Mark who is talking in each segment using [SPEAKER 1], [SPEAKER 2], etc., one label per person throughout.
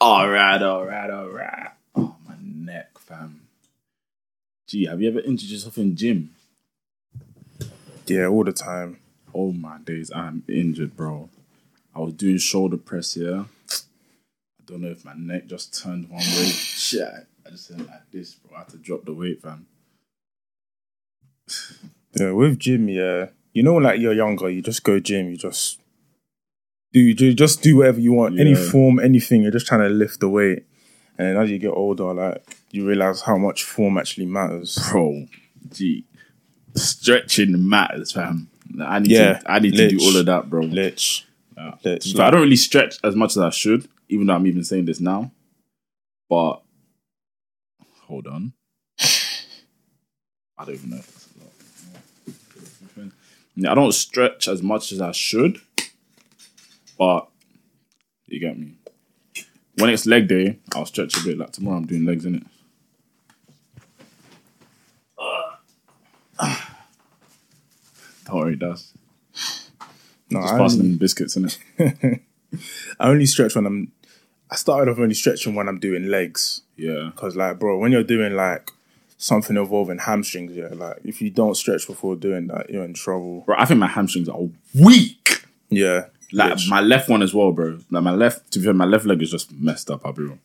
[SPEAKER 1] All right, all right, all right. Oh, my neck, fam. Gee, have you ever injured yourself in gym?
[SPEAKER 2] Yeah, all the time.
[SPEAKER 1] Oh my days, I'm injured, bro. I was doing shoulder press here. I don't know if my neck just turned one way. Shit, I- I just went like this, bro. I had to drop the weight, fam.
[SPEAKER 2] Yeah, with gym, yeah. You know, when, like you're younger, you just go gym. You just do, you just do whatever you want, any
[SPEAKER 1] Yeah.
[SPEAKER 2] form, anything. You're just trying to lift the weight. And as you get older, like you realize how much form actually matters.
[SPEAKER 1] Bro, gee, stretching matters, fam. I need
[SPEAKER 2] Yeah,
[SPEAKER 1] to, I need to
[SPEAKER 2] lich.
[SPEAKER 1] do all of that, bro.
[SPEAKER 2] Lich. Lich.
[SPEAKER 1] So I don't really stretch as much as I should, even though I'm even saying this now. But hold on. I don't even know if that's a lot. Yeah, I don't stretch as much as I should, but you get me. When it's leg day, I'll stretch a bit. Like tomorrow, I'm doing legs, innit? Don't worry, that's
[SPEAKER 2] no,
[SPEAKER 1] just
[SPEAKER 2] I,
[SPEAKER 1] passing
[SPEAKER 2] only,
[SPEAKER 1] them biscuits, innit?
[SPEAKER 2] I only stretch when I'm. I started off only stretching when I'm doing legs.
[SPEAKER 1] Yeah.
[SPEAKER 2] Because, like, bro, when you're doing like something involving hamstrings, yeah, like if you don't stretch before doing that, you're in trouble.
[SPEAKER 1] Bro, I think my hamstrings are weak.
[SPEAKER 2] Yeah.
[SPEAKER 1] Like
[SPEAKER 2] Lich.
[SPEAKER 1] my left one as well, bro. Like my left, to be fair, my left leg is just messed up. I'll be real.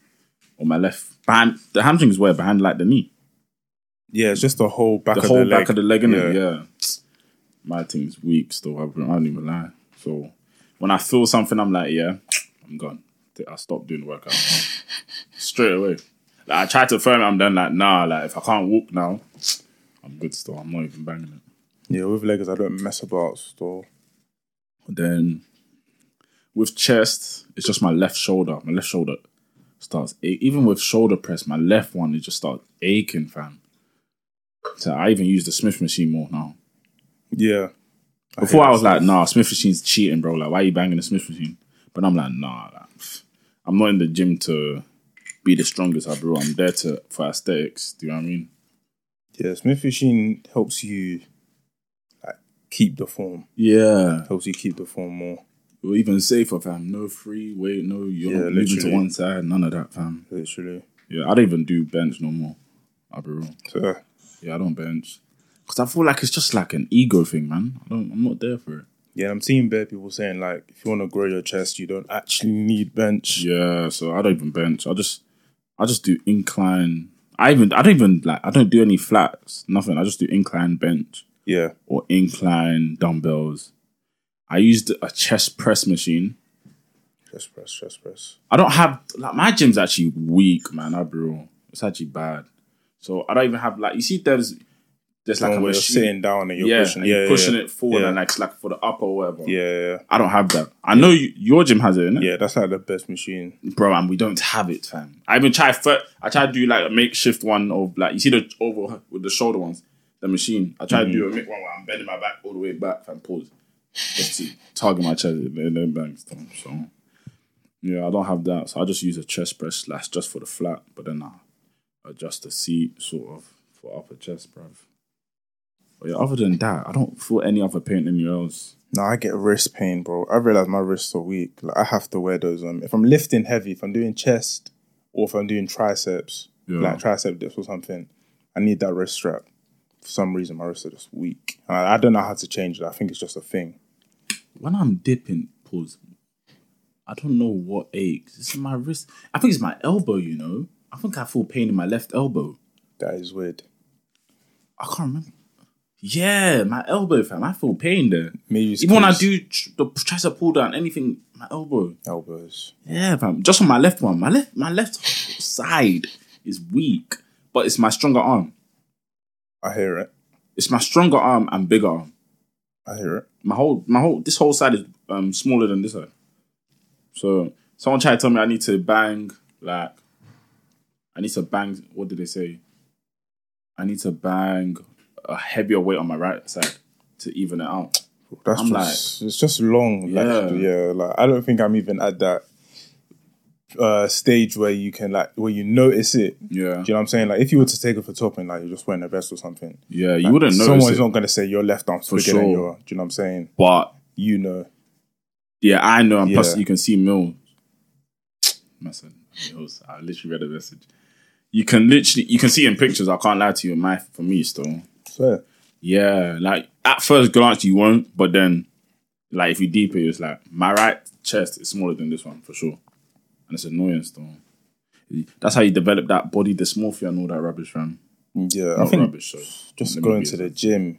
[SPEAKER 1] Or my left behind the hamstring is where behind like the knee,
[SPEAKER 2] yeah, it's just the whole back
[SPEAKER 1] the
[SPEAKER 2] of
[SPEAKER 1] whole
[SPEAKER 2] the leg.
[SPEAKER 1] back of the leg, innit?
[SPEAKER 2] Yeah.
[SPEAKER 1] Yeah. My thing's weak still. I'll be real. I don't even lie. So when I feel something, I'm like, yeah, I'm gone. I stop doing the workout straight away. Like I tried to firm it. I'm done. Like nah. Like if I can't walk now, I'm good still. I'm not even banging it.
[SPEAKER 2] Yeah, with legs, I don't mess about. So
[SPEAKER 1] Then with chest, it's just my left shoulder. My left shoulder starts a- even with shoulder press. My left one it just starts aching, fam. So I even use the Smith machine more now.
[SPEAKER 2] yeah,
[SPEAKER 1] Before I
[SPEAKER 2] hear
[SPEAKER 1] was
[SPEAKER 2] that.
[SPEAKER 1] like, nah, Smith machine's cheating, bro. Like, why are you banging the Smith machine? But I'm like, nah, like, pff, I'm not in the gym to be the strongest, like, bro. I'm there to for aesthetics. Do you know what I mean?
[SPEAKER 2] yeah, Smith machine helps you like keep the form.
[SPEAKER 1] Yeah.
[SPEAKER 2] Helps you keep the form more.
[SPEAKER 1] Or even safer, fam. No free weight, no you're
[SPEAKER 2] Yeah,
[SPEAKER 1] not moving to
[SPEAKER 2] literally.
[SPEAKER 1] one side, none of that, fam.
[SPEAKER 2] Literally.
[SPEAKER 1] Yeah, I don't even do bench no more. I'll be real.
[SPEAKER 2] So
[SPEAKER 1] Yeah, I don't bench because I feel like it's just like an ego thing, man. I don't. I'm not there for it.
[SPEAKER 2] yeah, I'm seeing bare people saying like, if you want to grow your chest, you don't actually need bench.
[SPEAKER 1] Yeah, so I don't even bench. I just, I just do incline. I even, I don't even like. I don't do any flats. Nothing. I just do incline bench
[SPEAKER 2] Yeah,
[SPEAKER 1] or incline dumbbells. I used a chest press machine.
[SPEAKER 2] chest press, chest press.
[SPEAKER 1] I don't have like my gym's actually weak, man. I bro, it's actually bad. So I don't even have like you see there's there's like
[SPEAKER 2] Like
[SPEAKER 1] a
[SPEAKER 2] when you're
[SPEAKER 1] machine.
[SPEAKER 2] sitting down and you're
[SPEAKER 1] yeah,
[SPEAKER 2] pushing,
[SPEAKER 1] and you're
[SPEAKER 2] yeah,
[SPEAKER 1] pushing
[SPEAKER 2] yeah.
[SPEAKER 1] it forward
[SPEAKER 2] yeah.
[SPEAKER 1] and like, it's like for the upper or whatever.
[SPEAKER 2] yeah, yeah,
[SPEAKER 1] I don't have that. I know you, your gym has it, innit?
[SPEAKER 2] yeah. Yeah, that's like the best machine.
[SPEAKER 1] bro, and we don't have it, fam. I even try fir- I try to do like a makeshift one of like you see the over with the shoulder ones, the machine. I try to do a make one where I'm bending my back all the way back, fam. Pause, just to target my chest and then bangs. fam. So yeah, I don't have that, so I just use a chest press slash just for the flat, but then I adjust the seat sort of for upper chest, bruv. But yeah, other than that, I don't feel any other pain anywhere else.
[SPEAKER 2] No, I get wrist pain, bro. I realize my wrists are weak. Like I have to wear those. Um, if I'm lifting heavy, if I'm doing chest, or if I'm doing triceps,
[SPEAKER 1] Yeah.
[SPEAKER 2] like tricep dips or something, I need that wrist strap. For some reason, my wrists are just weak. And I, I don't know how to change it. I think it's just a thing.
[SPEAKER 1] when I'm dipping, pause. I don't know what aches. It's my wrist. I think it's my elbow. You know, I think I feel pain in my left elbow.
[SPEAKER 2] That is weird.
[SPEAKER 1] I can't remember. Yeah, my elbow, fam. I feel pain there.
[SPEAKER 2] Maybe it's
[SPEAKER 1] Even when I
[SPEAKER 2] 'cause
[SPEAKER 1] do tr- the tricep pull down, anything, my elbow.
[SPEAKER 2] elbows.
[SPEAKER 1] Yeah, fam. Just on my left one. My left, my left side is weak, but it's my stronger arm.
[SPEAKER 2] I hear it.
[SPEAKER 1] It's my stronger arm and bigger arm.
[SPEAKER 2] I hear it.
[SPEAKER 1] My whole, my whole, this whole side is um smaller than this side. So someone tried to tell me I need to bang like I need to bang. What did they say? I need to bang a heavier weight on my right side to even it out.
[SPEAKER 2] That's
[SPEAKER 1] I'm
[SPEAKER 2] just it's just long. Like,
[SPEAKER 1] Yeah.
[SPEAKER 2] yeah. Like I don't think I'm even at that uh stage where you can like where you notice it.
[SPEAKER 1] Yeah,
[SPEAKER 2] Do you know what I'm saying? Like if you were to take it for top and like you're just wearing a vest or something,
[SPEAKER 1] yeah. You wouldn't notice
[SPEAKER 2] someone's
[SPEAKER 1] it,
[SPEAKER 2] not gonna say your left arm's bigger than
[SPEAKER 1] sure.
[SPEAKER 2] your. Do you know what I'm saying?
[SPEAKER 1] but
[SPEAKER 2] You know.
[SPEAKER 1] yeah, I know. And plus,
[SPEAKER 2] Yeah.
[SPEAKER 1] you can see Mill. Listen, It was, I literally read a message. You can literally, you can see in pictures. I can't lie to you. My for me still,
[SPEAKER 2] Fair.
[SPEAKER 1] yeah. Like at first glance you won't, but then, like if you deep it, it's like my right chest is smaller than this one for sure, and it's annoying still. That's how you develop that body dysmorphia and all that rubbish, fam.
[SPEAKER 2] Yeah, I
[SPEAKER 1] Not
[SPEAKER 2] think
[SPEAKER 1] rubbish, sorry. Let
[SPEAKER 2] just
[SPEAKER 1] me
[SPEAKER 2] going
[SPEAKER 1] be
[SPEAKER 2] to the gym,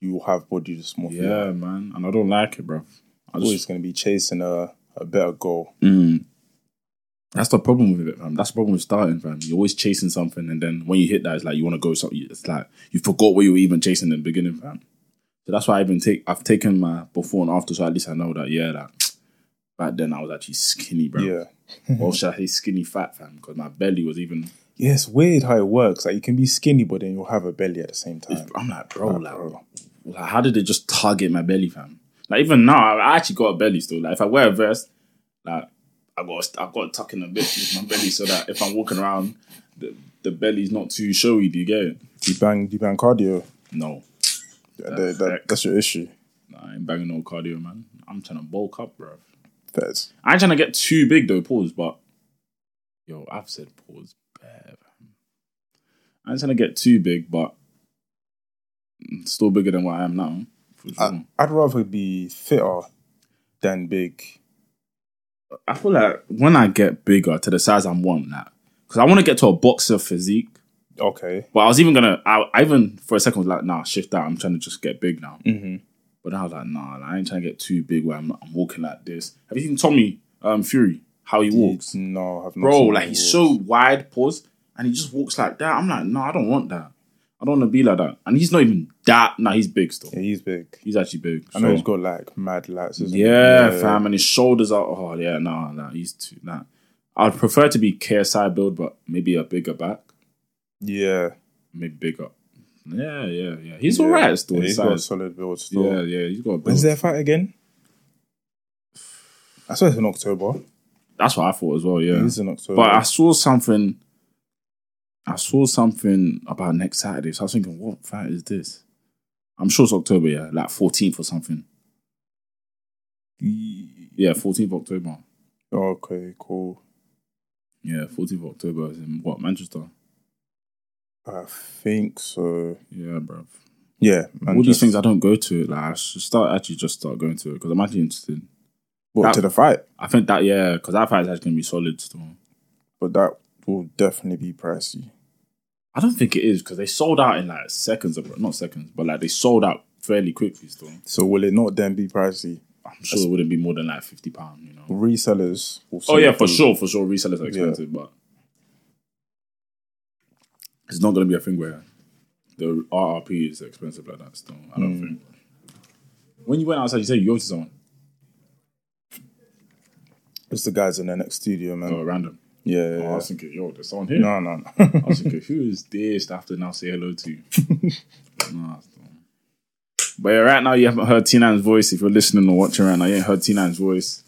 [SPEAKER 2] you will have body dysmorphia.
[SPEAKER 1] Yeah, man, and I don't like it, bro. I
[SPEAKER 2] You're
[SPEAKER 1] just
[SPEAKER 2] always going to be chasing a, a better goal.
[SPEAKER 1] Mm. That's the problem with it, fam. That's the problem with starting, fam. You're always chasing something, and then when you hit that, it's like you want to go something. It's like you forgot what you were even chasing in the beginning, fam. So that's why I've been take. I've taken my before and after, so at least I know that. Yeah, that back then I was actually skinny, bro.
[SPEAKER 2] Yeah.
[SPEAKER 1] Or should I say skinny fat, fam? Because my belly was even.
[SPEAKER 2] Yeah, it's weird how it works. Like you can be skinny, but then you'll have a belly at the same time.
[SPEAKER 1] I'm like, bro, like, like, how did they just target my belly, fam? Like, even now, I I actually got a belly still. Like, if I wear a vest, like, I got, I got to tuck in a bit with my belly so that if I'm walking around, the, the belly's not too showy. Do you get it?
[SPEAKER 2] You bang, you bang cardio.
[SPEAKER 1] No,
[SPEAKER 2] That- that-
[SPEAKER 1] heck.
[SPEAKER 2] that's your issue.
[SPEAKER 1] nah, I ain't banging no cardio, man. I'm trying to bulk up, bro.
[SPEAKER 2] That's
[SPEAKER 1] I ain't trying to get too big though. Pause, but yo, I've said pause. Bare, fam. I ain't trying to get too big, but mm, still bigger than what I am now. For sure.
[SPEAKER 2] I, I'd rather be fitter than big.
[SPEAKER 1] I feel like when I get bigger to the size I'm want that because I want to get to a boxer physique.
[SPEAKER 2] Okay.
[SPEAKER 1] But I was even gonna, I, I even for a second was like, nah, shift that. I'm trying to just get big now.
[SPEAKER 2] Mm-hmm.
[SPEAKER 1] But then I was like, nah, like, I ain't trying to get too big where I'm, I'm walking like this. Have you seen Tommy um, Fury? How he walks,
[SPEAKER 2] No, I've not.
[SPEAKER 1] bro?
[SPEAKER 2] seen
[SPEAKER 1] Like
[SPEAKER 2] it.
[SPEAKER 1] he's so wide, pause, and he just walks like that. I'm like, nah, I don't want that. I don't want to be like that. And he's not even that. Nah, he's big still.
[SPEAKER 2] Yeah, he's big.
[SPEAKER 1] He's actually big.
[SPEAKER 2] I know
[SPEAKER 1] so-
[SPEAKER 2] he's got like mad lats. isn't he?
[SPEAKER 1] yeah, fam, and his shoulders are. Oh yeah, no, no, he's too. Nah. I'd prefer to be KSI build, but maybe a bigger back,
[SPEAKER 2] Yeah,
[SPEAKER 1] maybe bigger. Yeah, yeah, yeah. He's
[SPEAKER 2] yeah.
[SPEAKER 1] alright still.
[SPEAKER 2] Yeah,
[SPEAKER 1] his
[SPEAKER 2] he's got a
[SPEAKER 1] size.
[SPEAKER 2] solid build. Still.
[SPEAKER 1] yeah, yeah, he's got. A build.
[SPEAKER 2] When's their fight again? I saw it's in October.
[SPEAKER 1] That's what I thought as well. Yeah,
[SPEAKER 2] It is in October.
[SPEAKER 1] but I saw something. I saw something about next Saturday, so I was thinking, what fight is this? I'm sure it's October, yeah, like 14th or something. Yeah, 14th October.
[SPEAKER 2] okay, cool.
[SPEAKER 1] Yeah, 14th October is in what Manchester?
[SPEAKER 2] I think so.
[SPEAKER 1] Yeah, bro.
[SPEAKER 2] Yeah,
[SPEAKER 1] all these
[SPEAKER 2] Manchester.
[SPEAKER 1] things I don't go to. Like I should start actually just start going to it because I'm actually interested.
[SPEAKER 2] Well, to the fight,
[SPEAKER 1] I think that yeah, because that fight is actually gonna be solid still.
[SPEAKER 2] but that will definitely be pricey.
[SPEAKER 1] I don't think it is because they sold out in like seconds, of, not seconds, but like they sold out fairly quickly still.
[SPEAKER 2] So will it not then be pricey?
[SPEAKER 1] I'm sure it wouldn't be more than like fifty pound, you know.
[SPEAKER 2] Resellers. Will
[SPEAKER 1] Oh
[SPEAKER 2] sell
[SPEAKER 1] yeah,
[SPEAKER 2] it
[SPEAKER 1] for
[SPEAKER 2] through.
[SPEAKER 1] sure, for sure. Resellers are expensive, but it's not gonna be a thing where the RRP is expensive like that still. I don't think. When you went outside, you said you go to someone.
[SPEAKER 2] It's the guys in the next studio, man.
[SPEAKER 1] Oh, random.
[SPEAKER 2] Yeah.
[SPEAKER 1] Oh, I
[SPEAKER 2] yeah.
[SPEAKER 1] was thinking, yo, there's someone here.
[SPEAKER 2] No, no, no.
[SPEAKER 1] I was thinking, who is this that I have to now say hello to? nah, it's not. but yeah, right now you haven't heard T Nine's voice. If you're listening or watching right now, you ain't heard T Nine's voice.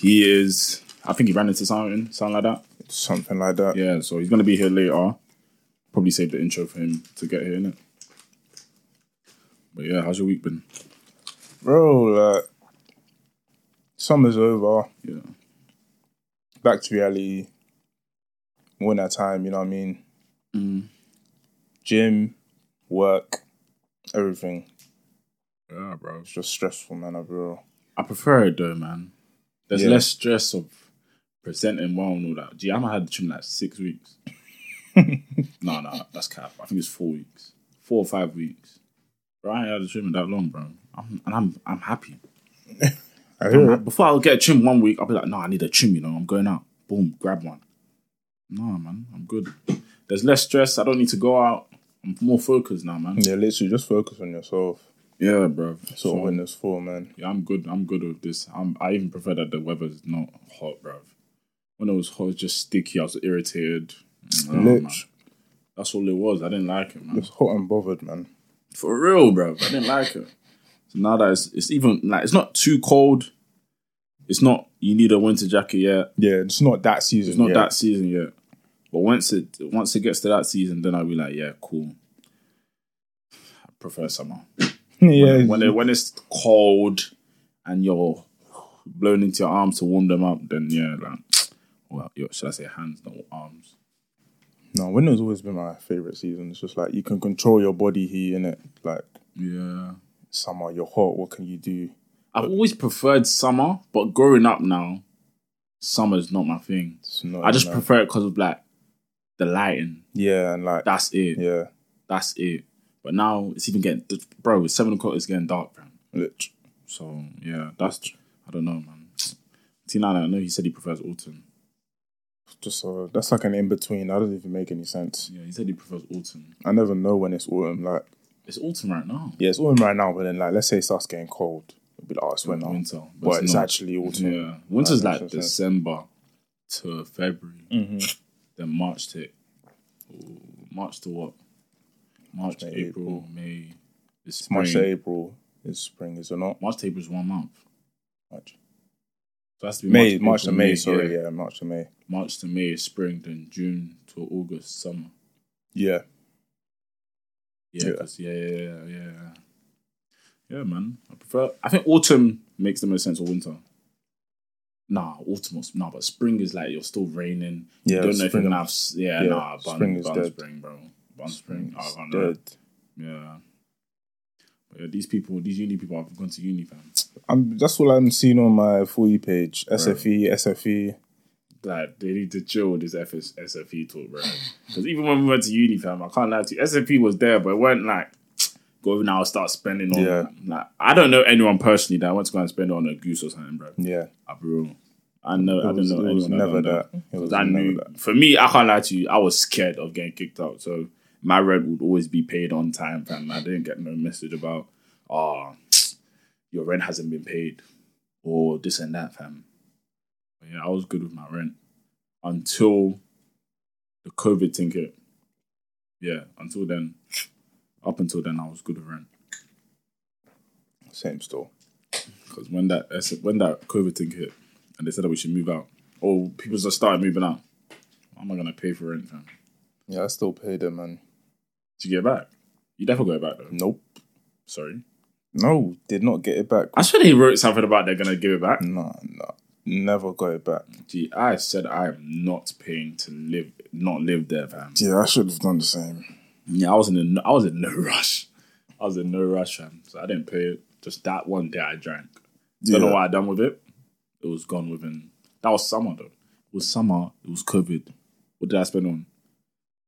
[SPEAKER 1] He is, I think he ran into something, something like that.
[SPEAKER 2] Something like that.
[SPEAKER 1] Yeah, so he's gonna be here later. Probably save the intro for him to get here, innit? But yeah, how's your week been?
[SPEAKER 2] Bro, like, summer's over.
[SPEAKER 1] Yeah,
[SPEAKER 2] Back to reality. Winter time, you know what I mean?
[SPEAKER 1] Mm.
[SPEAKER 2] Gym, work, everything.
[SPEAKER 1] yeah, bro.
[SPEAKER 2] It's just stressful, man, bro.
[SPEAKER 1] I prefer it though, man. There's
[SPEAKER 2] Yeah.
[SPEAKER 1] less stress of presenting well and all that. Gee, I haven't had the gym in, like six weeks. no, no, that's cap. I think it's four weeks, four or five weeks. Bro, I ain't had a gym in that long, bro. I'm, and I'm, I'm happy.
[SPEAKER 2] I hear it.
[SPEAKER 1] Before I'll get a gym one week, I'll be like, no, I need a gym. You know, I'm going out. Boom, grab one. No, man, I'm good. There's less stress. I don't need to go out. I'm more focused now, man.
[SPEAKER 2] Yeah, literally, just focus on yourself.
[SPEAKER 1] Yeah, bro.
[SPEAKER 2] Sort of win this for, man.
[SPEAKER 1] Yeah, I'm good. I'm good with this. I'm, I even prefer that the weather's not hot, bruv. When it was hot, it was just sticky. I was irritated. Mm, Nah, man.
[SPEAKER 2] Lich.
[SPEAKER 1] That's all it was. I didn't like it, man.
[SPEAKER 2] Just hot and bothered, man.
[SPEAKER 1] For real, bruv. I didn't like it. So now that it's, it's even like it's not too cold. It's not. You need a winter jacket yet.
[SPEAKER 2] Yeah, it's not that season.
[SPEAKER 1] It's not
[SPEAKER 2] yet.
[SPEAKER 1] that season yet. But once it once it gets to that season, then I'll be like, yeah, cool. I prefer summer.
[SPEAKER 2] yeah,
[SPEAKER 1] when it, when it's cold and you're blowing into your arms to warm them up, then yeah, like Well, yo, should I say hands, not arms?
[SPEAKER 2] No, winter's always been my favorite season. It's just like you can control your body heat in it. Like
[SPEAKER 1] Yeah.
[SPEAKER 2] summer, you're hot. What can you do?
[SPEAKER 1] I've always preferred summer, but growing up now, summer's not my thing.
[SPEAKER 2] It's not.
[SPEAKER 1] I just
[SPEAKER 2] you know.
[SPEAKER 1] prefer it because of like the lighting.
[SPEAKER 2] yeah, and like
[SPEAKER 1] That's it.
[SPEAKER 2] yeah,
[SPEAKER 1] That's it. But now it's even getting bro. It's seven o'clock. It's getting dark, man.
[SPEAKER 2] lit.
[SPEAKER 1] So yeah, that's I don't know, man. T nine, I know he said he prefers autumn.
[SPEAKER 2] Just so that's like an in between. That doesn't even make any sense.
[SPEAKER 1] Yeah, he said he prefers autumn.
[SPEAKER 2] I never know when it's autumn. Like
[SPEAKER 1] It's autumn right now.
[SPEAKER 2] yeah, it's autumn right now, but then like let's say it starts getting cold, it'll be like oh, it's winter,
[SPEAKER 1] Winter,
[SPEAKER 2] but it's,
[SPEAKER 1] not.
[SPEAKER 2] actually autumn.
[SPEAKER 1] yeah. Winter's
[SPEAKER 2] That
[SPEAKER 1] like
[SPEAKER 2] makes no sense.
[SPEAKER 1] December to February,
[SPEAKER 2] Mm-hmm.
[SPEAKER 1] then March to Ooh, March to what? March to
[SPEAKER 2] May,
[SPEAKER 1] April, May. It's
[SPEAKER 2] It's March to
[SPEAKER 1] spring.
[SPEAKER 2] April is spring, is it not?
[SPEAKER 1] March to April is one month.
[SPEAKER 2] March.
[SPEAKER 1] So that's to be
[SPEAKER 2] May,
[SPEAKER 1] March,
[SPEAKER 2] March to
[SPEAKER 1] April,
[SPEAKER 2] May. Sorry,
[SPEAKER 1] yeah.
[SPEAKER 2] yeah, March to May.
[SPEAKER 1] March to May is spring, then June to August, summer.
[SPEAKER 2] Yeah,
[SPEAKER 1] Yeah,
[SPEAKER 2] Yeah.
[SPEAKER 1] 'cause- yeah, yeah, yeah, yeah, yeah. Yeah, man. I prefer. I think autumn makes the most sense, or winter. Nah, autumn. was- Nah, but spring is like you're still raining.
[SPEAKER 2] Yeah,
[SPEAKER 1] you don't know if you're
[SPEAKER 2] spring
[SPEAKER 1] gonna
[SPEAKER 2] is-
[SPEAKER 1] have. s- Yeah,
[SPEAKER 2] yeah,
[SPEAKER 1] nah. Bun,
[SPEAKER 2] spring is
[SPEAKER 1] bun
[SPEAKER 2] dead.
[SPEAKER 1] spring, bro. Bun spring. oh, I
[SPEAKER 2] It's
[SPEAKER 1] can't know.
[SPEAKER 2] dead.
[SPEAKER 1] Yeah. But yeah, these people, these uni people, have gone to uni, fam.
[SPEAKER 2] I'm, that's all I'm seeing on my for you page. E, SFE, SFE.
[SPEAKER 1] Like they need to chill with this FS, SFE E talk, bro. Because even when we went to uni, fam, I can't lie to you. SFE was there, but it weren't like go over now and start spending on.
[SPEAKER 2] Yeah.
[SPEAKER 1] Like I don't know anyone personally that went to go and spend on a goose or something, bro.
[SPEAKER 2] Yeah,
[SPEAKER 1] I'll be real. I know. I
[SPEAKER 2] it was,
[SPEAKER 1] don't know.
[SPEAKER 2] it was
[SPEAKER 1] anyone
[SPEAKER 2] never
[SPEAKER 1] done that.
[SPEAKER 2] that. It was
[SPEAKER 1] Because I
[SPEAKER 2] never
[SPEAKER 1] knew,
[SPEAKER 2] that.
[SPEAKER 1] for me, I can't lie to you, I was scared of getting kicked out. So my rent would always be paid on time, fam. I didn't get no message about, oh, your rent hasn't been paid or this and that, fam. But yeah, I was good with my rent until the COVID thing hit. Yeah, until then, up until then, I was good with rent.
[SPEAKER 2] Same store.
[SPEAKER 1] Because when that when that COVID thing hit, and they said that we should move out, oh, people just started moving out. How am I gonna pay for rent, fam?
[SPEAKER 2] Yeah, I still paid it, man.
[SPEAKER 1] Did you get it back? You definitely got it back though.
[SPEAKER 2] Nope.
[SPEAKER 1] Sorry.
[SPEAKER 2] No, did not get it back.
[SPEAKER 1] I swear they wrote something about they're gonna give it back.
[SPEAKER 2] No, no, never got it back.
[SPEAKER 1] Gee, I said I am not paying to live, not live there, fam.
[SPEAKER 2] Yeah, I should have done the same.
[SPEAKER 1] Yeah, I was in a, no- I was in no rush. I was in no rush, fam. So I didn't pay it. Just that one day I drank.
[SPEAKER 2] Yeah,
[SPEAKER 1] Don't know what I done with it. It was gone within. That was summer though. It was summer. It was COVID. What did I spend on?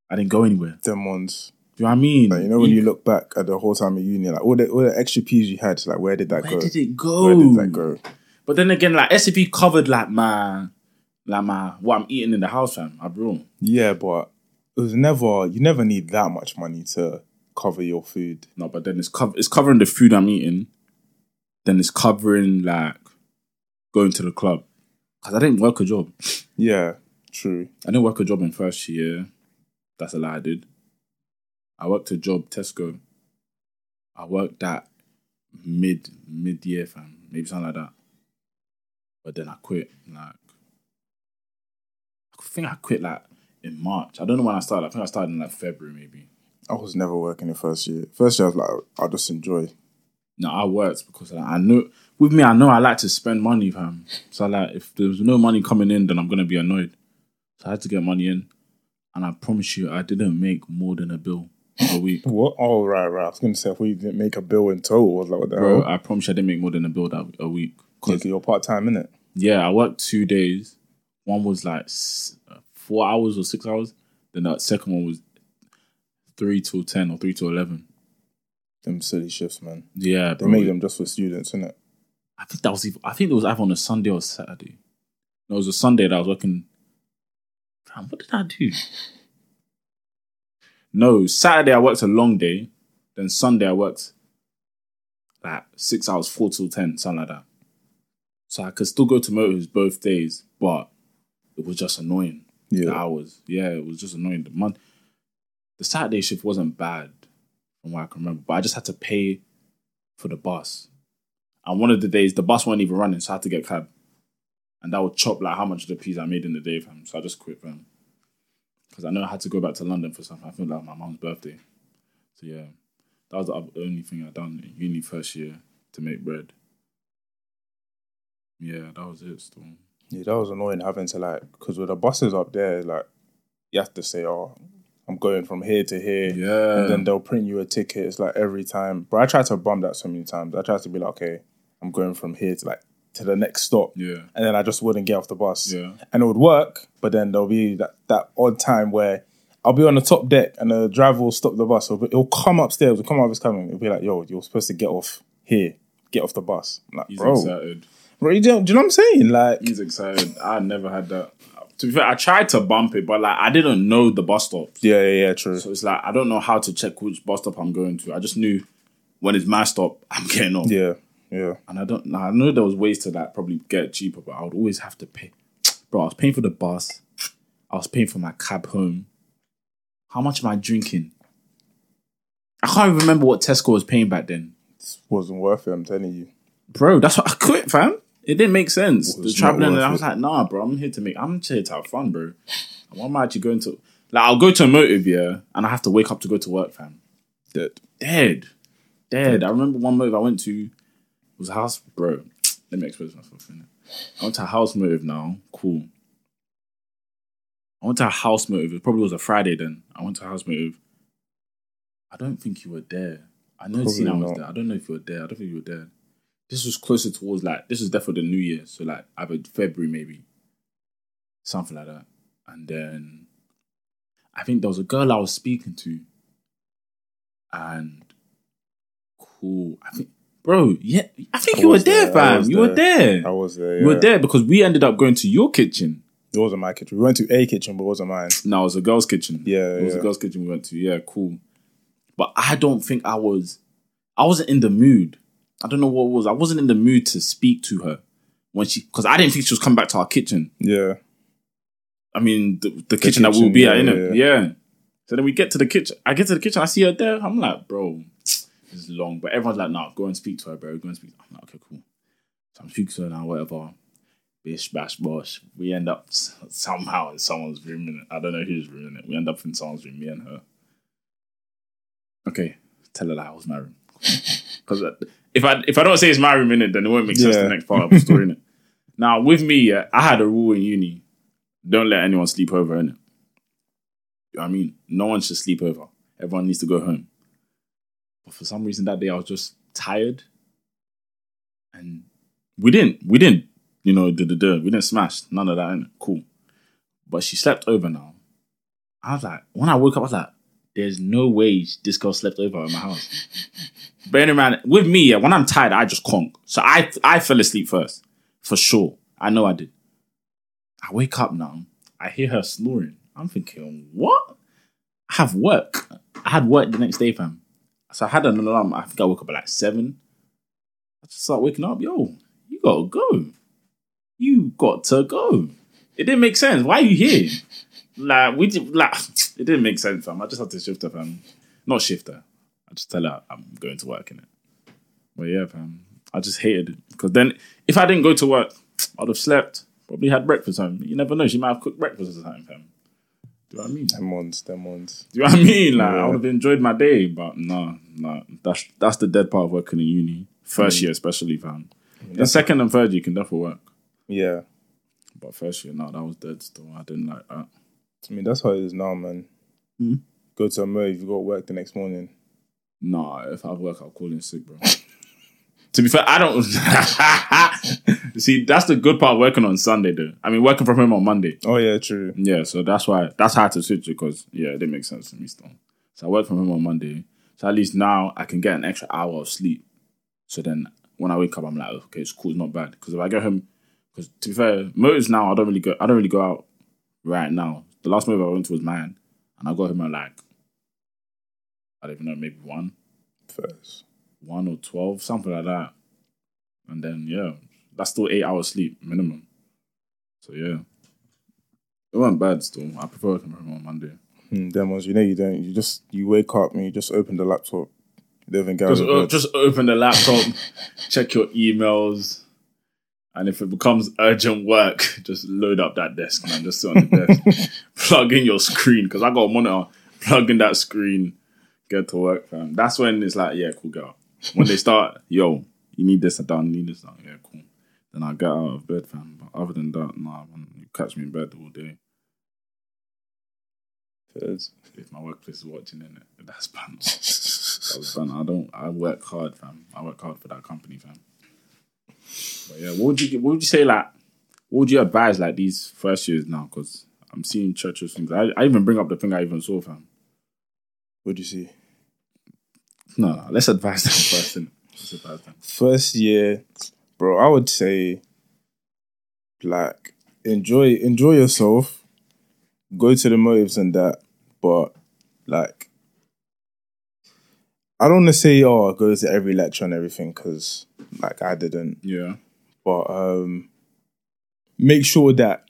[SPEAKER 1] I didn't go anywhere.
[SPEAKER 2] them ones.
[SPEAKER 1] Do you know what I mean?
[SPEAKER 2] Like, you know when you look back at the whole time at uni, like all the all the extra P's you had, like where did that
[SPEAKER 1] where
[SPEAKER 2] go?
[SPEAKER 1] did it go?
[SPEAKER 2] Where did that go?
[SPEAKER 1] But then again, like SCP covered like my like my what I'm eating in the house, fam. I bro.
[SPEAKER 2] Yeah, but it was never. You never need that much money to cover your food.
[SPEAKER 1] No, but then it's cover it's covering the food I'm eating. Then it's covering like going to the club. Cause I didn't work a job.
[SPEAKER 2] Yeah, true.
[SPEAKER 1] I didn't work a job in first year. That's a lie I did. I worked a job, Tesco. I worked at mid mid year, fam. Maybe something like that. But then I quit. Like I think I quit like in March. I don't know when I started. I think I started in like February maybe.
[SPEAKER 2] I was never working the first year. First year, I was like, I'll just enjoy.
[SPEAKER 1] No, I worked because like, I know with me I know I like to spend money, fam. So like if there was no money coming in, then I'm gonna be annoyed. So I had to get money in. And I promise you I didn't make more than a bill a week.
[SPEAKER 2] What? Oh, right, right. I was going to say, if we didn't make a bill in total, I was like, what the
[SPEAKER 1] Bro,
[SPEAKER 2] hell?
[SPEAKER 1] I promise you I didn't make more than a bill that a week. 'Cause,
[SPEAKER 2] Because you're part time, innit?
[SPEAKER 1] yeah, I worked two days. One was like s- uh, four hours or six hours. Then that second one was three till ten or three till eleven.
[SPEAKER 2] Them silly shifts, man.
[SPEAKER 1] Yeah,
[SPEAKER 2] They
[SPEAKER 1] bro.
[SPEAKER 2] make them just for students, innit?
[SPEAKER 1] I think that was even, I think it was either on a Sunday or Saturday. No, it was a Sunday that I was working. Damn, what did I do? No, Saturday I worked a long day. Then Sunday I worked like six hours, four till ten, something like that. So I could still go to motors both days, but it was just annoying. The
[SPEAKER 2] Yeah.
[SPEAKER 1] hours, yeah, it was just annoying. The month, the Saturday shift wasn't bad from what I can remember, but I just had to pay for the bus. And one of the days, the bus wasn't even running, so I had to get cab, and that would chop like how much of the peas I made in the day, fam. So I just quit, fam, because I know I had to go back to London for something. I think like my mom's birthday, so yeah, that was the oth- only thing I done in uni first year to make bread. Yeah, that was it. Still,
[SPEAKER 2] Yeah, that was annoying having to like because with the buses up there, like you have to say, "Oh, I'm going from here to here,"
[SPEAKER 1] Yeah.
[SPEAKER 2] and then they'll print you a ticket. It's like every time, but I tried to bum that so many times. I tried to be like, "Okay, I'm going from here to like to the next stop,"
[SPEAKER 1] Yeah.
[SPEAKER 2] and then I just wouldn't get off the bus.
[SPEAKER 1] Yeah.
[SPEAKER 2] and it would work, but then there'll be that that odd time where. I'll be on the top deck and the driver will stop the bus. It'll, be- it'll come upstairs. It'll come up. It's coming. It'll be like, yo, you're supposed to get off here. Get off the bus. I'm like,
[SPEAKER 1] He's
[SPEAKER 2] bro.
[SPEAKER 1] excited.
[SPEAKER 2] Bro, you do, do you know what I'm saying? Like,
[SPEAKER 1] He's excited. I never had that. To be fair, I tried to bump it, but like I didn't know the bus stops.
[SPEAKER 2] yeah, yeah, yeah, true.
[SPEAKER 1] So it's like I don't know how to check which bus stop I'm going to. I just knew when it's my stop, I'm getting off.
[SPEAKER 2] yeah, yeah.
[SPEAKER 1] And I don't. I know there was ways to like probably get it cheaper, but I would always have to pay. Bro, I was paying for the bus. I was paying for my cab home. How much am I drinking? I can't even remember what Tesco was paying back then.
[SPEAKER 2] wasn't worth it. I'm telling you.
[SPEAKER 1] Bro, that's what I quit, fam. It didn't make sense. The
[SPEAKER 2] it's
[SPEAKER 1] traveling,
[SPEAKER 2] not
[SPEAKER 1] and
[SPEAKER 2] worth
[SPEAKER 1] I was like, nah, bro, I'm here to make, I'm here to have fun, bro. Why am I actually going to, like, I'll go to a motive, yeah, and I have to wake up to go to work, fam.
[SPEAKER 2] Dead.
[SPEAKER 1] Dead.
[SPEAKER 2] Mm.
[SPEAKER 1] Dead. I remember one motive I went to it was a house, bro. Let me expose myself. innit? I went to a house motive now. Cool. I went to a house motive. It probably was a Friday then. I went to a house motive. I don't think you were there. I know
[SPEAKER 2] Probably
[SPEAKER 1] Tina was
[SPEAKER 2] not.
[SPEAKER 1] there. I don't know if you were there. I don't think you were there. This was closer towards like this was definitely the New Year, so like either February maybe, something like that. And then I think there was a girl I was speaking to, and cool. I think, bro, yeah, I think
[SPEAKER 2] I
[SPEAKER 1] you were
[SPEAKER 2] was
[SPEAKER 1] there,
[SPEAKER 2] there, I
[SPEAKER 1] fam.
[SPEAKER 2] was
[SPEAKER 1] You were
[SPEAKER 2] there.
[SPEAKER 1] there.
[SPEAKER 2] I was there.
[SPEAKER 1] You were
[SPEAKER 2] yeah.
[SPEAKER 1] there because we ended up going to your kitchen.
[SPEAKER 2] It wasn't my kitchen. We went to a kitchen, but it wasn't mine.
[SPEAKER 1] No, it was a girl's kitchen.
[SPEAKER 2] Yeah,
[SPEAKER 1] it was a
[SPEAKER 2] yeah.
[SPEAKER 1] girl's kitchen we went to. Yeah, cool. But I don't think I was. I wasn't in the mood. I don't know what it was. I wasn't in the mood to speak to her when she because I didn't think she was coming back to our kitchen.
[SPEAKER 2] Yeah.
[SPEAKER 1] I mean, the, the, kitchen, that we'll
[SPEAKER 2] kitchen,
[SPEAKER 1] be
[SPEAKER 2] yeah,
[SPEAKER 1] at, innit?
[SPEAKER 2] yeah,
[SPEAKER 1] Yeah. So then we get to the kitchen. I get to the kitchen. I see her there. I'm like, bro, this is long. But everyone's like, nah, go and speak to her, bro. Go and speak. I'm like, okay, cool. So I'm speaking to her now, whatever. Bish, bash, bosh. We end up s- somehow in someone's room. innit? I don't know who's room in it. We end up in someone's room, me and her. Okay, tell her that was my room. Because if I if I don't say it's my room in it, then it won't make sense to
[SPEAKER 2] Yeah.
[SPEAKER 1] the next part of the story. innit? Now with me, yeah, I had a rule in uni: don't let anyone sleep over in it. You know what I mean? No one should sleep over. Everyone needs to go home. But for some reason that day I was just tired, and we didn't we didn't you know duh, duh, duh. we didn't smash none of that. Innit? Cool, but she slept over now. I was like, when I woke up, I was like, there's no way this girl slept over at my house. Bearing in mind, with me, yeah, when I'm tired, I just conk. So I I fell asleep first, for sure. I know I did. I wake up now. I hear her snoring. I'm thinking, what? I have work. I had work the next day, fam. So I had an alarm. I think I woke up at like seven. I just start waking up. Yo, you gotta go. You got to go. It didn't make sense. Why are you here? Like we did, like it didn't make sense, fam. I just had to shift her, fam. Not shift her. I just tell her I'm going to work in it. But yeah, fam. I just hated it because then if I didn't go to work, I'd have slept. Probably had breakfast. Fam. You never know. She might have cooked breakfast or something, fam. Do you know what I mean?
[SPEAKER 2] Them ones. Them ones.
[SPEAKER 1] Do you know what I mean? Like I
[SPEAKER 2] Yeah.
[SPEAKER 1] would have enjoyed my day, but no, no. That's that's the dead part of working in uni. First
[SPEAKER 2] Mm.
[SPEAKER 1] year, especially, fam. The second and third, you can definitely work.
[SPEAKER 2] Yeah.
[SPEAKER 1] But first year, no, that was dead still. I didn't like that.
[SPEAKER 2] I mean, that's how it is now, man.
[SPEAKER 1] Mhm.
[SPEAKER 2] Go to a move. You got work the next morning.
[SPEAKER 1] Nah, if I work, I'll call in sick, bro. to be fair, I don't. See, that's the good part of working on Sunday, though. I mean, working from home on Monday.
[SPEAKER 2] Oh yeah, true.
[SPEAKER 1] Yeah, so that's why that's how I had to switch it because yeah, it didn't make sense to me still. So I work from home on Monday. So at least now I can get an extra hour of sleep. So then when I wake up, I'm like, okay, it's cool, it's not bad. Because if I go home, because to be fair, motives now I don't really go, I don't really go out right now. The last move I went to was mine, and I got home at like, I don't even know, maybe one
[SPEAKER 2] First.
[SPEAKER 1] one or twelve, something like that. And then yeah, that's still eight hours sleep minimum. So yeah, it wasn't bad still. I prefer working from home on Monday.
[SPEAKER 2] Mm, them ones. You know, you don't. You just you wake up and you just open the laptop. You don't even get out
[SPEAKER 1] Just, uh,
[SPEAKER 2] of
[SPEAKER 1] o-
[SPEAKER 2] bed.
[SPEAKER 1] just open the laptop, check your emails, and if it becomes urgent work, just load up that desk man. Just sit on the desk, plug in your screen because I got a monitor. Plug in that screen, get to work, fam. That's when it's like, yeah, cool, girl. When they start, yo, you need this done, you need this done, yeah, cool. Then I get out of bed, fam. But other than that, nah, man, you catch me in bed all day.
[SPEAKER 2] Fizz.
[SPEAKER 1] If my workplace is watching, in it, that's banned. that was banned. I don't. I work hard, fam. I work hard for that company, fam. But yeah, what would you? What would you say? Like, what would you advise? Like these first years now, because I'm seeing Churchill's things. I, I even bring up the thing I even saw, fam.
[SPEAKER 2] What do you see?
[SPEAKER 1] No, no let's advise them first. innit? Let's advise them.
[SPEAKER 2] First year, bro, I would say like enjoy enjoy yourself. Go to the motives and that, but like I don't want to say oh go to every lecture and everything because like I didn't.
[SPEAKER 1] Yeah.
[SPEAKER 2] but um, make sure that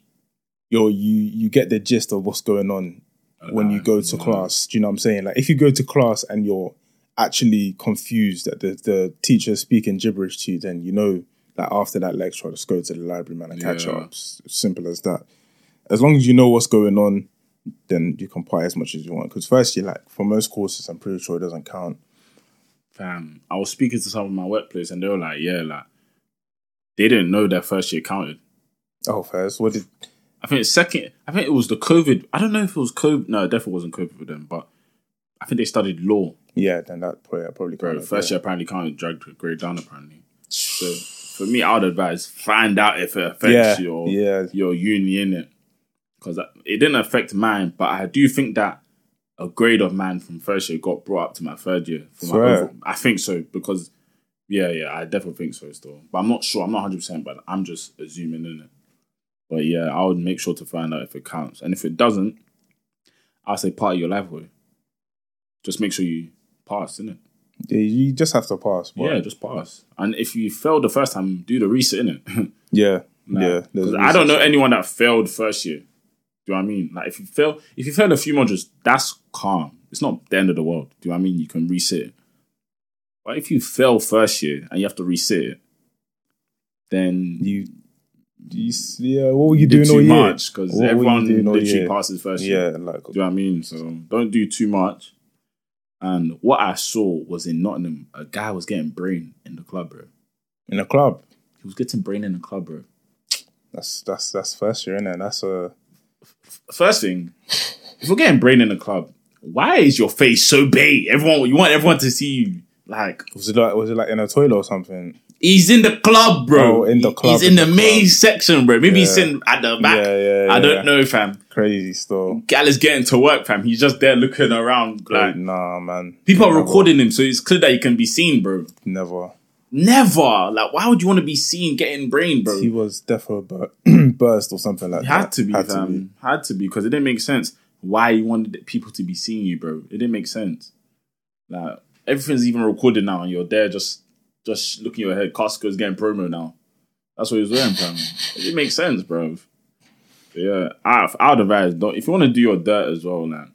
[SPEAKER 2] you you you get the gist of what's going on
[SPEAKER 1] Uh,
[SPEAKER 2] when you go to
[SPEAKER 1] Yeah.
[SPEAKER 2] class. Do you know what I'm saying? Like if you go to class and you're actually confused that the the teacher's speaking gibberish to you, then you know that after that lecture, I'll just go to the library, man, and catch
[SPEAKER 1] Yeah.
[SPEAKER 2] up. S- Simple as that. As long as you know what's going on, then you can play as much as you want. Because first, you like for most courses, I'm pretty sure it doesn't count.
[SPEAKER 1] fam, I was speaking to some of my workplace and they were like, yeah, like they didn't know their first year counted.
[SPEAKER 2] Oh, first, what did?
[SPEAKER 1] I think second, I think it was the COVID. I don't know if it was COVID. No, it definitely wasn't COVID for them, but I think they studied law.
[SPEAKER 2] Yeah, then that probably, probably
[SPEAKER 1] Bro,
[SPEAKER 2] counted,
[SPEAKER 1] first
[SPEAKER 2] yeah.
[SPEAKER 1] year apparently counted, dragged the grade down apparently. So for me, I would advise find out if it affects
[SPEAKER 2] Yeah,
[SPEAKER 1] your
[SPEAKER 2] yeah.
[SPEAKER 1] your uni in it because it didn't affect mine, but I do think that a grade of mine from first year got brought up to my third year. For my
[SPEAKER 2] Fair.
[SPEAKER 1] overall- I think so because yeah, yeah, I definitely think so still, but I'm not sure. I'm not 100, percent but I'm just assuming in it. But yeah, I would make sure to find out if it counts, and if it doesn't, I'll say part of your life way. Just make sure you pass, innit?
[SPEAKER 2] Yeah, you just have to pass. But
[SPEAKER 1] Yeah, just pass. And if you fail the first time, do the reset in it.
[SPEAKER 2] Yeah, yeah. there's
[SPEAKER 1] I don't
[SPEAKER 2] reasons.
[SPEAKER 1] know anyone that failed first year. Do you know what I mean? Like if you fail, if you fail a few modules, that's calm. It's not the end of the world. Do you know what I mean? You can reset. it. But if you fail first year and you have to reset it, then
[SPEAKER 2] You, you, s- yeah. What were you
[SPEAKER 1] do
[SPEAKER 2] doing all
[SPEAKER 1] too
[SPEAKER 2] year?
[SPEAKER 1] much because
[SPEAKER 2] What were you
[SPEAKER 1] everyone
[SPEAKER 2] doing all
[SPEAKER 1] literally
[SPEAKER 2] year?
[SPEAKER 1] passes first year.
[SPEAKER 2] Yeah, like
[SPEAKER 1] Do you know what I mean? So don't do too much. And what I saw was in Nottingham, a guy was getting brain in the club, bro.
[SPEAKER 2] in a club.
[SPEAKER 1] He was getting brain in the club, bro.
[SPEAKER 2] That's that's that's first year, innit? That's a
[SPEAKER 1] First thing, if we're getting brain in the club, why is your face so big? Everyone, you want everyone to see you. Like
[SPEAKER 2] was it like was it like in a toilet or something?
[SPEAKER 1] he's in the club, bro.
[SPEAKER 2] Oh, in the club,
[SPEAKER 1] He's in
[SPEAKER 2] in
[SPEAKER 1] the,
[SPEAKER 2] the
[SPEAKER 1] main section, bro. Maybe he's
[SPEAKER 2] Yeah.
[SPEAKER 1] sitting at the back.
[SPEAKER 2] Yeah, yeah,
[SPEAKER 1] I
[SPEAKER 2] yeah.
[SPEAKER 1] don't know, fam.
[SPEAKER 2] Crazy still.
[SPEAKER 1] Gal is getting to work, fam. He's just there looking around. Like
[SPEAKER 2] nah, man.
[SPEAKER 1] people are
[SPEAKER 2] Never,
[SPEAKER 1] recording him, so it's clear that he can be seen, bro.
[SPEAKER 2] Never.
[SPEAKER 1] Never. Like, why would you want to be seen getting brain, bro?
[SPEAKER 2] He was defo bur- burst or something like
[SPEAKER 1] It
[SPEAKER 2] that.
[SPEAKER 1] had to be, fam. Had to be because it didn't make sense why you wanted people to be seeing you, bro. It didn't make sense. Like everything's even recorded now, and you're there just just looking at your head. Costco's getting promo now. That's what he was wearing, fam. it didn't make sense, bro. But yeah, I I would advise don't if you want to do your dirt as well, like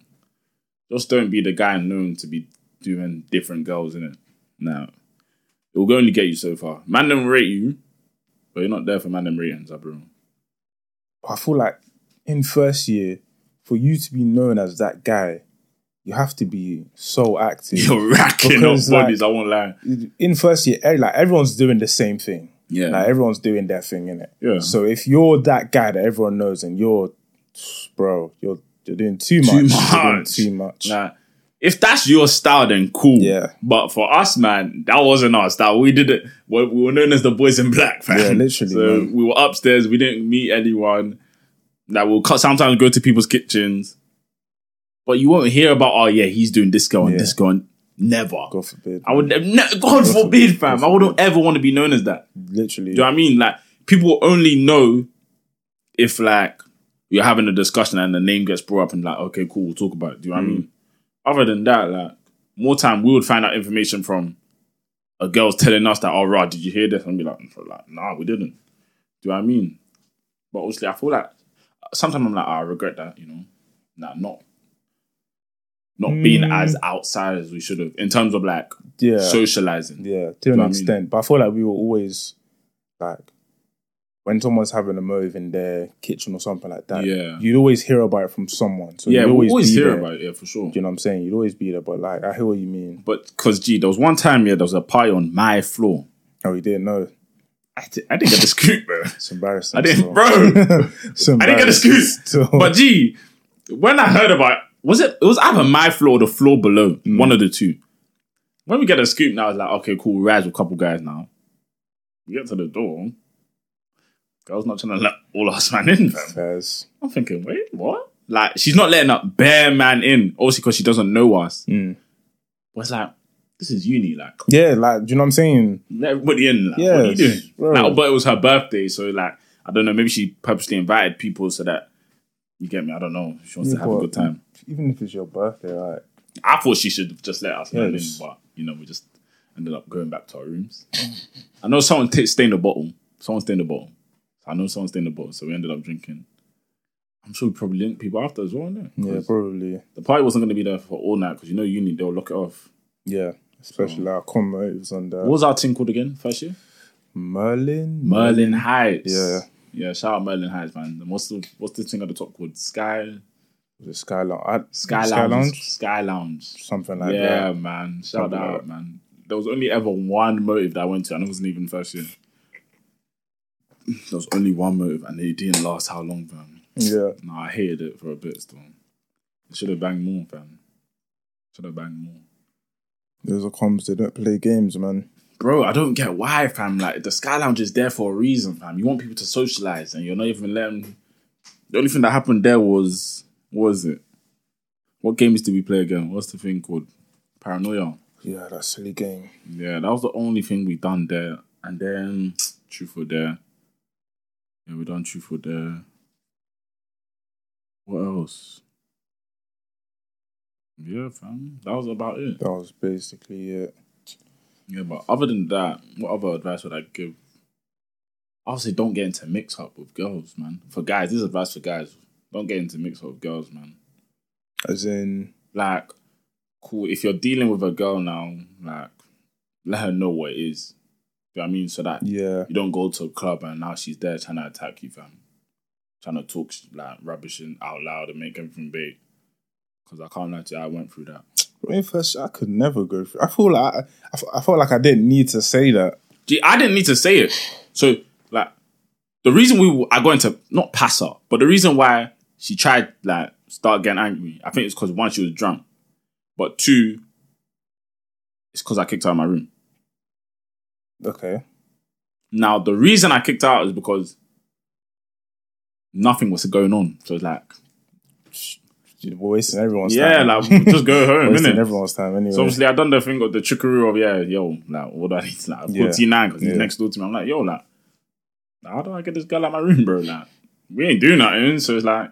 [SPEAKER 1] just don't be the guy known to be doing different girls in it. Now it will only get you so far. Man, them rate you, but you're not there for man them ratings, ah, bro.
[SPEAKER 2] I feel like in first year, for you to be known as that guy, you have to be so active.
[SPEAKER 1] You're racking
[SPEAKER 2] Because,
[SPEAKER 1] up
[SPEAKER 2] like-
[SPEAKER 1] bodies. I won't lie.
[SPEAKER 2] in first year, eh, like everyone's doing the same thing.
[SPEAKER 1] Yeah.
[SPEAKER 2] Like everyone's doing their thing in it.
[SPEAKER 1] Mm. Yeah.
[SPEAKER 2] So if you're that guy that everyone knows and you're, bro, you're you're doing too much. You're doing
[SPEAKER 1] much.
[SPEAKER 2] too much.
[SPEAKER 1] Like, if that's your style, then cool.
[SPEAKER 2] Yeah.
[SPEAKER 1] But for us, man, that wasn't our style. We did it. We we were known as the boys in black, fam.
[SPEAKER 2] Yeah, literally,
[SPEAKER 1] So
[SPEAKER 2] man.
[SPEAKER 1] we were upstairs. We didn't meet anyone. That we'll cut, sometimes go to people's kitchens, but you won't hear about. Oh yeah, he's doing this girl and
[SPEAKER 2] Yeah.
[SPEAKER 1] this girl. and-" Never.
[SPEAKER 2] God forbid.
[SPEAKER 1] I would. Ne- God forbid, fam. I wouldn't ever want to be known as that.
[SPEAKER 2] literally.
[SPEAKER 1] Do you know what I mean? Like people only know if like you're having a discussion and the name gets brought up and like, okay, cool, we'll talk about it. Do you know what I
[SPEAKER 2] Mm.
[SPEAKER 1] mean? Other than that, like more time we would find out information from a girl's telling us that, oh right, did you hear this? And be like, like, nah, we didn't. Do you know what I mean? But obviously I feel like sometimes I'm like, "Oh, I regret that, you know. Nah, not not being
[SPEAKER 2] Mm.
[SPEAKER 1] as outside as we should have in terms of like
[SPEAKER 2] yeah.
[SPEAKER 1] socializing.
[SPEAKER 2] yeah.
[SPEAKER 1] what
[SPEAKER 2] To
[SPEAKER 1] I
[SPEAKER 2] an
[SPEAKER 1] mean?
[SPEAKER 2] extent, but I feel like we were always like. When someone's having a move in their kitchen or something like that,
[SPEAKER 1] Yeah.
[SPEAKER 2] you'd always hear about it from someone. So
[SPEAKER 1] Yeah,
[SPEAKER 2] you'd
[SPEAKER 1] we always,
[SPEAKER 2] be
[SPEAKER 1] hear
[SPEAKER 2] there.
[SPEAKER 1] about it, yeah, for sure.
[SPEAKER 2] Do you know what I'm saying? You'd always be there, but like I hear what you mean.
[SPEAKER 1] But because gee, there was one time yeah, there was a party on my floor.
[SPEAKER 2] Oh, you didn't know.
[SPEAKER 1] I, th- I didn't get the scoop, bro.
[SPEAKER 2] It's embarrassing.
[SPEAKER 1] I didn't,
[SPEAKER 2] still.
[SPEAKER 1] bro.
[SPEAKER 2] It's embarrassing
[SPEAKER 1] I didn't get the
[SPEAKER 2] still.
[SPEAKER 1] scoop. But gee, when I heard about was it it was either my floor or the floor below, one of the two. When we get a scoop now, it's like, okay, cool, we rise with a couple guys now. We get to the door. Girl's not trying to let all us man in, fam.
[SPEAKER 2] Fairs.
[SPEAKER 1] I'm thinking, wait, what? Like, she's not letting up bare man in, obviously because she doesn't know us.
[SPEAKER 2] Mm.
[SPEAKER 1] But it's like, this is uni, like,
[SPEAKER 2] Yeah, like, do you know what I'm saying?
[SPEAKER 1] let everybody in. Like, what are you
[SPEAKER 2] Yes,
[SPEAKER 1] doing?
[SPEAKER 2] bro.
[SPEAKER 1] Like, but it was her birthday, so like I don't know. Maybe she purposely invited people so that you get me. I don't know. She wants to have a
[SPEAKER 2] But
[SPEAKER 1] good time.
[SPEAKER 2] Even if it's your birthday, like,
[SPEAKER 1] I thought she should have just let us know,
[SPEAKER 2] Yes.
[SPEAKER 1] but you know we just ended up going back to our rooms. I know someone t- stayed in the bottle. Someone stayed in the bottle. I know someone stayed in the bottle, so we ended up drinking. I'm sure we probably linked people after as well. No?
[SPEAKER 2] yeah, probably.
[SPEAKER 1] The party wasn't going to be there for all night because you know uni they'll lock it off.
[SPEAKER 2] Yeah. Especially like comrades on the
[SPEAKER 1] What was our team called again? First year.
[SPEAKER 2] Merlin.
[SPEAKER 1] Merlin Heights.
[SPEAKER 2] Yeah.
[SPEAKER 1] Yeah, shout out Merlin Heights, man. And what's the what's this thing at the top called? Sky
[SPEAKER 2] Was it Sky Lounge? I,
[SPEAKER 1] Sky Lounge. Sky Lounge.
[SPEAKER 2] Something like
[SPEAKER 1] yeah,
[SPEAKER 2] that.
[SPEAKER 1] man. Shout
[SPEAKER 2] Something
[SPEAKER 1] that
[SPEAKER 2] like
[SPEAKER 1] out, man. There was only ever one motive that I went to, and it wasn't even first year. There was only one motive, and it didn't last how long, fam.
[SPEAKER 2] Yeah.
[SPEAKER 1] No, I hated it for a bit still. Should have banged more, fam. Should have banged more.
[SPEAKER 2] Those are comms, they don't play games, man.
[SPEAKER 1] Bro, I don't get why, fam. Like the Sky Lounge is there for a reason, fam. You want people to socialize, and you're not even letting. The only thing that happened there was what was it? What games did we play again? What's the thing called? Paranoia.
[SPEAKER 2] Yeah, that silly game.
[SPEAKER 1] Yeah, that was the only thing we done there. And then Truth or Dare. Yeah, we done Truth or Dare. What else? Yeah, fam. That was about it.
[SPEAKER 2] That was basically it.
[SPEAKER 1] Yeah, but other than that, what other advice would I give? Obviously, don't get into mix up with girls, man. For guys, this is advice for guys. Don't get into mix up with girls, man.
[SPEAKER 2] As in,
[SPEAKER 1] Like, cool. If you're dealing with a girl now, like, let her know what it is. Do you know what I mean? So that
[SPEAKER 2] yeah,
[SPEAKER 1] you don't go to a club and now she's there trying to attack you, fam. Trying to talk like rubbish and out loud and make everything big. Because I can't lie to you, I went through that.
[SPEAKER 2] in first, I could never go through. I feel like I, I, fe- I felt like I didn't need to say that.
[SPEAKER 1] Gee, I didn't need to say it. So like the reason we I got into not pass her, but the reason why she tried like start getting angry, I think it's because one she was drunk, but two, it's because I kicked her out of my room.
[SPEAKER 2] Okay,
[SPEAKER 1] Now the reason I kicked her out is because nothing was going on. So it's like
[SPEAKER 2] we're wasting everyone's
[SPEAKER 1] yeah,
[SPEAKER 2] time.
[SPEAKER 1] like just go home,
[SPEAKER 2] wasting
[SPEAKER 1] innit?
[SPEAKER 2] everyone's time anyway.
[SPEAKER 1] So obviously I done the thing of the trickery of yeah, yo, like what do I need to like
[SPEAKER 2] Yeah.
[SPEAKER 1] 49 because
[SPEAKER 2] Yeah.
[SPEAKER 1] he's next door to me. I'm like, yo, like, how do I get this girl out my room, bro? Like, we ain't doing nothing. So it's like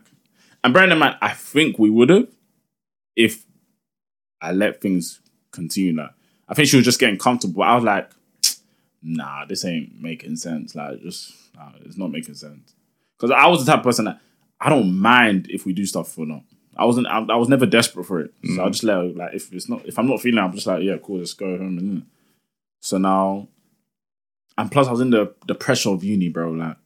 [SPEAKER 1] and bearing in mind, I think we would have if I let things continue. Like I think she was just getting comfortable. I was like, nah, this ain't making sense. Like just nah, it's not making sense. Cause I was the type of person that I don't mind if we do stuff or not. I wasn't. I, I was never desperate for it, so I just let her, like if it's not if I'm not feeling, it, I'm just like yeah, cool, let's go home. And so now, and plus I was in the the pressure of uni, bro. Like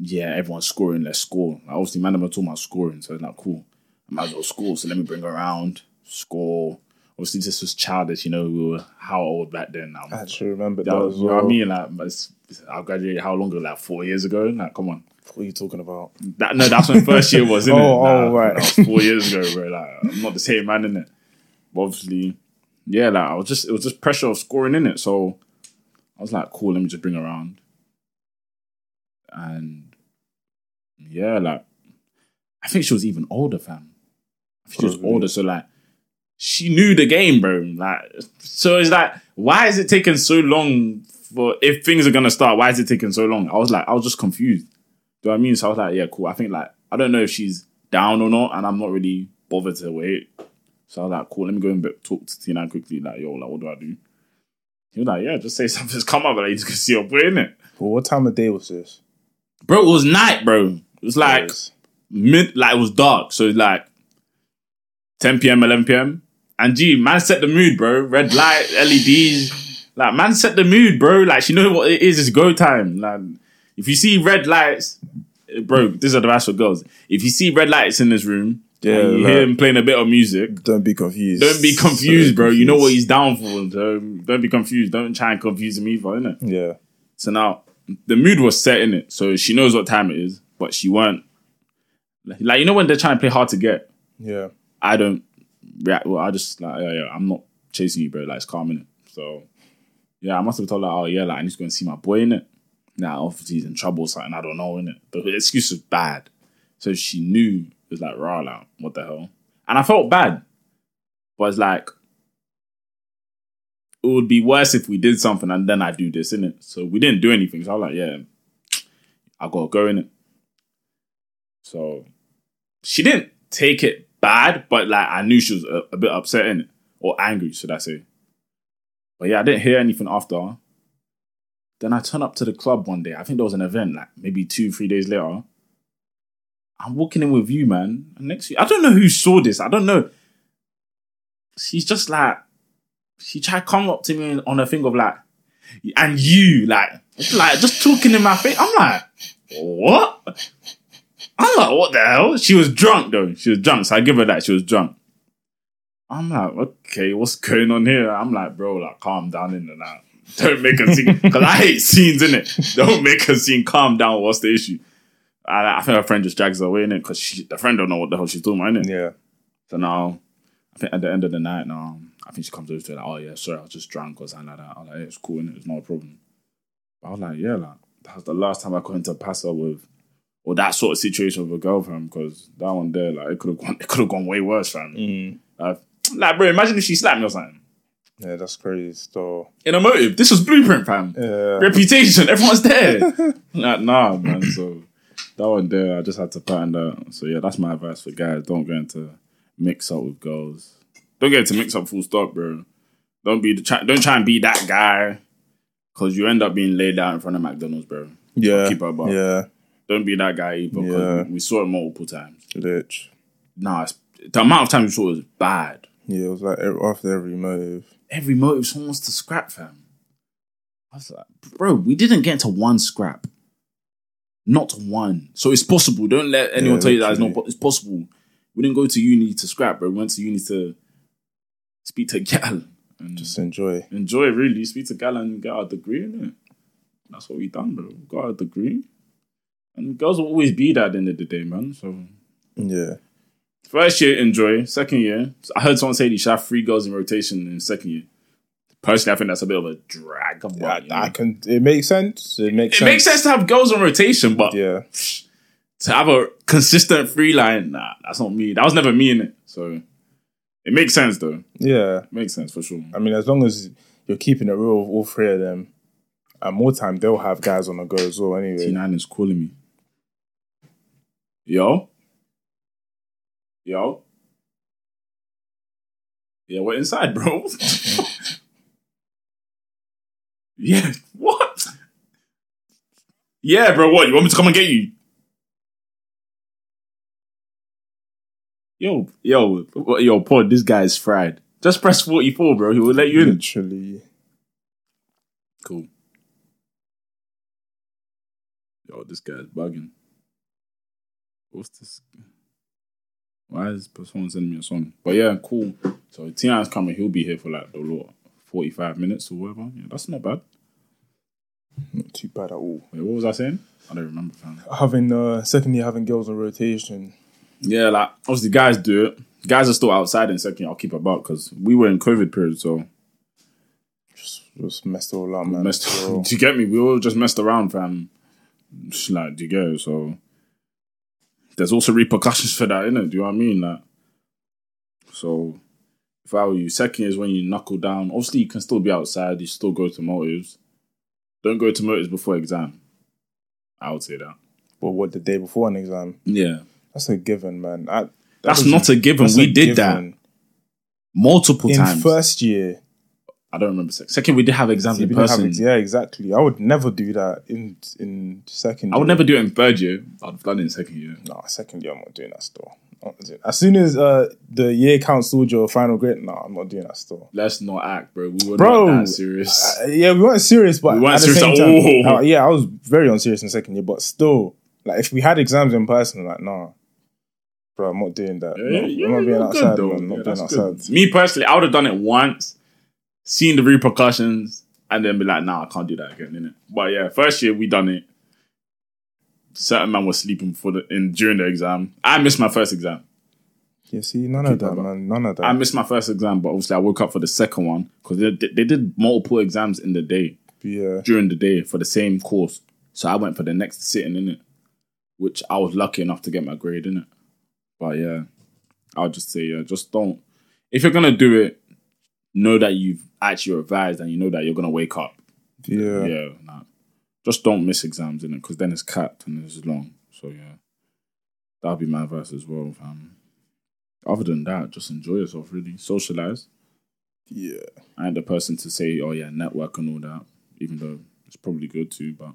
[SPEAKER 1] yeah, everyone's scoring, let's score. Like, obviously, man, I'm talking about scoring, so it's like cool. I might as well score. So let me bring her around, score. Obviously, this was childish, you know. We were how old back then? Now,
[SPEAKER 2] I actually remember that, uh,
[SPEAKER 1] that
[SPEAKER 2] as
[SPEAKER 1] was, you know
[SPEAKER 2] well.
[SPEAKER 1] what I mean? Like, it's, it's- I graduated how long ago? Like four years ago? Like, come on.
[SPEAKER 2] What are you talking about?
[SPEAKER 1] That, no, that's when first year was, innit?
[SPEAKER 2] Oh, oh, right.
[SPEAKER 1] That was four years ago, bro. Like, I'm not the same man, innit? But obviously, yeah, like, I was just, it was just pressure of scoring, innit? So I was like, cool, let me just bring her around. And yeah, like, I think she was even older, fam. I think she was
[SPEAKER 2] Probably.
[SPEAKER 1] older, so like, she knew the game, bro. Like, so it's like, why is it taking so long for if things are gonna start? Why is it taking so long? I was like, I was just confused. Do you know what I mean? So I was like, yeah, cool. I think like I don't know if she's down or not, and I'm not really bothered to wait. So I was like, cool. Let me go and be- talk to Tina quickly. Like, yo, like, what do I do? He was like, yeah, just say something's come up, like you can see your boy in it,
[SPEAKER 2] Well, what time of day was this?
[SPEAKER 1] bro. It was night, bro. It was like
[SPEAKER 2] Yes.
[SPEAKER 1] mid, like it was dark. So it's like 10 p.m., 11 p.m. And gee, man set the mood, bro. Red light, LEDs. Like, man set the mood, bro. Like, she knows what it is. It's go time. Like, if you see red lights, eh, bro, this is advice for girls. If you see red lights in this room, yeah,
[SPEAKER 2] Yeah,
[SPEAKER 1] you
[SPEAKER 2] like-
[SPEAKER 1] hear him playing a bit of music.
[SPEAKER 2] don't be confused.
[SPEAKER 1] Don't be confused,
[SPEAKER 2] Don't
[SPEAKER 1] bro. You know what
[SPEAKER 2] confused.
[SPEAKER 1] he's down for. So don't be confused. Don't try and confuse him either, innit?
[SPEAKER 2] Yeah,
[SPEAKER 1] So now the mood was set in it, so she knows what time it is, but she weren't like you know when they're trying to play hard to get.
[SPEAKER 2] Yeah.
[SPEAKER 1] I don't react. Well, I just like yeah, yeah, I'm not chasing you, bro. Like it's calm in it. So yeah, I must have told her, oh yeah, like I need to go and see my boy in it. Now obviously he's in trouble or something. I don't know in it. The excuse was bad, so she knew it was like rah like, what the hell? And I felt bad, but it's like it would be worse if we did something and then I do this in it. So we didn't do anything. So I was like, yeah, I gotta go in it. So she didn't take it bad, but like I knew she was a, a bit upset in it or angry, should I say? But yeah, I didn't hear anything after. Then I turn up to the club one day. I think there was an event, like maybe two, three days later. I'm walking in with you, man. And next, week, I don't know who saw this. I don't know. She's just like, she tried to come up to me on her thing of like, and you like, like just talking in my face. I'm like, what? I'm like, what the hell? She was drunk though. She was drunk. So I give her that. She was drunk. I'm like, okay, what's going on here? I'm like, bro, like, calm down in and out. Don't make a scene because I hate scenes in it. Don't make a scene. Calm down. What's the issue? I, I think her friend just drags her away in it because the friend don't know what the hell she's doing, innit?
[SPEAKER 2] Yeah.
[SPEAKER 1] So now, I think at the end of the night, now I think she comes over to me like, oh yeah, sorry, I was just drunk or something like that. I was like, yeah, it's cool, and it's not a problem. I was like, yeah, like that was the last time I got into a passer with or that sort of situation with a girl, fam, because that one there, like it could have gone, it could have gone way worse, fam.
[SPEAKER 2] Mm.
[SPEAKER 1] Like, like, bro, imagine if she slapped me or something.
[SPEAKER 2] Yeah, that's crazy. So
[SPEAKER 1] In a motive, this was blueprint, fam.
[SPEAKER 2] yeah.
[SPEAKER 1] Reputation, everyone's there. like, nah, man. So that one there, I just had to pattern that. So yeah, that's my advice for guys. Don't go into mix up with girls. Don't get into mix up full stop, bro. Don't be the try, don't try and be that guy. Cause you end up being laid out in front of McDonald's, bro.
[SPEAKER 2] Yeah.
[SPEAKER 1] Keep her above.
[SPEAKER 2] Yeah.
[SPEAKER 1] Don't be that guy either. 'cause
[SPEAKER 2] Yeah.
[SPEAKER 1] we saw it multiple times.
[SPEAKER 2] Lich.
[SPEAKER 1] Nah, it's, the amount of times we saw it was bad.
[SPEAKER 2] Yeah, it was like every, after every motive.
[SPEAKER 1] every motive someone wants to scrap, fam. I was like, bro, we didn't get into one scrap. Not one. So it's possible. Don't let anyone
[SPEAKER 2] Yeah,
[SPEAKER 1] tell you that it's
[SPEAKER 2] literally.
[SPEAKER 1] not po- it's possible. We didn't go to uni to scrap, bro. We went to uni to speak to Gal and just
[SPEAKER 2] Just enjoy.
[SPEAKER 1] enjoy really. Speak to Gal and get our degree in it. That's what we done, bro. We got our degree. And girls will always be that at the end of the day, man. So
[SPEAKER 2] Yeah.
[SPEAKER 1] First year, enjoy. Second year, I heard someone say they should have three girls in rotation in second year. Personally, I think that's a bit of a drag. but,
[SPEAKER 2] I,
[SPEAKER 1] you know.
[SPEAKER 2] I can. It makes sense. It makes
[SPEAKER 1] it
[SPEAKER 2] sense.
[SPEAKER 1] makes sense to have girls on rotation, but
[SPEAKER 2] Yeah.
[SPEAKER 1] to have a consistent free line, nah, that's not me. That was never me in it. So it makes sense, though.
[SPEAKER 2] Yeah.
[SPEAKER 1] It makes sense for sure.
[SPEAKER 2] I mean, as long as you're keeping it real with all three of them, and more time they'll have guys on the go as well. Anyway.
[SPEAKER 1] T9 is calling me. Yo? Yo? Yeah, we're inside, bro. yeah, what? Yeah, bro, what? You want me to come and get you? Yo, yo, yo, pod, this guy is fried. Just press 44, bro. He will let you in.
[SPEAKER 2] Literally.
[SPEAKER 1] Cool. Yo, this guy's bugging. What's this? Why is someone sending me a song? But yeah, cool. So Tian's coming. He'll be here for like the lot, forty-five minutes or whatever. Yeah, that's not bad.
[SPEAKER 2] Not too bad at all.
[SPEAKER 1] Wait, what was I saying? I don't remember. Fam.
[SPEAKER 2] Having uh, secondly having girls on rotation.
[SPEAKER 1] Yeah, like obviously guys do it. Guys are still outside in second. I'll keep about because we were in COVID period, so
[SPEAKER 2] Just, just messed it all up, man.
[SPEAKER 1] messed.
[SPEAKER 2] So,
[SPEAKER 1] do you get me? We all just messed around, fam. Just like, do you get it? So there's also repercussions for that, innit? Do you know what I mean? Like, so if I were you, second is when you knuckle down. Obviously, you can still be outside. You still go to motives. Don't go to motives before exam. I would say that.
[SPEAKER 2] but what the day before an exam?
[SPEAKER 1] Yeah,
[SPEAKER 2] That's a given, man. I, that
[SPEAKER 1] that's
[SPEAKER 2] was-
[SPEAKER 1] not a given.
[SPEAKER 2] that's
[SPEAKER 1] we
[SPEAKER 2] a
[SPEAKER 1] did that
[SPEAKER 2] given.
[SPEAKER 1] multiple
[SPEAKER 2] in
[SPEAKER 1] times.
[SPEAKER 2] first year.
[SPEAKER 1] I don't remember second. Second, we did have exams
[SPEAKER 2] you
[SPEAKER 1] in
[SPEAKER 2] didn't have
[SPEAKER 1] person.
[SPEAKER 2] ex- yeah, exactly. I would never do that in in second.
[SPEAKER 1] I would
[SPEAKER 2] year.
[SPEAKER 1] never do it in third year. I'd have done it in second year.
[SPEAKER 2] No, second year I'm not doing that still. I'm not doing- As soon as uh, the year cancelled your final grade, no, I'm not doing that still.
[SPEAKER 1] Let's not act, bro. We were
[SPEAKER 2] Bro,
[SPEAKER 1] not that serious.
[SPEAKER 2] Uh, yeah, we weren't serious, but
[SPEAKER 1] We weren't
[SPEAKER 2] at the
[SPEAKER 1] serious
[SPEAKER 2] same
[SPEAKER 1] at
[SPEAKER 2] time,
[SPEAKER 1] all.
[SPEAKER 2] uh, yeah, I was very unserious in second year, but still, like if we had exams in person, like nah, bro, I'm not doing that.
[SPEAKER 1] Yeah,
[SPEAKER 2] No,
[SPEAKER 1] yeah,
[SPEAKER 2] I'm not
[SPEAKER 1] you're
[SPEAKER 2] being outside.
[SPEAKER 1] though.
[SPEAKER 2] man, I'm
[SPEAKER 1] Yeah,
[SPEAKER 2] not being
[SPEAKER 1] that's good.
[SPEAKER 2] outside.
[SPEAKER 1] Me personally, I would have done it once, seen the repercussions, and then be like, nah, I can't do that again, innit? But yeah, first year we done it. Certain man was sleeping before the in during the exam. I missed my first exam.
[SPEAKER 2] You see, none of that, man. None of that.
[SPEAKER 1] I missed my first exam, but obviously I woke up for the second one because they, they did multiple exams in the day
[SPEAKER 2] yeah.
[SPEAKER 1] during the day for the same course. So I went for the next sitting in it, which I was lucky enough to get my grade in it. But yeah, I'll just say yeah, just don't. If you're gonna do it, know that you've actually revised and you know that you're gonna wake up.
[SPEAKER 2] Yeah.
[SPEAKER 1] Yeah, nah. just don't miss exams in it because then it's capped and it's long. So yeah, that'll be my advice as well, fam. Other than that, just enjoy yourself. Really, socialize.
[SPEAKER 2] Yeah.
[SPEAKER 1] I ain't the person to say, oh yeah, network and all that, even though it's probably good too, but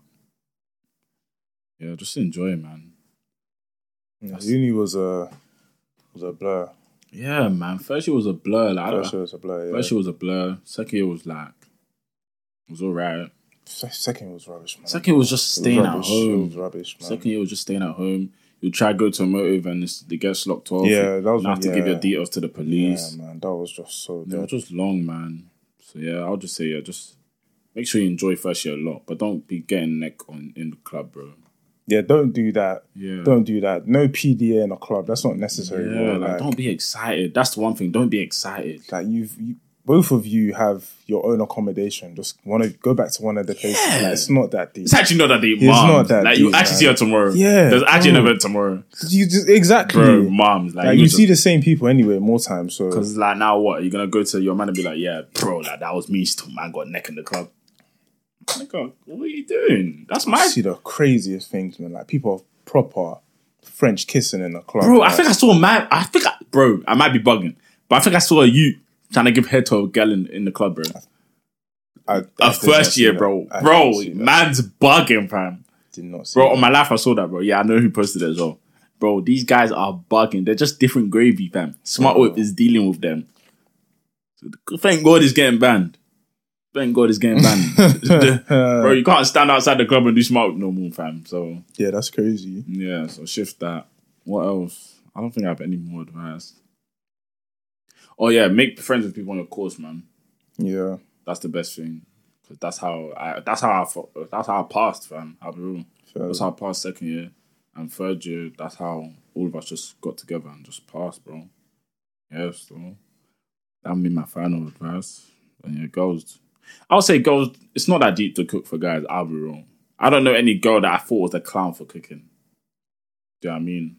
[SPEAKER 1] yeah, just enjoy it, man.
[SPEAKER 2] Yeah, Uni was a was a blur.
[SPEAKER 1] Yeah, man. First year was a blur. Like, I don't-
[SPEAKER 2] First year was a blur. Yeah.
[SPEAKER 1] first year was a blur. Second year was like, it was all right.
[SPEAKER 2] Se- second year was rubbish, man.
[SPEAKER 1] Second year was just staying at
[SPEAKER 2] rubbish. It was
[SPEAKER 1] home.
[SPEAKER 2] rubbish, man.
[SPEAKER 1] Second year was just staying at home. You try to go to a motive and it's, it gets locked off.
[SPEAKER 2] Yeah, that was
[SPEAKER 1] you have to
[SPEAKER 2] when-
[SPEAKER 1] give your
[SPEAKER 2] yeah.
[SPEAKER 1] details to the police.
[SPEAKER 2] yeah, man, that was just so.
[SPEAKER 1] They were
[SPEAKER 2] dead.
[SPEAKER 1] just long, man. So yeah, I'll just say yeah, just make sure you enjoy first year a lot, but don't be getting neck on in the club, bro.
[SPEAKER 2] Yeah, don't do that.
[SPEAKER 1] Yeah.
[SPEAKER 2] Don't do that. No PDA in a club. That's not necessary.
[SPEAKER 1] yeah,
[SPEAKER 2] bro.
[SPEAKER 1] like,
[SPEAKER 2] Like-
[SPEAKER 1] don't be excited. That's the one thing. Don't be excited.
[SPEAKER 2] like you've you, both of you have your own accommodation. Just want to go back to one of the places.
[SPEAKER 1] Yeah.
[SPEAKER 2] Like, it's not that deep.
[SPEAKER 1] It's actually not that deep,
[SPEAKER 2] It's
[SPEAKER 1] mom.
[SPEAKER 2] not that
[SPEAKER 1] like you
[SPEAKER 2] deep,
[SPEAKER 1] actually
[SPEAKER 2] man.
[SPEAKER 1] see her tomorrow.
[SPEAKER 2] Yeah,
[SPEAKER 1] there's actually an
[SPEAKER 2] bro.
[SPEAKER 1] event tomorrow,
[SPEAKER 2] You just, exactly.
[SPEAKER 1] bro. Moms, like,
[SPEAKER 2] like
[SPEAKER 1] you
[SPEAKER 2] you see the same people anyway more times. So
[SPEAKER 1] because like now what you're gonna go to your man and be like, yeah, bro, like that was me. Still, man, got neck in the club. Nigga, what are you doing? That's
[SPEAKER 2] I
[SPEAKER 1] my
[SPEAKER 2] see the craziest things, man. Like people are proper French kissing in the club.
[SPEAKER 1] bro. I
[SPEAKER 2] like,
[SPEAKER 1] think I saw a man. I think, I, bro, I might be bugging, but I think I saw a you trying to give head to a girl in, in the club, bro.
[SPEAKER 2] I, I
[SPEAKER 1] A
[SPEAKER 2] did not
[SPEAKER 1] first
[SPEAKER 2] see
[SPEAKER 1] year,
[SPEAKER 2] that.
[SPEAKER 1] bro.
[SPEAKER 2] I did
[SPEAKER 1] Bro,
[SPEAKER 2] not see that.
[SPEAKER 1] man's bugging, fam.
[SPEAKER 2] did not see.
[SPEAKER 1] Bro,
[SPEAKER 2] that.
[SPEAKER 1] on my life, I saw that, bro. Yeah, I know who posted it as well. Bro, these guys are bugging. They're just different gravy, fam. Smart Whip is dealing with them. So, th- thank God it's getting banned. Thank God it's getting banned. bro, you can't stand outside the club and do Smart Whip no more, fam. So,
[SPEAKER 2] yeah, that's crazy.
[SPEAKER 1] yeah, so shift that. What else? I don't think I have any more advice. Oh, yeah, make friends with people on your course, man.
[SPEAKER 2] Yeah,
[SPEAKER 1] That's the best thing. Cause that's how I. That's how I. fo- That's how I passed, fam. I'll be real.
[SPEAKER 2] fair.
[SPEAKER 1] That's how I passed second year and third year. That's how all of us just got together and just passed, bro. Yeah, so that'll be my final advice. And yeah, girls, I'll say girls. It's not that deep to cook for guys. I'll be wrong. I don't know any girl that I thought was a clown for cooking. Do you know what I mean?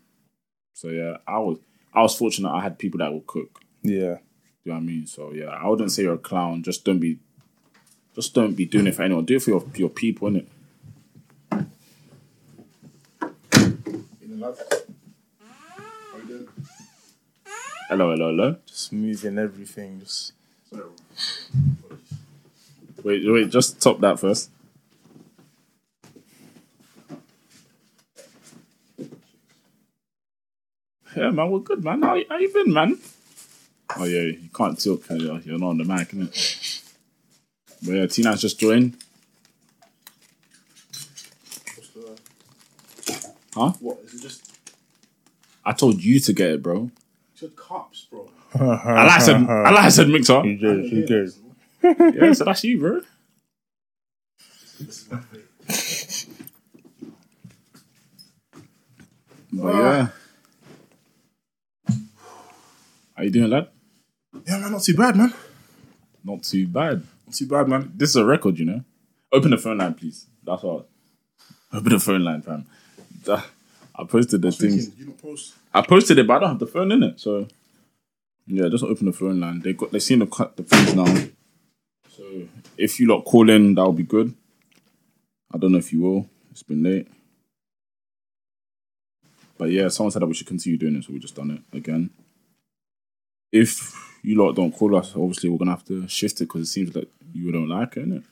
[SPEAKER 1] So yeah, I was I was fortunate. I had people that would cook.
[SPEAKER 2] yeah,
[SPEAKER 1] Do you know what I mean? So yeah, I wouldn't say you're a clown. Just don't be, just don't be doing it for anyone. Do it for your, your people, innit? Hello, hello, hello.
[SPEAKER 2] just moving everything. Just
[SPEAKER 1] Wait, wait, just top that first. Yeah, man, we're good, man. How, how you been, man? Oh, yeah, you can't tilt, can you? You're not on the mic, innit? But yeah, Tina's just joined. Huh?
[SPEAKER 3] What is it? Just
[SPEAKER 1] I told you to get it, bro.
[SPEAKER 3] just cups, bro.
[SPEAKER 1] I like said, I like said mixer.
[SPEAKER 2] you good, you good.
[SPEAKER 1] Yeah, so that's you, bro.
[SPEAKER 3] This is my favorite.
[SPEAKER 1] But yeah. How you doing, lad?
[SPEAKER 2] Yeah, man, not too bad, man.
[SPEAKER 1] Not too bad.
[SPEAKER 2] Not too bad, man.
[SPEAKER 1] This is a record, you know. Open the phone line, please. That's all. Open the phone line, fam. That- I posted the things.
[SPEAKER 3] You don't post.
[SPEAKER 1] I posted it, but I don't have the phone in it. So yeah, just open the phone line. They got they seen the cut the things now. So if you lot call in, that'll be good. I don't know if you will. It's been late. But yeah, someone said that we should continue doing it, so we just done it again. If you lot don't call us, obviously we're gonna have to shift it because it seems like you don't like it, innit?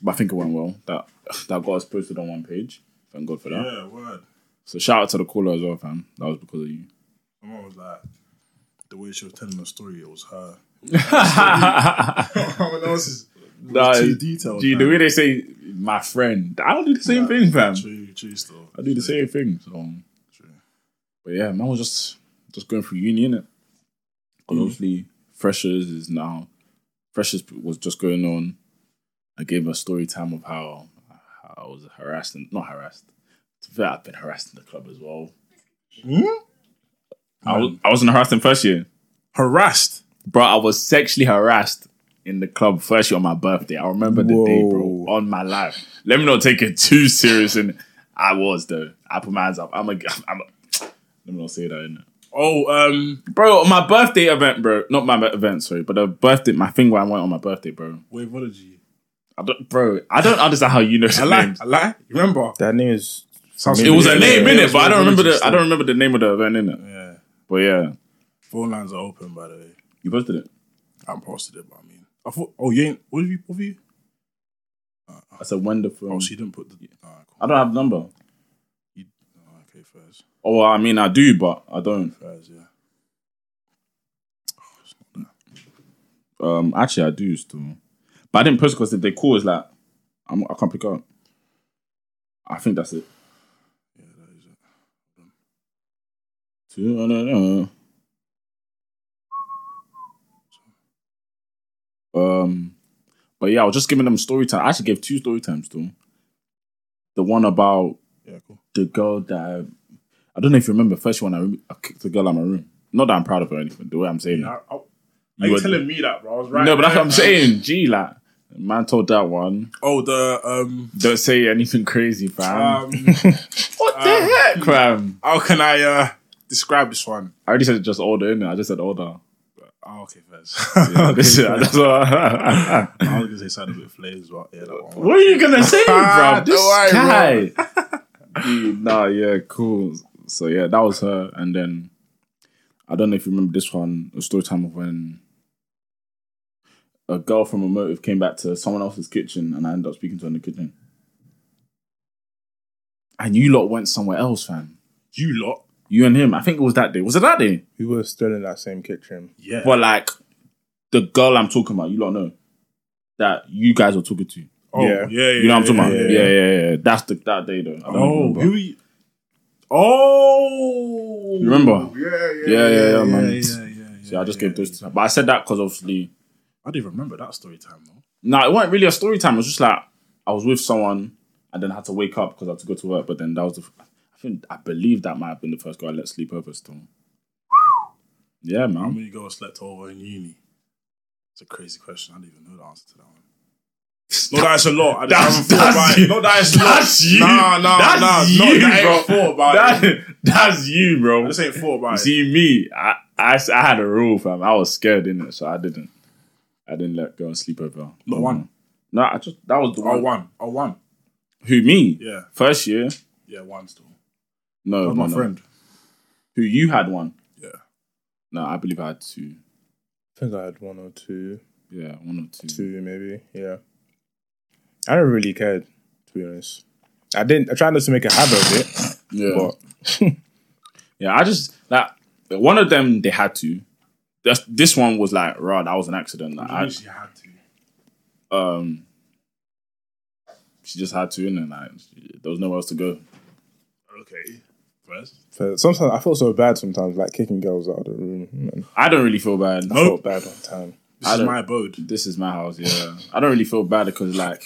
[SPEAKER 1] But I think it went well. That that got us posted on one page. Thank God for that.
[SPEAKER 3] Yeah, word.
[SPEAKER 1] So shout out to the caller as well, fam. That was because of you.
[SPEAKER 3] My mom was like, the way she was telling the story, it was her. no one else is. it was
[SPEAKER 1] Nah,
[SPEAKER 3] too
[SPEAKER 1] it's-
[SPEAKER 3] detailed.
[SPEAKER 1] Gee, the
[SPEAKER 3] fam.
[SPEAKER 1] way they say my friend, I don't do the same thing, fam.
[SPEAKER 3] True, true still.
[SPEAKER 1] I do the same thing. So,
[SPEAKER 3] True.
[SPEAKER 1] but yeah, man was just just going through uni, innit?
[SPEAKER 3] Mm.
[SPEAKER 1] Because obviously, freshers is now freshers was just going on. I I gave her story time of how, how I was harassed and not harassed. To be fair, I've been harassed in the club as well.
[SPEAKER 3] Hmm?
[SPEAKER 1] I, was, I wasn't harassed in first year,
[SPEAKER 3] Harassed.
[SPEAKER 1] bro. I was sexually harassed in the club first year on my birthday. I remember the day, bro, on my life. Let me not take it too serious, and I was though. I put my hands up. I'm a. I'm a let me not say that. Innit?
[SPEAKER 3] Oh, um,
[SPEAKER 1] Bro, on my birthday event, bro. Not my event, sorry, but the birthday, my thing where I went on my birthday, bro.
[SPEAKER 3] waveology.
[SPEAKER 1] I don't, bro, I don't understand how you know the
[SPEAKER 3] I lie.
[SPEAKER 1] names.
[SPEAKER 3] I lie. You remember?
[SPEAKER 2] That name is.
[SPEAKER 3] Sounds
[SPEAKER 1] It was a
[SPEAKER 3] Yeah,
[SPEAKER 1] name
[SPEAKER 3] yeah,
[SPEAKER 1] in
[SPEAKER 3] it
[SPEAKER 1] it,
[SPEAKER 3] was
[SPEAKER 1] but I don't remember the.
[SPEAKER 3] religious
[SPEAKER 1] I don't remember the name of the event in it.
[SPEAKER 3] Yeah.
[SPEAKER 1] But yeah,
[SPEAKER 3] Phone lines are open, by the way.
[SPEAKER 1] you posted it.
[SPEAKER 3] I'm posted it, but I mean, I thought. Oh, you ain't. What did you put for you?
[SPEAKER 1] That's a wonderful.
[SPEAKER 3] Oh, she didn't put the. Nah, cool.
[SPEAKER 1] I don't have the number.
[SPEAKER 3] You, oh, okay, first,
[SPEAKER 1] Oh, well, I mean, I do, but I don't.
[SPEAKER 3] first, yeah. Oh, it's not that.
[SPEAKER 1] Um, actually, I do still, but I didn't post because if they call, it's like I'm, I can't pick up. I think that's it.
[SPEAKER 3] Yeah, that is it.
[SPEAKER 1] Um, Um, but yeah, I was just giving them story time. I actually gave two story times to them. The one about
[SPEAKER 3] Yeah, cool.
[SPEAKER 1] the girl that I, I don't know if you remember. First one, I, rem- I kicked the girl out of my room. Not that I'm proud of her or anything. The way I'm saying
[SPEAKER 3] Yeah, I, I,
[SPEAKER 1] You
[SPEAKER 3] you
[SPEAKER 1] were-
[SPEAKER 3] telling me that, bro? I was
[SPEAKER 1] it,
[SPEAKER 3] right.
[SPEAKER 1] no, but that's
[SPEAKER 3] there.
[SPEAKER 1] what I'm saying. Gee, like man told that one.
[SPEAKER 3] Oh, the um,
[SPEAKER 1] Don't say anything crazy, fam.
[SPEAKER 3] um,
[SPEAKER 1] what the heck, fam?
[SPEAKER 3] how can I uh describe this one?
[SPEAKER 1] I already said just older, innit? I just said older.
[SPEAKER 3] Oh, okay, first.
[SPEAKER 1] Yeah, this-
[SPEAKER 3] I
[SPEAKER 1] that's what-
[SPEAKER 3] was gonna say something a bit flares, but yeah, that one.
[SPEAKER 1] What are you gonna say, bro?
[SPEAKER 3] Don't
[SPEAKER 1] this
[SPEAKER 3] worry,
[SPEAKER 1] guy. Dude, nah, yeah, cool. So yeah, that was her, and then I don't know if you remember this one. A story time of when a girl from a motive came back to someone else's kitchen, and I ended up speaking to her in the kitchen. And you lot went somewhere else, fam.
[SPEAKER 3] You lot,
[SPEAKER 1] You and him. I think it was that day. Was it that day?
[SPEAKER 2] We were still in that same kitchen.
[SPEAKER 3] yeah.
[SPEAKER 1] But like the girl I'm talking about, you lot know that you guys were talking to.
[SPEAKER 3] oh,
[SPEAKER 2] yeah.
[SPEAKER 3] yeah, yeah,
[SPEAKER 1] You know what I'm talking
[SPEAKER 3] yeah,
[SPEAKER 1] about? Yeah, yeah, yeah. That's the that day though. I don't
[SPEAKER 3] Oh,
[SPEAKER 1] remember.
[SPEAKER 3] who? we- Oh,
[SPEAKER 1] You remember?
[SPEAKER 3] Yeah,
[SPEAKER 1] Yeah, yeah, yeah, man.
[SPEAKER 3] yeah, yeah,
[SPEAKER 1] See, I just
[SPEAKER 3] yeah,
[SPEAKER 1] gave those.
[SPEAKER 3] yeah.
[SPEAKER 1] Two, but I said that because obviously,
[SPEAKER 3] I didn't remember that story time though.
[SPEAKER 1] no, it wasn't really a story time. It was just like I was with someone and then had to wake up because I had to go to work. But then that was the. f- I think I believe that might have been the first girl I let sleep over. Still. Yeah,
[SPEAKER 3] How
[SPEAKER 1] man.
[SPEAKER 3] many girls slept over in uni? It's a crazy question. I don't even know the answer to that one. No, that's a lot. I just
[SPEAKER 1] That's-
[SPEAKER 3] haven't thought
[SPEAKER 1] that's
[SPEAKER 3] about
[SPEAKER 1] you.
[SPEAKER 3] it. No, that's a lot.
[SPEAKER 1] That's you.
[SPEAKER 3] Nah, nah,
[SPEAKER 1] That's
[SPEAKER 3] nah.
[SPEAKER 1] you,
[SPEAKER 3] no, that
[SPEAKER 1] bro.
[SPEAKER 3] ain't thought about it.
[SPEAKER 1] that's you, bro.
[SPEAKER 3] I just ain't thought about it.
[SPEAKER 1] See me, I, I, s- I had a rule, fam. I was scared in it, so I didn't. I didn't let girls sleep over.
[SPEAKER 3] Not one.
[SPEAKER 1] No, I just that was the
[SPEAKER 3] Oh,
[SPEAKER 1] one.
[SPEAKER 3] one. Oh, one.
[SPEAKER 1] Who me?
[SPEAKER 3] Yeah.
[SPEAKER 1] First year.
[SPEAKER 3] Yeah, one still.
[SPEAKER 1] No,
[SPEAKER 3] That was my
[SPEAKER 1] no, no.
[SPEAKER 3] friend.
[SPEAKER 1] Who you had one?
[SPEAKER 3] Yeah.
[SPEAKER 1] No, I believe I had two.
[SPEAKER 2] I think I had one or two,
[SPEAKER 1] Yeah, one or two.
[SPEAKER 2] two maybe. Yeah. I don't really care, to be honest. I didn't. I tried not to make a habit of it,
[SPEAKER 1] Yeah,
[SPEAKER 2] but
[SPEAKER 1] yeah. I just like one of them. They had to. That's, this one was like, raw. That was an accident. Like,
[SPEAKER 3] I
[SPEAKER 1] I,
[SPEAKER 3] actually had to.
[SPEAKER 1] um, she just had to, and then like, there was nowhere else to go.
[SPEAKER 3] Okay. First.
[SPEAKER 2] for- sometimes I feel so bad. Sometimes like kicking girls out of the room. Man,
[SPEAKER 1] I don't really feel bad.
[SPEAKER 2] I felt bad one time.
[SPEAKER 3] This
[SPEAKER 1] I
[SPEAKER 3] is
[SPEAKER 1] don't-
[SPEAKER 3] my abode.
[SPEAKER 1] This is my house. Yeah, I don't really feel bad because like,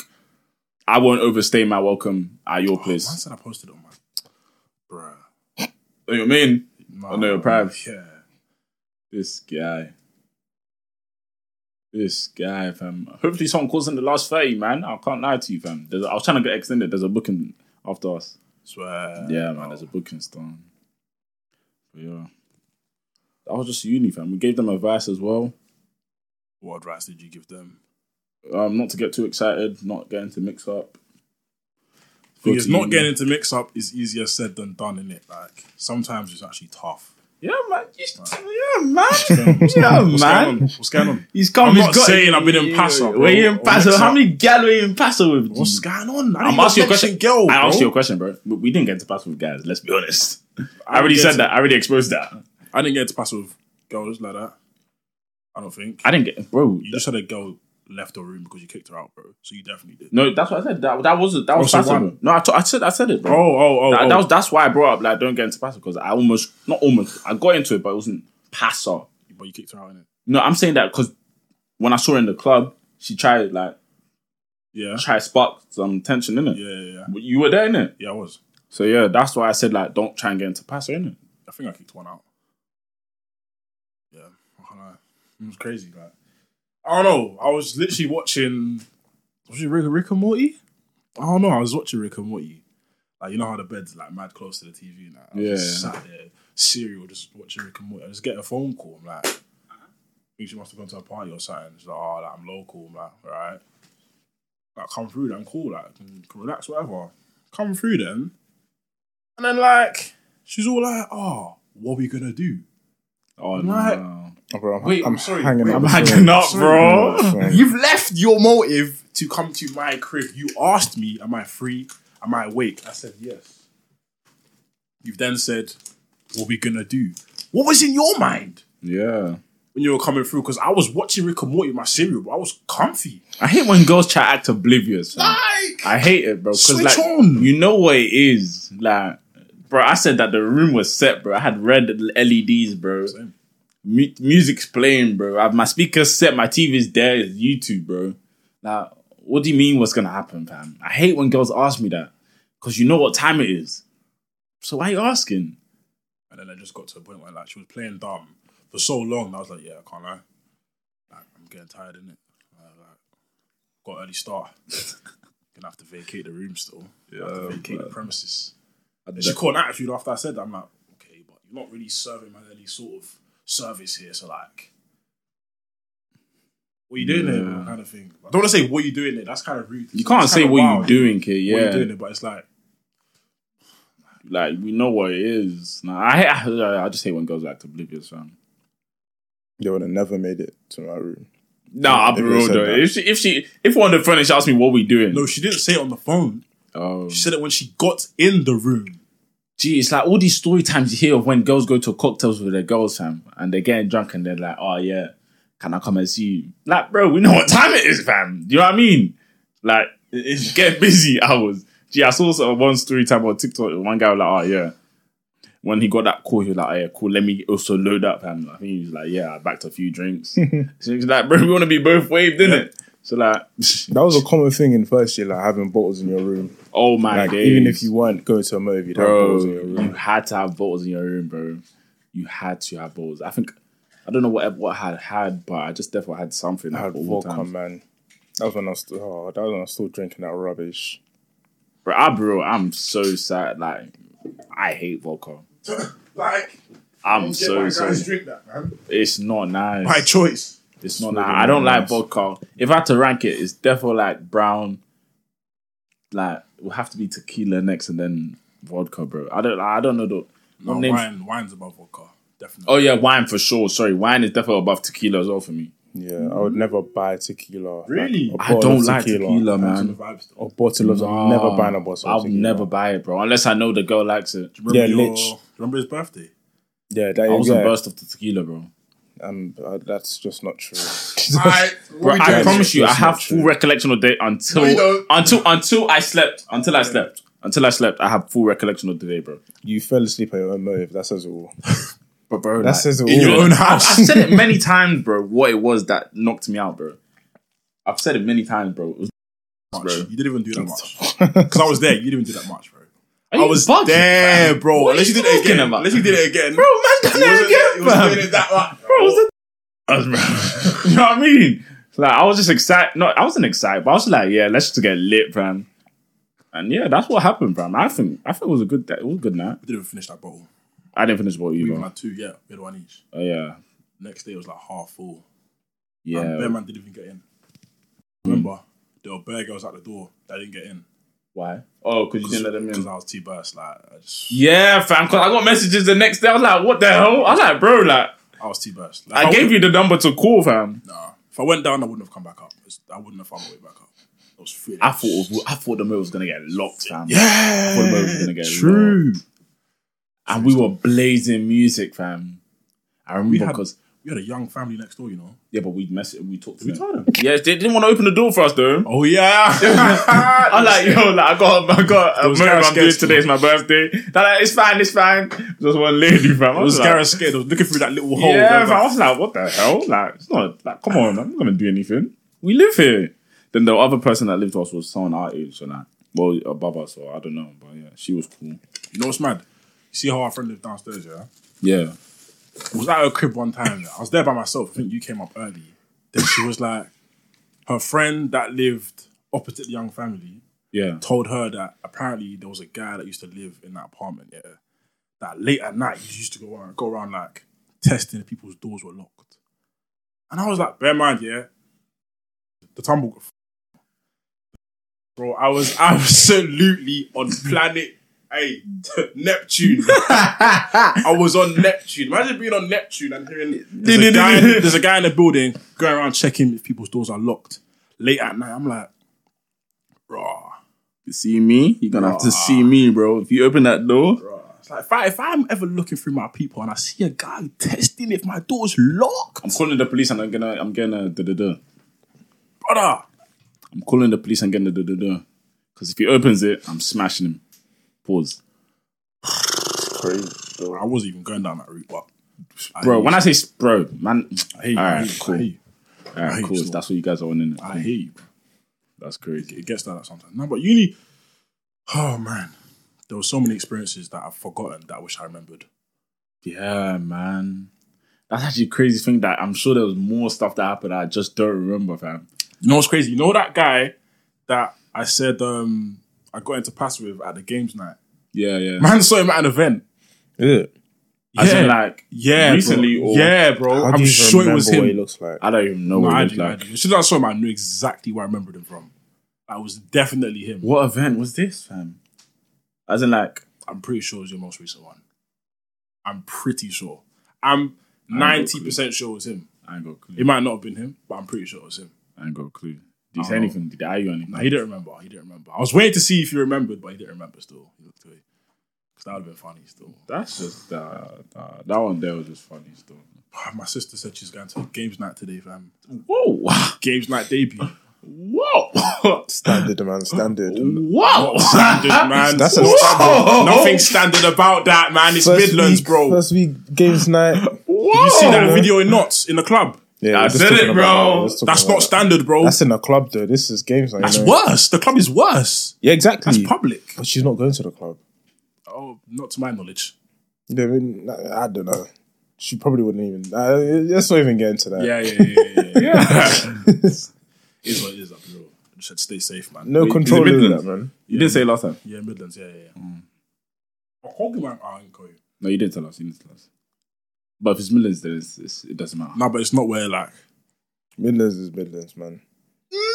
[SPEAKER 1] I won't overstay my welcome at your
[SPEAKER 3] Man
[SPEAKER 1] place.
[SPEAKER 3] said I posted it on my. Bruh.
[SPEAKER 1] Oh, you mean
[SPEAKER 3] Nah,
[SPEAKER 1] Oh, no, you're private.
[SPEAKER 3] Yeah.
[SPEAKER 1] This guy. This guy, fam. Hopefully, someone calls in the last 30, man. I can't lie to you, fam. There's, I was trying to get extended. There's a booking after us.
[SPEAKER 3] Swear.
[SPEAKER 1] yeah, man. There's a booking storm. But yeah. That was just uni, fam. We gave them advice as well.
[SPEAKER 3] What advice did you give them?
[SPEAKER 1] Um, not to get too excited, not get into mix up. Go
[SPEAKER 3] Because
[SPEAKER 1] to
[SPEAKER 3] not
[SPEAKER 1] uni.
[SPEAKER 3] getting into mix up is easier said than done, innit? Like, sometimes it's actually tough.
[SPEAKER 1] Yeah, man. You- Yeah, man.
[SPEAKER 3] What's
[SPEAKER 1] yeah,
[SPEAKER 3] What's going on?
[SPEAKER 1] man.
[SPEAKER 3] What's going on?
[SPEAKER 1] He's come.
[SPEAKER 3] I'm
[SPEAKER 1] he's
[SPEAKER 3] not
[SPEAKER 1] got-
[SPEAKER 3] saying I've been in Paso, bro.
[SPEAKER 1] Were you in
[SPEAKER 3] Or
[SPEAKER 1] Paso?
[SPEAKER 3] mix
[SPEAKER 1] How
[SPEAKER 3] up.
[SPEAKER 1] many gal were you in Paso with?
[SPEAKER 3] What's going on? I
[SPEAKER 1] I'm asking
[SPEAKER 3] didn't
[SPEAKER 1] you
[SPEAKER 3] even
[SPEAKER 1] a question.
[SPEAKER 3] mention Girl,
[SPEAKER 1] I asked
[SPEAKER 3] bro.
[SPEAKER 1] you a question, bro. We- We didn't get to pass with guys. Let's be honest. I already said that. I already exposed that.
[SPEAKER 3] I didn't get into Paso with girls like that. I don't think.
[SPEAKER 1] I didn't get, bro.
[SPEAKER 3] you just had a girl left the room because you kicked her out, bro. So you definitely did.
[SPEAKER 1] No, that's what I said. That, that wasn't. That was
[SPEAKER 3] Oh, so
[SPEAKER 1] passive.
[SPEAKER 3] one.
[SPEAKER 1] No, I, t- I said. I said it,
[SPEAKER 3] Oh,
[SPEAKER 1] bro.
[SPEAKER 3] oh, oh.
[SPEAKER 1] that,
[SPEAKER 3] oh.
[SPEAKER 1] that was. That's why I brought up like don't get into passive because I almost not almost I got into it, but it wasn't passer.
[SPEAKER 3] but you kicked her out, innit?
[SPEAKER 1] No, I'm saying that because when I saw her in the club, she tried like
[SPEAKER 3] Yeah.
[SPEAKER 1] try to spark some tension in it.
[SPEAKER 3] Yeah, yeah, yeah.
[SPEAKER 1] You were there in it,
[SPEAKER 3] Yeah, I was.
[SPEAKER 1] so yeah, that's why I said like don't try and get into passer in it.
[SPEAKER 3] I think I kicked one out. Yeah, I can't lie. It was crazy. Like, I don't know. I was literally watching. Was it Rick, Rick and Morty? I don't know. I was watching Rick and Morty. Like, you know how the bed's like mad close to the TV now. I was just
[SPEAKER 1] Yeah.
[SPEAKER 3] sat there, serial, just watching Rick and Morty. I just get a phone call. I'm like, I think she must have gone to a party or something. She's like, oh, like, I'm local. I'm like, all right. Like, come through then, cool. Like, can, can relax, whatever. Come through then. And then, like, she's all like, oh, what are we going to do?
[SPEAKER 1] Oh
[SPEAKER 3] Right.
[SPEAKER 1] no.
[SPEAKER 2] Oh, bro, I'm,
[SPEAKER 3] Wait,
[SPEAKER 2] I'm
[SPEAKER 3] I'm sorry.
[SPEAKER 2] Hanging
[SPEAKER 3] Wait,
[SPEAKER 2] up
[SPEAKER 1] I'm
[SPEAKER 2] the
[SPEAKER 1] hanging
[SPEAKER 2] phone.
[SPEAKER 1] up, bro.
[SPEAKER 2] Sorry.
[SPEAKER 3] You've left your motive to come to my crib. You asked me, am I free? Am I awake? I said yes. You've then said, what we going to do? What was in your mind
[SPEAKER 1] Yeah.
[SPEAKER 3] when you were coming through? Because I was watching Rick and Morty, my serial, but I was comfy.
[SPEAKER 1] I hate when girls try to act oblivious. fam.
[SPEAKER 3] Like,
[SPEAKER 1] I hate it, bro. 'cause,
[SPEAKER 3] Ah! Switch
[SPEAKER 1] like,
[SPEAKER 3] on.
[SPEAKER 1] You know what it is, like, bro. I said that the room was set, bro. I had red LEDs, bro.
[SPEAKER 3] Same.
[SPEAKER 1] Mu- music's playing, bro. I have my speakers set. My TV's there. It's YouTube, bro. Like, what do you mean? What's gonna happen, fam? I hate when girls ask me that because you know what time it is. So why are you asking?
[SPEAKER 3] and then I just got to a point where like she was playing dumb for so long. I was like, yeah, I can't lie. Like, I'm getting tired, innit? Like, like, got early start. Gonna have to vacate the room still. Yeah, have to
[SPEAKER 1] Yeah,
[SPEAKER 3] vacate
[SPEAKER 1] man.
[SPEAKER 3] the premises. And she caught an attitude after I said that. I'm like, okay, but you're not really serving my any sort of service here. So like, what are you doing there?
[SPEAKER 1] Yeah.
[SPEAKER 3] Kind of thing. I don't want to say what you doing there. That's kind of rude.
[SPEAKER 1] You can't
[SPEAKER 3] It's
[SPEAKER 1] say
[SPEAKER 3] kind of
[SPEAKER 1] what
[SPEAKER 3] wild,
[SPEAKER 1] you're doing, kid.
[SPEAKER 3] What
[SPEAKER 1] Yeah,
[SPEAKER 3] you doing there? But it's like,
[SPEAKER 1] like we know what it is. Nah, I, I I just hate when girls act oblivious, fam.
[SPEAKER 2] They would have never made it to my room.
[SPEAKER 1] Nah, I'll be
[SPEAKER 2] If they
[SPEAKER 1] real
[SPEAKER 2] said
[SPEAKER 1] though.
[SPEAKER 2] that.
[SPEAKER 1] If she, if she, if one of the friends asked me what we doing,
[SPEAKER 3] no, she didn't say it on the phone.
[SPEAKER 1] oh,
[SPEAKER 3] She said it when she got in the room.
[SPEAKER 1] gee, it's like all these story times you hear of when girls go to cocktails with their girls, fam, and they're getting drunk and they're like, oh yeah, can I come and see you? Like, bro, we know what time it is, fam. Do you know what I mean? Like, it- it's get busy hours. Gee, I saw sort of one story time on TikTok. One guy was like, oh yeah. When he got that call, he was like, oh, yeah, cool, let me also load up. And I think he was like, yeah, I backed a few drinks. so he was like, bro, we want to be both waved, didn't it? So like,
[SPEAKER 2] That was a common thing in first year, like having bottles in your room.
[SPEAKER 1] oh my
[SPEAKER 2] Like
[SPEAKER 1] days.
[SPEAKER 2] even if you weren't going to a movie, you'd have
[SPEAKER 1] bro,
[SPEAKER 2] bottles in your room.
[SPEAKER 1] you had to have bottles in your room, bro. You had to have bottles. I think I don't know what what I had had, but I just definitely had something.
[SPEAKER 2] I had
[SPEAKER 1] all the
[SPEAKER 2] vodka,
[SPEAKER 1] time.
[SPEAKER 2] man. That was when I was still, oh, that was when I was still drinking that rubbish.
[SPEAKER 1] Bro, I, bro, I'm so sad. Like, I hate vodka.
[SPEAKER 3] Like,
[SPEAKER 1] I'm so
[SPEAKER 3] guys
[SPEAKER 1] sad.
[SPEAKER 3] drink that, man.
[SPEAKER 1] It's not nice.
[SPEAKER 3] By choice.
[SPEAKER 1] It's not.
[SPEAKER 2] not
[SPEAKER 1] Nah,
[SPEAKER 2] really
[SPEAKER 1] I don't like
[SPEAKER 2] nice.
[SPEAKER 1] vodka. If I had to rank it, it's definitely like brown. Like it will have to be tequila next, and then vodka, bro. I don't. I don't know the.
[SPEAKER 3] No,
[SPEAKER 1] Name-
[SPEAKER 3] Oh, wine, wine's above vodka, definitely.
[SPEAKER 1] Oh yeah, wine for sure. Sorry, wine is definitely above tequila as well for me.
[SPEAKER 2] Yeah, I would never buy tequila. Like,
[SPEAKER 3] Really?
[SPEAKER 2] a
[SPEAKER 1] I
[SPEAKER 2] bottle
[SPEAKER 1] don't
[SPEAKER 2] of
[SPEAKER 1] like tequila
[SPEAKER 3] Back to the
[SPEAKER 1] man. Oh,
[SPEAKER 3] vibes though.
[SPEAKER 2] A bottle of I'm never buying a bottle.
[SPEAKER 1] I'll
[SPEAKER 2] of tequila.
[SPEAKER 1] never buy it, bro, unless I know the girl likes it.
[SPEAKER 2] Yeah,
[SPEAKER 3] Remember your-
[SPEAKER 2] lich.
[SPEAKER 3] do you Remember his birthday?
[SPEAKER 2] Yeah, that
[SPEAKER 1] I was
[SPEAKER 2] is.
[SPEAKER 1] a
[SPEAKER 2] Yeah,
[SPEAKER 1] burst of the tequila, bro.
[SPEAKER 2] um, uh, that's just not true.
[SPEAKER 1] Bro, I
[SPEAKER 2] doing?
[SPEAKER 1] promise you, I
[SPEAKER 2] That's not
[SPEAKER 1] have full
[SPEAKER 2] true.
[SPEAKER 1] recollection of the day until
[SPEAKER 3] you don't.
[SPEAKER 1] until until I slept. Until I slept. Until I slept, I have full recollection of the day, bro.
[SPEAKER 2] you fell asleep at your own motive. That says it all.
[SPEAKER 1] But bro,
[SPEAKER 2] That says it all.
[SPEAKER 3] in your own
[SPEAKER 1] I've, I've
[SPEAKER 3] house.
[SPEAKER 1] said it many times, bro. What it was that knocked me out, bro. I've said it many times, bro. It was,
[SPEAKER 3] Much.
[SPEAKER 1] bro.
[SPEAKER 3] You didn't even do that much. Because I was there, you didn't even do that much, bro.
[SPEAKER 1] Are
[SPEAKER 3] I
[SPEAKER 1] you
[SPEAKER 3] was
[SPEAKER 1] bugging,
[SPEAKER 3] there, bro.
[SPEAKER 1] What are
[SPEAKER 3] Unless
[SPEAKER 1] you
[SPEAKER 3] you, did it
[SPEAKER 1] talking
[SPEAKER 3] again.
[SPEAKER 1] about?
[SPEAKER 3] Unless you did it again.
[SPEAKER 1] bro? Man, done
[SPEAKER 3] You wasn't-
[SPEAKER 1] that
[SPEAKER 3] you
[SPEAKER 1] again,
[SPEAKER 3] wasn't
[SPEAKER 1] fam.
[SPEAKER 3] doing it that much,
[SPEAKER 1] bro. Was it us, bro? you know what I mean? Like I was just excited. No, I wasn't excited, but I was like, yeah, let's just get lit, fam. And yeah, that's what happened, fam. I think I think it was a good day. It was a good night.
[SPEAKER 3] We didn't even finish that bottle.
[SPEAKER 1] I didn't finish what
[SPEAKER 3] We
[SPEAKER 1] you
[SPEAKER 3] even
[SPEAKER 1] bro.
[SPEAKER 3] had two, yeah. We had one each.
[SPEAKER 1] Oh yeah.
[SPEAKER 3] Next day it was like half full. And
[SPEAKER 1] Yeah.
[SPEAKER 3] Bearman didn't even get in. Remember, there were bear girls at the door that didn't get in.
[SPEAKER 1] Why? Oh, because you didn't let them
[SPEAKER 3] Because
[SPEAKER 1] in.
[SPEAKER 3] I was T-Burst. Like, I, just,
[SPEAKER 1] Yeah, fam. Because I got messages the next day. I was like, what the hell? I was like, bro, like
[SPEAKER 3] I was T-Burst. Like,
[SPEAKER 1] I,
[SPEAKER 3] would-
[SPEAKER 1] gave you the number to call, fam.
[SPEAKER 3] Nah. If I went down, I wouldn't have come back up. It's- I wouldn't have found my way back up. I was feeling.
[SPEAKER 1] I thought I thought the mail was gonna get locked, fam.
[SPEAKER 3] yeah,
[SPEAKER 1] Full moon was gonna get
[SPEAKER 3] true.
[SPEAKER 1] And we were blazing music, fam. I remember
[SPEAKER 3] had-
[SPEAKER 1] because
[SPEAKER 3] We had a young family next door, you know.
[SPEAKER 1] yeah, but we'd mess we talked to them. Yeah, they didn't want to open the door for us though.
[SPEAKER 3] Oh yeah.
[SPEAKER 1] I'm like, yo, like, I got, I got a
[SPEAKER 3] was
[SPEAKER 1] murder
[SPEAKER 3] Gareth
[SPEAKER 1] I'm doing
[SPEAKER 3] Gates,
[SPEAKER 1] today. It's my birthday. They're like, it's fine, it's fine. Just one lady, fam. I
[SPEAKER 3] I was
[SPEAKER 1] was like,
[SPEAKER 3] Gareth scared. I was looking through that little hole.
[SPEAKER 1] yeah,
[SPEAKER 3] remember?
[SPEAKER 1] fam. I was like, what the hell? Like, it's not like, come on, I'm not gonna do anything. We live here. Then the other person that lived with us was someone our age, so like, well, above us, or I don't know, but yeah, she was cool.
[SPEAKER 3] You know what's mad? You see how our friend lived downstairs, yeah?
[SPEAKER 1] Yeah.
[SPEAKER 3] I was at her crib one time. I was there by myself. I think you came up early. Then she was like, her friend that lived opposite the young family
[SPEAKER 1] Yeah.
[SPEAKER 3] told her that apparently there was a guy that used to live in that apartment, yeah. That late at night he used to go around, go around like testing if people's doors were locked. And I was like, bear in mind, yeah. The tumble Bro, I was absolutely on planet hey Neptune. I was on Neptune. Imagine being on Neptune and hearing there's a, guy, there's a guy in the building going around checking if people's doors are locked late at night. I'm like, raw.
[SPEAKER 1] You see me? You're gonna have to see me, bro. If you open that door,
[SPEAKER 3] It's like if, I, if I'm ever looking through my people and I see a guy testing if my door's locked,
[SPEAKER 1] I'm calling the police and I'm gonna I'm gonna da da da.
[SPEAKER 3] brother.
[SPEAKER 1] I'm calling the police and getting the da da da. Because if he opens it, I'm smashing him. Pause.
[SPEAKER 2] Crazy.
[SPEAKER 3] I wasn't even going down that route, but
[SPEAKER 1] Bro, when I say s- bro, man,
[SPEAKER 3] hey,
[SPEAKER 1] Alright,
[SPEAKER 3] hey,
[SPEAKER 1] cool.
[SPEAKER 3] hey,
[SPEAKER 1] alright,
[SPEAKER 3] hate
[SPEAKER 1] cool.
[SPEAKER 3] you so
[SPEAKER 1] That's what you guys are on in
[SPEAKER 3] I hear you.
[SPEAKER 1] That's crazy.
[SPEAKER 3] It gets like that sometimes. No, but uni. Oh man, there were so many experiences that I've forgotten that I wish I remembered.
[SPEAKER 1] Yeah, man. That's actually a crazy thing that I'm sure there was more stuff that happened I just don't remember, fam.
[SPEAKER 3] You know what's crazy? You know that guy that I said um, I got into pass with at the games night.
[SPEAKER 1] Yeah, yeah.
[SPEAKER 3] Man saw him at an event.
[SPEAKER 2] Is it?
[SPEAKER 1] As in, like,
[SPEAKER 3] yeah,
[SPEAKER 1] recently
[SPEAKER 3] bro.
[SPEAKER 1] or-
[SPEAKER 3] yeah, bro.
[SPEAKER 2] How do
[SPEAKER 3] I'm
[SPEAKER 2] you
[SPEAKER 3] sure it
[SPEAKER 2] remember
[SPEAKER 3] was
[SPEAKER 2] what
[SPEAKER 3] him.
[SPEAKER 2] he looks like?
[SPEAKER 1] I don't even know
[SPEAKER 3] No,
[SPEAKER 1] what
[SPEAKER 3] I
[SPEAKER 1] it was
[SPEAKER 3] do, I
[SPEAKER 1] like.
[SPEAKER 3] do. As soon as I saw him, I knew exactly where I remembered him from. That was definitely him.
[SPEAKER 1] What event was this, fam? As in, like,
[SPEAKER 3] I'm pretty sure it was your most recent one. I'm pretty sure. I'm ninety percent sure it was him.
[SPEAKER 1] I ain't got a clue.
[SPEAKER 3] It might not have been him, but I'm pretty sure it was him.
[SPEAKER 1] I ain't got a clue. Did he
[SPEAKER 3] Oh.
[SPEAKER 1] say anything? Did I you anything?
[SPEAKER 3] No, he didn't remember. He didn't remember. I was waiting to see if he remembered, but he didn't remember. Still, he looked away because that would have been funny. Still,
[SPEAKER 1] That's just, uh, uh, that one there was just funny still.
[SPEAKER 3] my sister said she's going to a games night today, fam.
[SPEAKER 1] Whoa!
[SPEAKER 3] Games night debut.
[SPEAKER 1] Whoa!
[SPEAKER 2] Standard, man.
[SPEAKER 1] Oh,
[SPEAKER 2] Standard.
[SPEAKER 1] Whoa!
[SPEAKER 3] Standard, man.
[SPEAKER 2] That's a-
[SPEAKER 3] No standard. Nothing standard about that, man. It's
[SPEAKER 2] First
[SPEAKER 3] Midlands,
[SPEAKER 2] week-
[SPEAKER 3] bro.
[SPEAKER 2] First week games night.
[SPEAKER 1] Whoa!
[SPEAKER 3] you see that
[SPEAKER 2] man.
[SPEAKER 3] video in knots in the club?
[SPEAKER 2] Yeah,
[SPEAKER 1] I
[SPEAKER 2] we're just
[SPEAKER 1] said
[SPEAKER 2] talking
[SPEAKER 1] it,
[SPEAKER 2] about
[SPEAKER 1] bro.
[SPEAKER 2] we're just talking
[SPEAKER 3] That's
[SPEAKER 2] about
[SPEAKER 3] not
[SPEAKER 2] that.
[SPEAKER 3] standard, bro.
[SPEAKER 2] That's in a club, though. This is games night.
[SPEAKER 3] That's
[SPEAKER 2] you know?
[SPEAKER 3] worse. The club is worse.
[SPEAKER 2] Yeah, exactly.
[SPEAKER 3] That's public.
[SPEAKER 2] but she's not going to the club.
[SPEAKER 3] Oh, not to my knowledge.
[SPEAKER 2] You know what I mean? I I don't know. She probably wouldn't even. Uh, let's not even get into that.
[SPEAKER 3] Yeah, yeah, yeah, yeah. yeah, yeah.
[SPEAKER 2] Yeah.
[SPEAKER 3] it is what it is, up real. Just said stay safe, man.
[SPEAKER 2] no
[SPEAKER 1] Wait, is
[SPEAKER 2] control
[SPEAKER 1] it
[SPEAKER 2] over that,
[SPEAKER 1] Midlands?
[SPEAKER 2] man.
[SPEAKER 1] You didn't say last time.
[SPEAKER 3] Yeah, Midlands. Yeah, yeah. yeah. Oh, Hoggy, I ain't going.
[SPEAKER 1] No, you didn't tell us. You didn't tell us. But if it's millions, then it's, it's, it doesn't matter.
[SPEAKER 3] No, but it's not where like
[SPEAKER 2] Midlands is Midlands, man.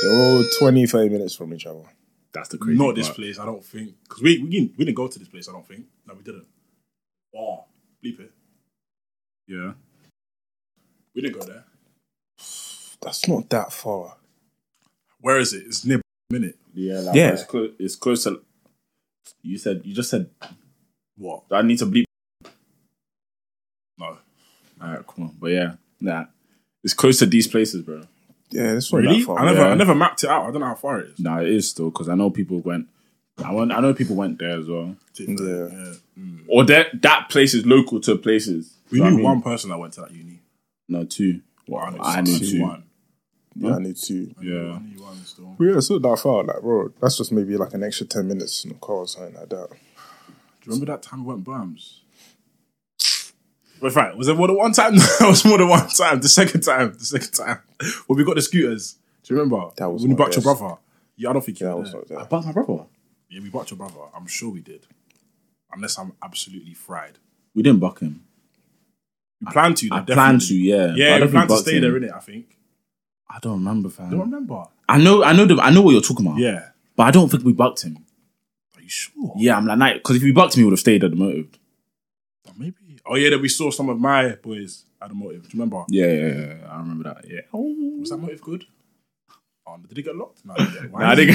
[SPEAKER 2] They're all 20, 30 minutes from each other.
[SPEAKER 1] That's the crazy.
[SPEAKER 3] not this
[SPEAKER 1] part.
[SPEAKER 3] place. I don't think because we we didn't we didn't go to this place. I don't think. No, we didn't. Oh, bleep it.
[SPEAKER 1] Yeah.
[SPEAKER 3] We didn't go there.
[SPEAKER 2] That's not that far.
[SPEAKER 3] Where is it? It's near minute.
[SPEAKER 1] Yeah. Like,
[SPEAKER 2] Yeah.
[SPEAKER 1] It's, clo- it's close to. You said you just said
[SPEAKER 3] What?
[SPEAKER 1] I need to bleep.
[SPEAKER 3] No.
[SPEAKER 1] All right, cool. But yeah, nah. It's close to these places, bro.
[SPEAKER 2] Yeah, that's not that far.
[SPEAKER 3] I never
[SPEAKER 2] yeah.
[SPEAKER 3] I never mapped it out. I don't know how far it is.
[SPEAKER 1] Nah, it is still because I know people went. I went, I know people went there as well.
[SPEAKER 2] Yeah.
[SPEAKER 3] Mm.
[SPEAKER 1] Or that that place is local to places.
[SPEAKER 3] We
[SPEAKER 1] So I
[SPEAKER 3] knew
[SPEAKER 1] mean-
[SPEAKER 3] one person that went to that uni.
[SPEAKER 1] No, two.
[SPEAKER 3] Well,
[SPEAKER 1] I knew two.
[SPEAKER 3] One.
[SPEAKER 2] Yeah, I need to.
[SPEAKER 1] Yeah.
[SPEAKER 3] I knew one still.
[SPEAKER 2] Yeah, it's not that far. Like, bro, that's just maybe like an extra 10 minutes in the car or something like that.
[SPEAKER 3] Do you remember that time we went Brahms? Wait, right. Was it more than one time? No, it was more than one time. The second time. The second time. When we got the scooters. Do you remember?
[SPEAKER 2] That was
[SPEAKER 3] when you
[SPEAKER 2] my
[SPEAKER 3] bucked your
[SPEAKER 2] best.
[SPEAKER 3] brother. Yeah, I don't think you
[SPEAKER 2] Yeah, I
[SPEAKER 3] were
[SPEAKER 2] was
[SPEAKER 3] there.
[SPEAKER 2] not there.
[SPEAKER 1] bought my brother.
[SPEAKER 3] Yeah, we bucked your brother. I'm sure we did. Unless I'm absolutely fried.
[SPEAKER 1] We didn't buck him.
[SPEAKER 3] We planned to.
[SPEAKER 1] I
[SPEAKER 3] though,
[SPEAKER 1] planned to,
[SPEAKER 3] definitely.
[SPEAKER 1] yeah. But I
[SPEAKER 3] Yeah, we
[SPEAKER 1] definitely
[SPEAKER 3] planned to
[SPEAKER 1] bucked Mm.
[SPEAKER 3] stay
[SPEAKER 1] him.
[SPEAKER 3] there, innit? I think.
[SPEAKER 1] I don't remember, fam.
[SPEAKER 3] Don't remember.
[SPEAKER 1] I know, I know, the, I know what you're talking about.
[SPEAKER 3] Yeah.
[SPEAKER 1] but I don't think we bucked him.
[SPEAKER 3] Are you sure?
[SPEAKER 1] Yeah, I'm like, nah, because if we bucked him, he would have stayed at the motive.
[SPEAKER 3] Or Maybe. Oh yeah, then we saw some of my boys at the motive. Do you remember?
[SPEAKER 1] Yeah, yeah, yeah, yeah, I remember that. Yeah.
[SPEAKER 3] Was that motive good? Oh, did it get locked? No, it didn't. Why
[SPEAKER 1] I
[SPEAKER 3] did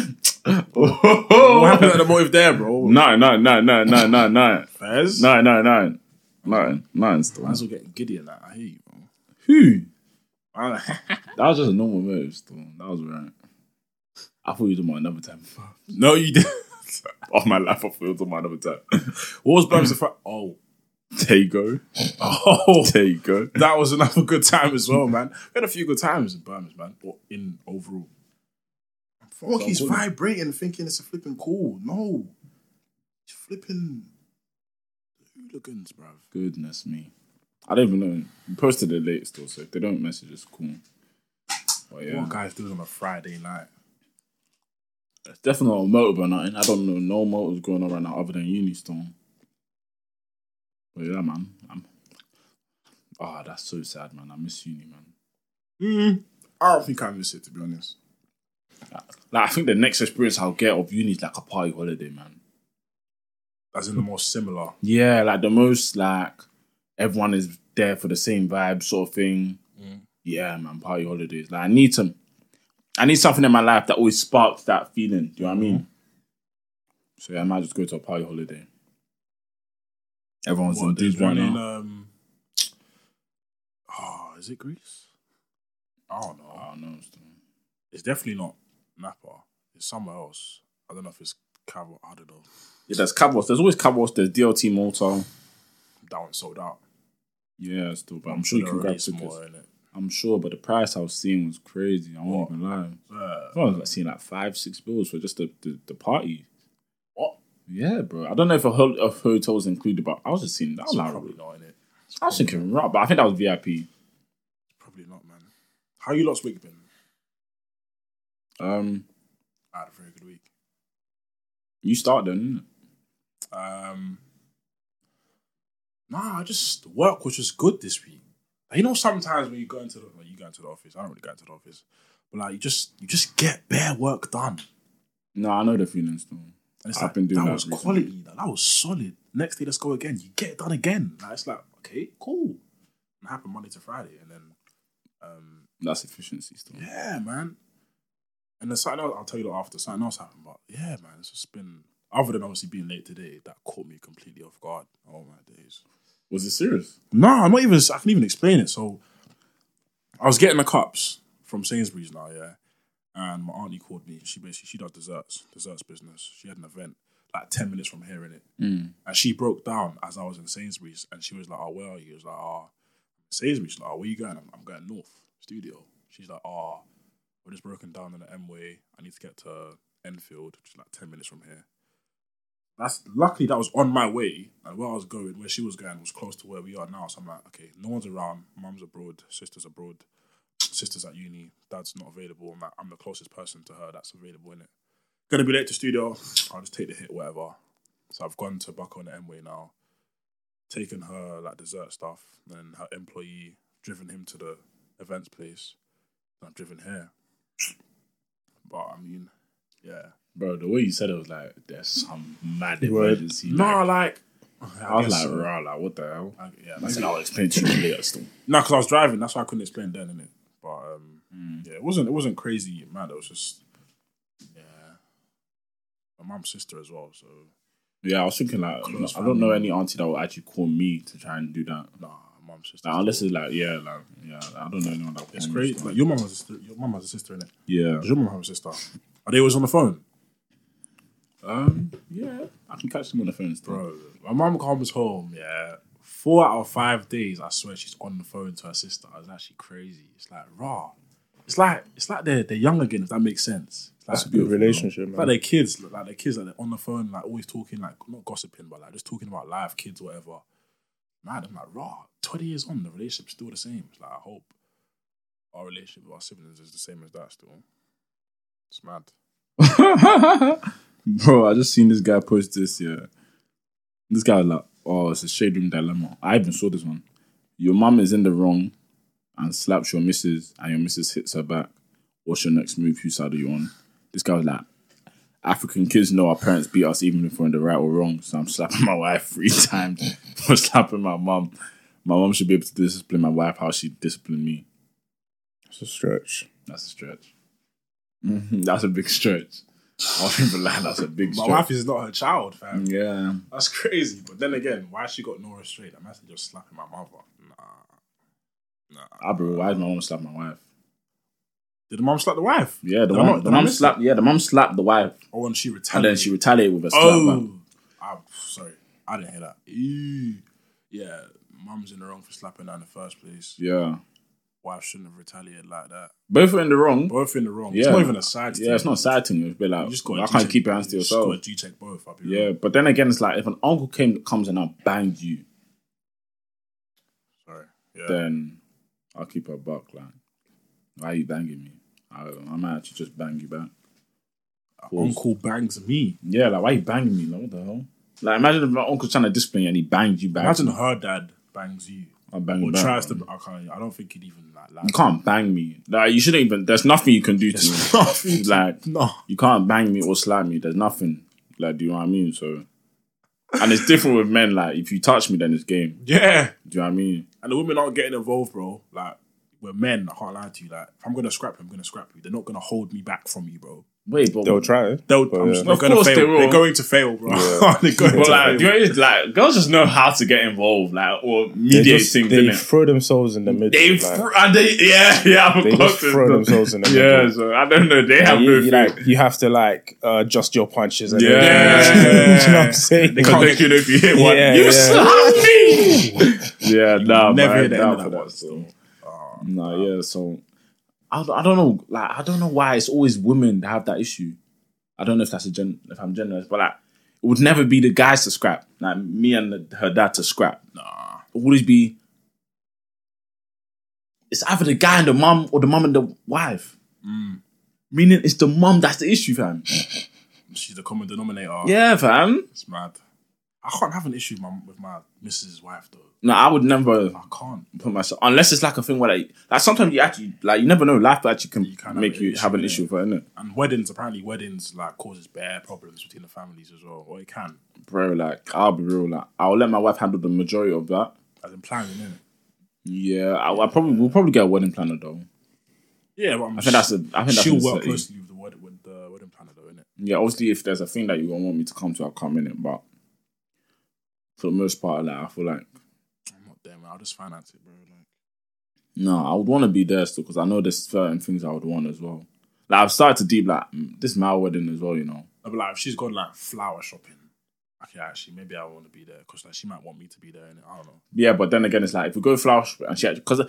[SPEAKER 1] think.
[SPEAKER 3] it- What happened at the motive there, bro?
[SPEAKER 1] Oh. No, no, no, no, no, no, no,
[SPEAKER 3] Fez?
[SPEAKER 1] no, no, no, no, no. Still,
[SPEAKER 3] Might as well getting giddy in that. I hear you, bro.
[SPEAKER 1] who?
[SPEAKER 3] I-
[SPEAKER 1] That was just a normal move. Still, that was right. I thought you were talking about another time.
[SPEAKER 3] no, you did.
[SPEAKER 1] Oh, All my life, I thought you were talking about another time.
[SPEAKER 3] What was Brahms? the fa- oh,
[SPEAKER 1] There you go.
[SPEAKER 3] Oh,
[SPEAKER 1] There you go.
[SPEAKER 3] that was another good time as well, man. We had a few good times in Birmingham, man, or in overall. Fuck, he's vibrating, thinking it's a flipping call. No, he's flipping hooligans, bruv.
[SPEAKER 1] Goodness me. I don't even know. We posted it late still, so if they don't message us, cool. But yeah.
[SPEAKER 3] What guys do on a Friday night?
[SPEAKER 1] It's definitely not a motive or nothing. I don't know no motives going on right now other than Uni Storm. But yeah, man. I'm... Oh, that's so sad, man. I miss Uni, man.
[SPEAKER 3] Mm, I don't think I miss it, to be honest.
[SPEAKER 1] Like, I think the next experience I'll get of uni is like a party holiday, man.
[SPEAKER 3] As in the most similar.
[SPEAKER 1] Yeah, like the most like everyone is there for the same vibe sort of thing.
[SPEAKER 3] Mm.
[SPEAKER 1] Yeah, man, party holidays. Like I need some I need something in my life that always sparks that feeling. Do you know what I
[SPEAKER 3] Mm-hmm.
[SPEAKER 1] mean? So yeah, I might just go to a party holiday. Everyone's in
[SPEAKER 3] What,
[SPEAKER 1] dudes
[SPEAKER 3] there's
[SPEAKER 1] right
[SPEAKER 3] one in
[SPEAKER 1] now.
[SPEAKER 3] um. Oh, is it Greece? I don't know.
[SPEAKER 1] Oh no, it's-
[SPEAKER 3] It's definitely not Napa. It's somewhere else. I don't know if it's Cabo. I don't know.
[SPEAKER 1] yeah, there's Cabos. There's always Cabos. There's DLT Malta.
[SPEAKER 3] That one's sold out.
[SPEAKER 1] Yeah, still, but I'm sure you
[SPEAKER 3] There
[SPEAKER 1] can
[SPEAKER 3] already
[SPEAKER 1] grab
[SPEAKER 3] is
[SPEAKER 1] tickets.
[SPEAKER 3] more in it.
[SPEAKER 1] I'm sure, but the price I was seeing was crazy. I won't even lie.
[SPEAKER 3] Uh,
[SPEAKER 1] I was like seeing like five, six bills for just the, the, the party.
[SPEAKER 3] what?
[SPEAKER 1] Yeah, bro. I don't know if a whole of hotels included, but I was just seeing that.
[SPEAKER 3] That's
[SPEAKER 1] was like,
[SPEAKER 3] probably not in it.
[SPEAKER 1] I was thinking, right, but I think that was VIP.
[SPEAKER 3] Probably not, man. How you lot's week been?
[SPEAKER 1] Um,
[SPEAKER 3] I had a very good week.
[SPEAKER 1] you start then.
[SPEAKER 3] Um, nah, I just work was just good this week. Like, you know, sometimes when you go into the like, you go into the office, I don't really go into the office, but like you just you just get bare work done.
[SPEAKER 1] innit? No, I know the feeling still.
[SPEAKER 3] And it's
[SPEAKER 1] I've
[SPEAKER 3] like
[SPEAKER 1] been doing
[SPEAKER 3] that,
[SPEAKER 1] that
[SPEAKER 3] was
[SPEAKER 1] recently.
[SPEAKER 3] quality. Like, that was solid. Next day, let's go again. You get it done again. Like, it's like okay, cool. I'm happy Monday to Friday, and then um,
[SPEAKER 1] That's efficiency still.
[SPEAKER 3] yeah, man. And then something else, I'll tell you that after something else happened, but yeah, man, it's just been other than obviously being late today, that caught me completely off guard. Oh my days.
[SPEAKER 1] Was it serious?
[SPEAKER 3] No, I'm not even. I can even explain it. So, I was getting the cups from Sainsbury's now, yeah. And my auntie called me. She basically she does desserts, desserts business. She had an event like ten minutes from here in it,
[SPEAKER 1] Mm.
[SPEAKER 3] and she broke down as I was in Sainsbury's, and she was like, "Oh, where are you?" I was like, "Oh, Sainsbury's." She's like, oh, "Where you going?" I'm, I'm going north studio. She's like, "Oh, we're just broken down in the M way. I need to get to Enfield, which is like ten minutes from here." that's luckily that was on my way and where I was going, where she was going was close to where we are now. So I'm like, okay, no one's around. Mum's abroad, sister's abroad, sister's at uni, dad's not available. I'm like, I'm the closest person to her that's available in it. Gonna be late to studio. I'll just take the hit, whatever. So I've gone to Buck on the M way now, taken her like dessert stuff, and her employee, driven him to the events place, and I've driven here. But I mean, yeah.
[SPEAKER 1] Bro, the way you said it was like, there's some mad
[SPEAKER 2] Word.
[SPEAKER 1] emergency.
[SPEAKER 3] Nah,
[SPEAKER 1] Like,
[SPEAKER 3] like,
[SPEAKER 1] I was like, rah, like, what the hell?
[SPEAKER 3] I, yeah,
[SPEAKER 1] I
[SPEAKER 3] maybe-
[SPEAKER 1] said, I'll explain to you later still.
[SPEAKER 3] No, because I was driving. That's why I couldn't explain then, innit? But um,
[SPEAKER 2] Hmm.
[SPEAKER 3] yeah, it wasn't. It wasn't crazy, mad. It was just yeah. My mum's sister as well. So
[SPEAKER 1] Yeah, I was thinking like,
[SPEAKER 3] Close
[SPEAKER 1] I don't know any auntie that will actually call me to try and do that.
[SPEAKER 3] nah, my mum's sister.
[SPEAKER 1] Like, unless it's like, yeah, like, yeah, I don't know anyone that will
[SPEAKER 3] it's
[SPEAKER 1] call me,
[SPEAKER 3] crazy.
[SPEAKER 1] still.
[SPEAKER 3] Like your mum has a sister. Your mum has a sister in it.
[SPEAKER 1] Yeah.
[SPEAKER 3] Does your mum have a sister? Are they always on the phone,
[SPEAKER 1] Um, yeah, I can catch them on the phone still.
[SPEAKER 3] bro? My mum comes home. Yeah, four out of five days. I swear she's on the phone to her sister. It's actually crazy. It's like raw. It's like it's like they're they're young again. If that makes sense. It's
[SPEAKER 2] That's a
[SPEAKER 3] like-
[SPEAKER 2] good relationship,
[SPEAKER 3] Like
[SPEAKER 2] man.
[SPEAKER 3] their kids, like their kids, like they're on the phone, like always talking, like not gossiping, but like just talking about life, kids, whatever. Man, I'm like, raw. Twenty years on, the relationship's still the same. It's like I hope our relationship with our siblings is the same as that still. It's mad.
[SPEAKER 1] Bro, I just seen this guy post this. Yeah, this guy was like, oh, it's a shade room dilemma. I even saw this one. Your mum is in the wrong and slaps your missus, and your missus hits her back. What's your next move? Whose side are you on? This guy was like, African kids know our parents beat us even if we're in the right or wrong. So I'm slapping my wife three times for slapping my mum. My mum should be able to discipline my wife how she disciplined me.
[SPEAKER 2] It's a stretch.
[SPEAKER 1] That's a stretch. Mhm, That's a big stretch. I won't even lie, that's a big
[SPEAKER 3] My
[SPEAKER 1] stretch.
[SPEAKER 3] wife is not her child,
[SPEAKER 1] Mm.
[SPEAKER 3] fam.
[SPEAKER 1] yeah.
[SPEAKER 3] That's crazy. But then again, why she got no restraint? I'm actually just slapping my mother. Nah, nah.
[SPEAKER 1] Ah, bro, why did my mom slap my wife?
[SPEAKER 3] Did the mom slap the wife?
[SPEAKER 1] Yeah, the
[SPEAKER 3] Did I
[SPEAKER 1] mom,
[SPEAKER 3] not-
[SPEAKER 1] the
[SPEAKER 3] did I
[SPEAKER 1] mom
[SPEAKER 3] miss it?
[SPEAKER 1] slapped. Yeah, the mom slapped the wife,
[SPEAKER 3] Oh, and she retaliated.
[SPEAKER 1] Oh. and then she retaliated with a slap. back.
[SPEAKER 3] Oh, I'm sorry. I didn't hear that. Ew. yeah, mum's in the wrong for slapping her in the first place.
[SPEAKER 1] Yeah.
[SPEAKER 3] Wife shouldn't have retaliated like that.
[SPEAKER 1] Both are in the wrong.
[SPEAKER 3] Both in the wrong. It's
[SPEAKER 1] Yeah.
[SPEAKER 3] not even a side.
[SPEAKER 1] Yeah, it's not sad to me. It's a bit like,
[SPEAKER 3] You just got.
[SPEAKER 1] I can't keep your hands to yourself.
[SPEAKER 3] Got G check both. I'll be real.
[SPEAKER 1] Yeah, but then again, it's like if an uncle came comes and I banged you,
[SPEAKER 3] Sorry. Yeah.
[SPEAKER 1] then I'll keep a buck. Like, why are you banging me? I, I might actually just bang you back.
[SPEAKER 3] Uncle bangs me.
[SPEAKER 1] Yeah, like why you banging me? Like, what the hell? Like, imagine if my uncle's trying to discipline you and he banged you back.
[SPEAKER 3] Imagine her dad bangs you
[SPEAKER 1] I'm banging
[SPEAKER 3] or
[SPEAKER 1] back.
[SPEAKER 3] tries to. I can't. I don't think he'd even like. like
[SPEAKER 1] You can't bang me. Like, you shouldn't even. There's nothing you can do to
[SPEAKER 3] There's
[SPEAKER 1] me.
[SPEAKER 3] nothing to-
[SPEAKER 1] like,
[SPEAKER 3] no.
[SPEAKER 1] you can't bang me or slap me. There's nothing. Like, do you know what I mean? So, and it's different with men. Like, if you touch me, then it's game.
[SPEAKER 3] Yeah.
[SPEAKER 1] Do you know what I mean?
[SPEAKER 3] And the women aren't getting involved, bro. Like we're men. I can't lie to you. Like if I'm gonna scrap you, I'm gonna scrap you. They're not gonna hold me back from you, bro.
[SPEAKER 1] Wait, but
[SPEAKER 2] They'll try.
[SPEAKER 3] They'll,
[SPEAKER 2] But,
[SPEAKER 3] I'm
[SPEAKER 2] yeah.
[SPEAKER 3] just
[SPEAKER 1] Of
[SPEAKER 3] not gonna
[SPEAKER 1] course
[SPEAKER 3] fail.
[SPEAKER 1] they
[SPEAKER 3] They
[SPEAKER 1] will.
[SPEAKER 3] are going to fail, bro. They're going
[SPEAKER 1] But
[SPEAKER 3] to
[SPEAKER 1] like,
[SPEAKER 3] fail.
[SPEAKER 1] you know, it's like girls just know how to get involved, like or
[SPEAKER 2] They,
[SPEAKER 1] mediate
[SPEAKER 2] just,
[SPEAKER 1] things,
[SPEAKER 2] they
[SPEAKER 1] innit?
[SPEAKER 2] throw themselves in the middle.
[SPEAKER 1] They
[SPEAKER 2] like,
[SPEAKER 1] fr- and they yeah yeah. I
[SPEAKER 2] they
[SPEAKER 1] forgot
[SPEAKER 2] just
[SPEAKER 1] this.
[SPEAKER 2] throw themselves in the middle.
[SPEAKER 1] Yeah, so I don't know. They have
[SPEAKER 2] you,
[SPEAKER 1] no
[SPEAKER 2] you,
[SPEAKER 1] feeling.
[SPEAKER 2] like you have to like uh, adjust your punches. And
[SPEAKER 1] Yeah.
[SPEAKER 2] everything. you know what I'm saying.
[SPEAKER 3] They
[SPEAKER 1] Because
[SPEAKER 3] can't
[SPEAKER 1] they could if you hit one,
[SPEAKER 2] Yeah,
[SPEAKER 1] you
[SPEAKER 2] yeah.
[SPEAKER 1] slapped me. yeah, nah,
[SPEAKER 3] never
[SPEAKER 1] man,
[SPEAKER 3] hear the
[SPEAKER 1] nah,
[SPEAKER 3] end of that
[SPEAKER 1] for
[SPEAKER 3] one,
[SPEAKER 1] still. Nah, yeah. So I, I don't know. Like I don't know why it's always women that have that issue. I don't know if that's a gen if I'm generous, but like it would never be the guys to scrap. Like me and the, her dad to scrap.
[SPEAKER 3] Nah.
[SPEAKER 1] It would always be. It's either the guy and the mum or the mum and the wife.
[SPEAKER 3] Mm.
[SPEAKER 1] Meaning it's the mum that's the issue, fam.
[SPEAKER 3] She's the common denominator.
[SPEAKER 1] yeah, fam.
[SPEAKER 3] It's mad. I can't have an issue with my, with my missus' wife though.
[SPEAKER 1] No, I would never.
[SPEAKER 3] I can't.
[SPEAKER 1] put myself unless it's like a thing where like, like sometimes you actually like you never know life actually can
[SPEAKER 3] can have
[SPEAKER 1] make
[SPEAKER 3] an
[SPEAKER 1] you
[SPEAKER 3] issue,
[SPEAKER 1] have an
[SPEAKER 3] innit?
[SPEAKER 1] issue for it, innit?
[SPEAKER 3] And weddings, apparently, weddings like causes bare problems between the families as well. Or it can,
[SPEAKER 1] bro like I'll be real like I'll let my wife handle the majority of that
[SPEAKER 3] as in planning, innit?
[SPEAKER 1] yeah I, I probably we'll probably get a wedding planner though
[SPEAKER 3] Yeah, but I'm
[SPEAKER 1] I think that's a I think that's
[SPEAKER 3] she'll
[SPEAKER 1] a
[SPEAKER 3] work
[SPEAKER 1] necessity.
[SPEAKER 3] closely with the, wed- with the wedding planner though, innit?
[SPEAKER 1] yeah obviously if there's a thing that you don't want me to come to I'll come in it but for the most part like I feel like
[SPEAKER 3] I'm not there, man. I'll just finance it, bro. Like,
[SPEAKER 1] no I would want to be there still because I know there's certain things I would want as well like I've started to deep like mm, this is my wedding as well you know
[SPEAKER 3] no, but like, if she's gone like flower shopping, okay, actually, maybe I want to be there because like she might want me to be there, innit? I don't know.
[SPEAKER 1] Yeah, but then again, it's like if we go flower shop and she because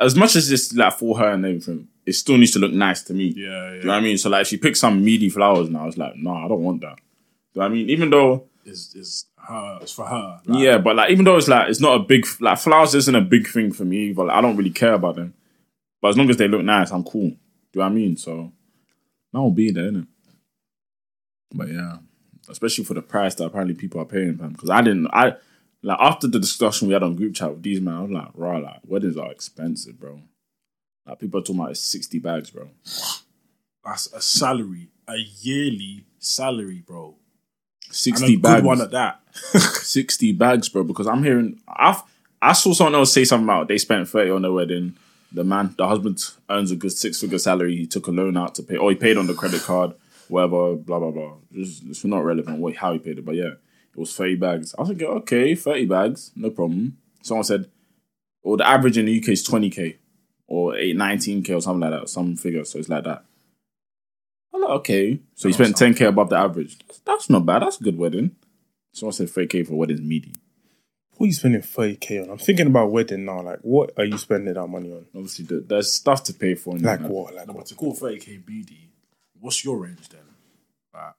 [SPEAKER 1] as much as it's like for her and everything, it still needs to look nice to me.
[SPEAKER 3] Yeah,
[SPEAKER 1] Do you know what I mean? So like, if she picks some meaty flowers now, it's like, no, I don't want that. Do you know what I mean? Even though,
[SPEAKER 3] Is is her? It's for her. Like,
[SPEAKER 1] yeah, but like, even though it's like, it's not a big like flowers isn't a big thing for me, but like, I don't really care about them. But as long as they look nice, I'm cool. Do you know what I mean? So I'll be there, innit? But yeah, especially for the price that apparently people are paying, fam. Because I didn't, I like after the discussion we had on group chat with these man, I was like, rah, like weddings are expensive, bro. Like people are talking about it's sixty bags, bro.
[SPEAKER 3] That's a salary, a yearly salary, bro. And a
[SPEAKER 1] Sixty
[SPEAKER 3] good
[SPEAKER 1] bags,
[SPEAKER 3] one at that.
[SPEAKER 1] sixty bags, bro. Because I'm hearing, I I saw someone else say something about they spent thirty on their wedding. The man, the husband earns a good six figure salary. He took a loan out to pay, or he paid on the credit card, whatever, blah blah blah. It's, it's not relevant what how he paid it, but yeah, it was thirty bags. I was thinking, okay, thirty bags, no problem. Someone said, well, the average in the UK is twenty k, or eight nineteen k, or something like that, or some figure. So it's like that. I'm like, okay, so he spent ten k above the average. That's, that's not bad. That's a good wedding. Someone said 3K for weddings meaty.
[SPEAKER 2] Who are you spending 30k on? I'm thinking about wedding now. Like, what are you spending that money on?
[SPEAKER 1] Obviously, th- there's stuff to pay for. In
[SPEAKER 2] Like
[SPEAKER 1] that.
[SPEAKER 2] what? Like
[SPEAKER 3] No,
[SPEAKER 2] what?
[SPEAKER 3] but to call thirty k BD, what's your range then? Like,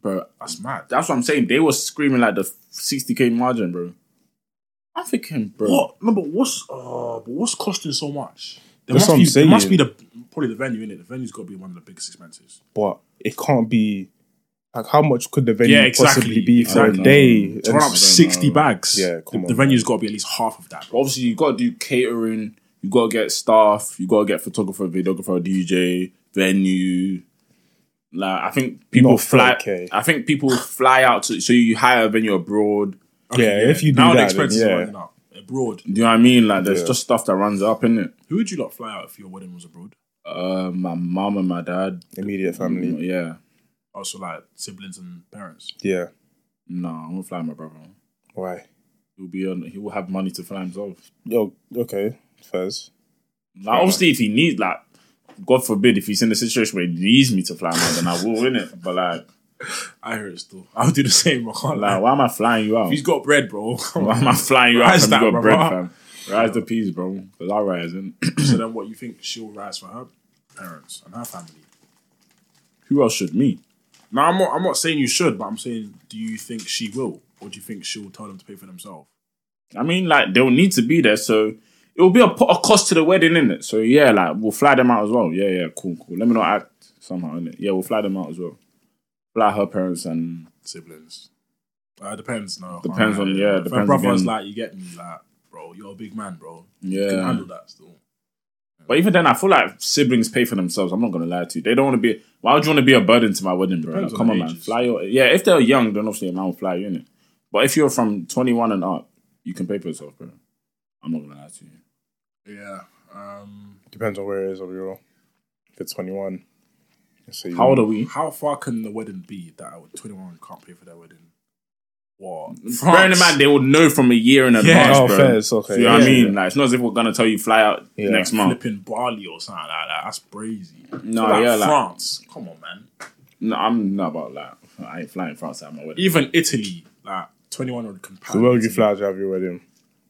[SPEAKER 1] Bro,
[SPEAKER 3] that's mad.
[SPEAKER 1] uh, that's what I'm saying. They were screaming like the 60K margin, bro. I'm thinking, bro.
[SPEAKER 3] What? No, but what's uh, but what's costing so much? There
[SPEAKER 2] That's
[SPEAKER 3] must
[SPEAKER 2] what I'm
[SPEAKER 3] be, there must
[SPEAKER 2] saying.
[SPEAKER 3] be the probably the venue in it. The venue's got to be one of the biggest expenses.
[SPEAKER 2] But it can't be. Like, how much could the venue
[SPEAKER 3] Yeah, exactly,
[SPEAKER 2] possibly be for
[SPEAKER 1] exactly.
[SPEAKER 2] a day?
[SPEAKER 3] To run up
[SPEAKER 2] And-
[SPEAKER 3] sixty bags,
[SPEAKER 2] Yeah, come
[SPEAKER 3] the,
[SPEAKER 2] on,
[SPEAKER 3] the
[SPEAKER 2] man.
[SPEAKER 3] venue's got to be at least half of that. Bro.
[SPEAKER 1] Obviously, you got to do catering. You got to get staff. You got to get photographer, videographer, DJ, venue. Like, I think people
[SPEAKER 2] Not
[SPEAKER 1] fly.
[SPEAKER 2] 4K.
[SPEAKER 1] I think people fly out to. So you hire a venue abroad.
[SPEAKER 2] yeah, if you do
[SPEAKER 3] now the
[SPEAKER 2] that, then,
[SPEAKER 3] expenses are
[SPEAKER 2] yeah.
[SPEAKER 3] running up abroad.
[SPEAKER 1] Do you know what I mean? Like, there's
[SPEAKER 2] Yeah.
[SPEAKER 1] just stuff that runs up, innit?
[SPEAKER 3] Who would you lot fly out if your wedding was abroad?
[SPEAKER 1] Uh, my mom and my dad.
[SPEAKER 2] Immediate family.
[SPEAKER 1] Yeah.
[SPEAKER 3] Also, like siblings and parents.
[SPEAKER 2] Yeah.
[SPEAKER 1] No, I won't fly my brother.
[SPEAKER 2] Why?
[SPEAKER 1] He'll be on. He will have money to fly himself.
[SPEAKER 2] Yo, okay. Fez.
[SPEAKER 1] Like, obviously, if he needs, like, God forbid, if he's in a situation where he needs me to fly more, then I will, innit? But, like,
[SPEAKER 3] I hear it still. I'll do the same. I can't lie.
[SPEAKER 1] Like, why am I flying you out?
[SPEAKER 3] If he's got bread, bro. so
[SPEAKER 1] Why am I flying you out?
[SPEAKER 3] Rise
[SPEAKER 1] I've got
[SPEAKER 3] that, brother.
[SPEAKER 1] bread, fam. Rise the peas, bro. Cause I rising.
[SPEAKER 3] then what you think she'll rise for her parents and her family?
[SPEAKER 1] Who else should me?
[SPEAKER 3] Now I'm not I'm not saying you should, but I'm saying do you think she will? Or do you think she'll tell them to pay for themselves?
[SPEAKER 1] I mean, like they'll need to be there, so it will be a, po- a cost to the wedding, innit? So yeah, like we'll fly them out as well. Yeah, yeah, cool, cool. Let me not act somehow, innit? Yeah, we'll fly them out as well. Fly her parents and
[SPEAKER 3] Siblings. Uh, depends, no. I can't
[SPEAKER 1] Depends
[SPEAKER 3] lie.
[SPEAKER 1] on- yeah,
[SPEAKER 3] If
[SPEAKER 1] depends
[SPEAKER 3] her brother's
[SPEAKER 1] again.
[SPEAKER 3] like, you get me, like, bro, you're a big man, bro. You can
[SPEAKER 1] yeah.
[SPEAKER 3] handle that still.
[SPEAKER 1] But even then, I feel like siblings pay for themselves. I'm not gonna lie to you. They don't want to be. Why would you want to be a burden to my wedding, bro?
[SPEAKER 3] Depends
[SPEAKER 1] Like, come
[SPEAKER 3] on
[SPEAKER 1] on,
[SPEAKER 3] the
[SPEAKER 1] man.
[SPEAKER 3] ages.
[SPEAKER 1] Fly your yeah. If they're young, then obviously a man will fly you, innit? But if you're from 21 and up, you can pay for yourself, bro. I'm not gonna lie to you.
[SPEAKER 3] Yeah. Um,
[SPEAKER 2] Depends on where it is of your. If it's 21. So you
[SPEAKER 1] How old are we?
[SPEAKER 3] how far can the wedding be that I would- 21 can't pay for their wedding? What?
[SPEAKER 1] Bearing in mind, they would know from a year in advance,
[SPEAKER 2] Oh,
[SPEAKER 1] bro.
[SPEAKER 2] fair. It's okay.
[SPEAKER 1] So, you know
[SPEAKER 2] Yeah,
[SPEAKER 1] what I mean?
[SPEAKER 2] yeah.
[SPEAKER 1] Like, it's not as if we're gonna tell you fly out
[SPEAKER 2] Yeah.
[SPEAKER 1] next month.
[SPEAKER 3] flipping Bali or something like that. That's crazy.
[SPEAKER 1] No,
[SPEAKER 3] like
[SPEAKER 1] yeah, like-
[SPEAKER 3] France. Come on, man.
[SPEAKER 1] No, I'm not about that. I ain't flying France at my wedding.
[SPEAKER 3] Even Italy, like 21 would compare.
[SPEAKER 2] So where would you fly to have your wedding?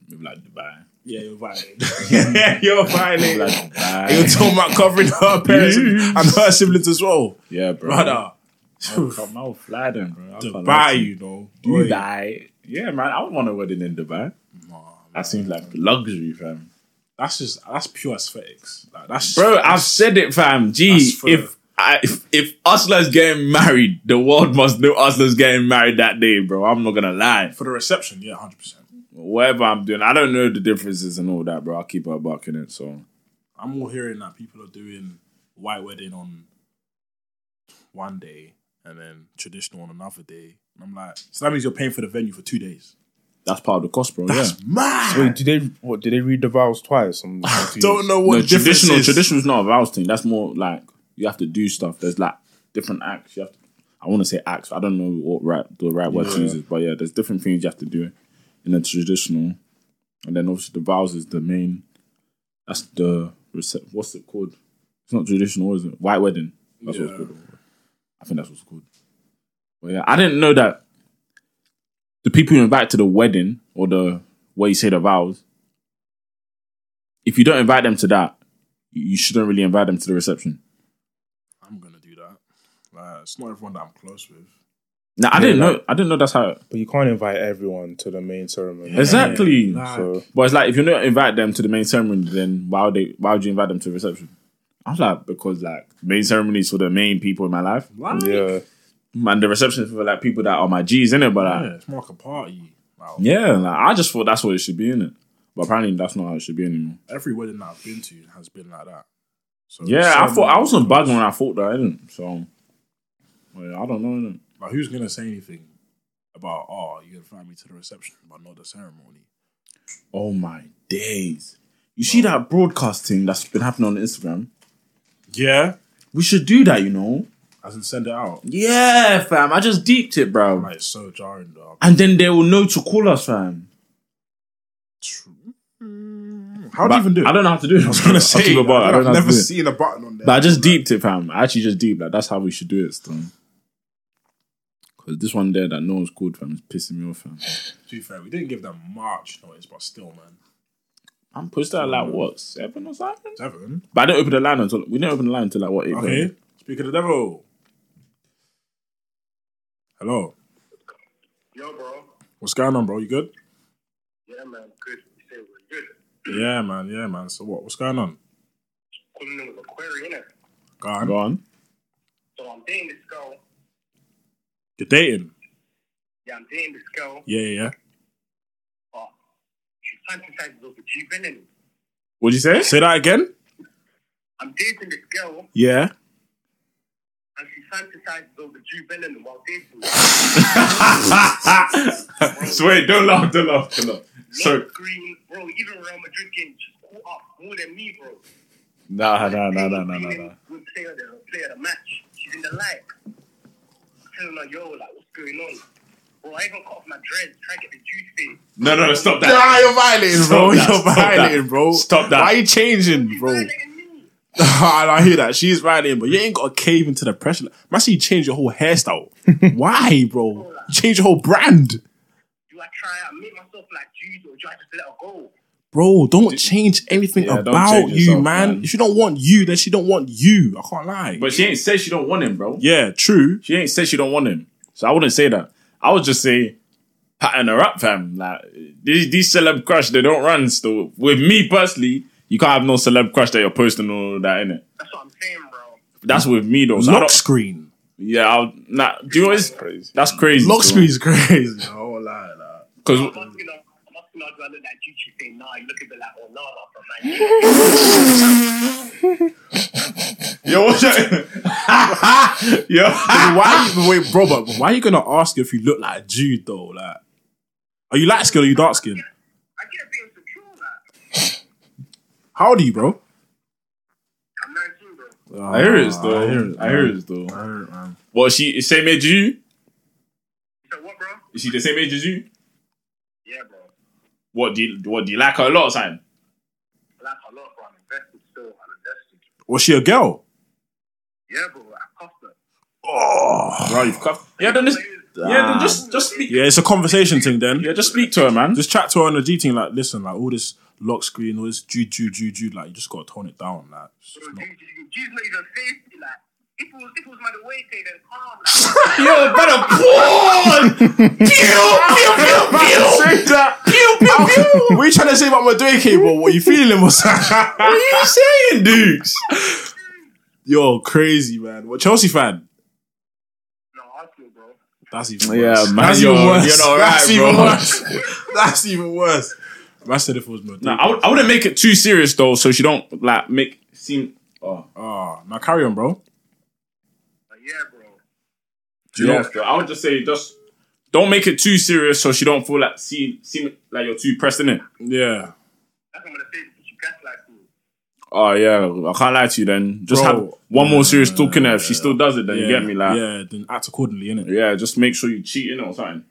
[SPEAKER 1] Maybe like Dubai.
[SPEAKER 3] Yeah, you're violating. yeah, you're
[SPEAKER 1] Maybe
[SPEAKER 3] violating.
[SPEAKER 1] like
[SPEAKER 3] You're
[SPEAKER 1] Dubai.
[SPEAKER 3] talking about covering her parents and and her siblings as well.
[SPEAKER 1] yeah, bro.
[SPEAKER 3] Brother.
[SPEAKER 1] I'll come- I'll fly them, bro.
[SPEAKER 3] Dubai, you know. Oi.
[SPEAKER 1] Dubai. Yeah, man. I would want a wedding in Dubai.
[SPEAKER 3] Nah, man.
[SPEAKER 1] That seems like luxury, fam.
[SPEAKER 3] That's just, that's pure aesthetics. Like, that's
[SPEAKER 1] Bro, I've said it, fam. Gee,
[SPEAKER 3] That's for
[SPEAKER 1] if I, if if Usler's getting married, the world must know Usler's getting married that day, bro. I'm not gonna lie.
[SPEAKER 3] For the reception, yeah, 100%.
[SPEAKER 1] Whatever I'm doing, I don't know the differences and all that, bro. I'll keep her buck in it. So
[SPEAKER 3] I'm all hearing that people are doing white wedding on one day and then traditional on another day. And I'm like, so that means you're paying for the venue for two days.
[SPEAKER 1] that's part of the cost, bro. yeah.
[SPEAKER 3] That's mad.
[SPEAKER 2] Wait, do they what? Do they read the vows twice? I'm confused.
[SPEAKER 3] Don't know what
[SPEAKER 1] No,
[SPEAKER 3] difference
[SPEAKER 1] traditional
[SPEAKER 3] is.
[SPEAKER 1] traditional is not a vows thing. That's more like you have to do stuff. There's like different acts. You have to. I want to say acts. I don't know what right the right word to use is, but yeah, there's different things you have to do in the traditional, and then obviously the vows is the main. That's the rece- what's it called? It's not traditional, is it? White wedding. That's what
[SPEAKER 3] Yeah.
[SPEAKER 1] it's called. I think that's what's called. But yeah, I didn't know that the people you invite to the wedding or the where you say the vows, if you don't invite them to that, you you shouldn't really invite them to the reception.
[SPEAKER 3] I'm gonna do that. Like, it's not everyone that I'm close with.
[SPEAKER 1] Now I
[SPEAKER 2] Yeah,
[SPEAKER 1] didn't
[SPEAKER 2] like-
[SPEAKER 1] know. I didn't know that's how. it-
[SPEAKER 2] But you can't invite everyone to the main ceremony.
[SPEAKER 1] Exactly.
[SPEAKER 3] Like,
[SPEAKER 2] So
[SPEAKER 1] But it's like if you don't invite them to the main ceremony, then why would they? Why would you invite them to the reception? I was like, because like main ceremony is for the main people in my life,
[SPEAKER 3] like, yeah.
[SPEAKER 2] yeah,
[SPEAKER 1] and the reception is for like people that are my G's in it. But like,
[SPEAKER 3] It's more like a party. Like,
[SPEAKER 1] yeah, like, I just thought that's what it should be in it. But apparently, that's not how it should be anymore.
[SPEAKER 3] Every wedding that I've been to has been like that. So
[SPEAKER 1] Yeah, I
[SPEAKER 3] so
[SPEAKER 1] thought I
[SPEAKER 3] many-
[SPEAKER 1] wasn't bugging when I thought that, I didn't. So, well, yeah, I don't know. innit?
[SPEAKER 3] Like, who's gonna say anything about? Oh, you invite me to the reception, but not the ceremony.
[SPEAKER 1] Oh my days! You see that broadcasting that's been happening on Instagram?
[SPEAKER 3] Yeah,
[SPEAKER 1] We should do that, you know?
[SPEAKER 3] as in send it out.
[SPEAKER 1] Yeah, fam. I just deeped it, bro.
[SPEAKER 3] Like, it's so jarring, dog.
[SPEAKER 1] And then they will know to call us, fam.
[SPEAKER 3] How do you even do? it?
[SPEAKER 1] I don't know how to do it. I was gonna
[SPEAKER 3] Say,
[SPEAKER 1] I
[SPEAKER 3] I
[SPEAKER 1] don't know
[SPEAKER 3] have
[SPEAKER 1] how to
[SPEAKER 3] never
[SPEAKER 1] do it.
[SPEAKER 3] seen a button on there.
[SPEAKER 1] But I just deeped it, fam. I actually just deeped. Like that's how we should do it, still. Cause this one there that no one's called, fam, is pissing me off, fam.
[SPEAKER 3] to be fair, we didn't give them much notice, but still, man,
[SPEAKER 1] I'm pushed out like what seven or something.
[SPEAKER 3] Devon.
[SPEAKER 1] But I didn't open the line until we didn't open the line until like what eight.
[SPEAKER 3] Okay, speak of the devil. Hello.
[SPEAKER 4] Yo, bro.
[SPEAKER 3] What's going on, bro? You good?
[SPEAKER 4] Yeah, man. Good. You say we're good.
[SPEAKER 3] Yeah, man. Yeah, man. So what? What's going on?
[SPEAKER 4] Calling in with a query, innit?
[SPEAKER 3] Gone.
[SPEAKER 1] Go on.
[SPEAKER 4] So I'm dating this girl.
[SPEAKER 3] You're dating.
[SPEAKER 4] Yeah, I'm dating this girl.
[SPEAKER 3] Yeah, yeah. yeah.
[SPEAKER 4] But she fantasizes over cheating, innit?
[SPEAKER 1] What'd you say?
[SPEAKER 3] Say that again.
[SPEAKER 4] I'm dating this girl,
[SPEAKER 3] Yeah.
[SPEAKER 4] and she fantasizes over cheating, innit? While dating me.
[SPEAKER 1] Swear, don't laugh, don't laugh, don't laugh.
[SPEAKER 4] So,
[SPEAKER 1] So
[SPEAKER 4] green, bro. Even Real Madrid game, she's caught up more than me, bro.
[SPEAKER 1] nah, nah, nah, nah,
[SPEAKER 4] Green
[SPEAKER 1] nah, nah,
[SPEAKER 4] Green
[SPEAKER 1] nah.
[SPEAKER 4] Good player, of the player, of the match. She's in the light. Telling her, yo, like, what's going on? Bro, I even cut off my dreads. Try to get the juice thing.
[SPEAKER 1] No, no, stop
[SPEAKER 3] Nah, you're violating, bro.
[SPEAKER 1] that,
[SPEAKER 3] you're
[SPEAKER 1] stop
[SPEAKER 3] violating,
[SPEAKER 1] that.
[SPEAKER 3] bro.
[SPEAKER 1] Stop that.
[SPEAKER 3] Why you changing,
[SPEAKER 4] She's
[SPEAKER 3] bro?
[SPEAKER 4] violating me.
[SPEAKER 3] I hear that. She's violating, but you ain't got to cave into the pressure. Man, see, you change your whole hairstyle. Why, bro? You change your whole brand.
[SPEAKER 4] Do I try and make myself like Jude or do I just let her go?
[SPEAKER 3] Bro, don't change everything
[SPEAKER 1] Yeah, don't
[SPEAKER 3] about
[SPEAKER 1] change
[SPEAKER 3] you,
[SPEAKER 1] yourself,
[SPEAKER 3] man.
[SPEAKER 1] man.
[SPEAKER 3] If she don't want you, then she don't want you. I can't lie.
[SPEAKER 1] But she ain't said she don't want him, bro.
[SPEAKER 3] yeah, true.
[SPEAKER 1] She ain't said she don't want him. So I wouldn't say that. I would just say pattern her up, fam. Like these these celeb crush, they don't run still. With me personally, you can't have no celeb crush that you're posting and all of that in it.
[SPEAKER 4] That's what I'm saying, bro.
[SPEAKER 1] That's with me though. So I
[SPEAKER 3] Lock
[SPEAKER 1] don't,
[SPEAKER 3] screen.
[SPEAKER 1] yeah, I'll, nah. Do you know it's
[SPEAKER 2] Crazy.
[SPEAKER 1] that's crazy.
[SPEAKER 3] Lock screen is crazy. I won't lie. Like.
[SPEAKER 1] because
[SPEAKER 4] I'm asking her, I'm asking her, do I look like Jude? She's saying, nah, you look a bit like Onana from Man
[SPEAKER 1] yo, what's that? yo,
[SPEAKER 3] why? You, wait, bro, but why are you gonna ask if you look like a Jude though? Like, are you light skinned or you dark skinned?
[SPEAKER 4] I get a bit insecure, like.
[SPEAKER 3] How old are you, bro?
[SPEAKER 4] I'm 19, bro.
[SPEAKER 1] I hear it though. I hear it, though.
[SPEAKER 3] Ah, I hear it, man.
[SPEAKER 1] Well, she is same age as you.
[SPEAKER 4] So what, bro?
[SPEAKER 1] Is she the same age as you?
[SPEAKER 4] Yeah, bro.
[SPEAKER 1] What do you what do you like her a lot, son?
[SPEAKER 4] I like her a lot, bro. I'm invested still. I'm invested.
[SPEAKER 3] Was she a girl?
[SPEAKER 4] Yeah, bro. I cuffed her.
[SPEAKER 3] Oh.
[SPEAKER 1] Bro, you've cuffed. Yeah, then just yeah, then just just speak.
[SPEAKER 3] Yeah, it's a conversation thing then.
[SPEAKER 1] Yeah, just speak to her, man.
[SPEAKER 3] Just chat to her on the G thing, like, listen, like, all this lock screen, all this Jude, Jude, Jude, Jude, like, you just gotta tone it down, like. it's just
[SPEAKER 4] Bro,
[SPEAKER 3] not-
[SPEAKER 4] Jude- Jude- Jude's not even safety, like. If it was, if it was my way, say then calm, like.
[SPEAKER 1] Yo, better porn. pew, pew, pew, pew. Say that. Pew, pew, pew.
[SPEAKER 3] what are you trying to say about Madueke, bro? What you feeling him or something?
[SPEAKER 1] What are you saying, Dukes?
[SPEAKER 3] Yo, crazy, man. What, Chelsea fan?
[SPEAKER 4] No, Arsenal, bro.
[SPEAKER 3] That's even worse. That's
[SPEAKER 1] yo,
[SPEAKER 3] even worse.
[SPEAKER 1] you're not
[SPEAKER 3] That's
[SPEAKER 1] right,
[SPEAKER 3] even
[SPEAKER 1] bro.
[SPEAKER 3] worse. That's even worse. Man said if it was Madueke.
[SPEAKER 1] Nah, I, would- I wouldn't make it too serious though, so she don't like make seem. Oh,
[SPEAKER 3] Ah, now carry on, bro.
[SPEAKER 4] But yeah, bro.
[SPEAKER 1] you know, bro, I would just say just don't make it too serious, so she don't feel like see seem like you're too pressed in it.
[SPEAKER 3] Yeah.
[SPEAKER 4] That's what I'm gonna say. She gaslights me.
[SPEAKER 1] Oh yeah, I can't lie to you. Then just
[SPEAKER 3] Bro.
[SPEAKER 1] have one more serious talking there. If she still does it, then you get me, like yeah.
[SPEAKER 3] Yeah, then act accordingly, innit?
[SPEAKER 1] just make sure you cheat in or something.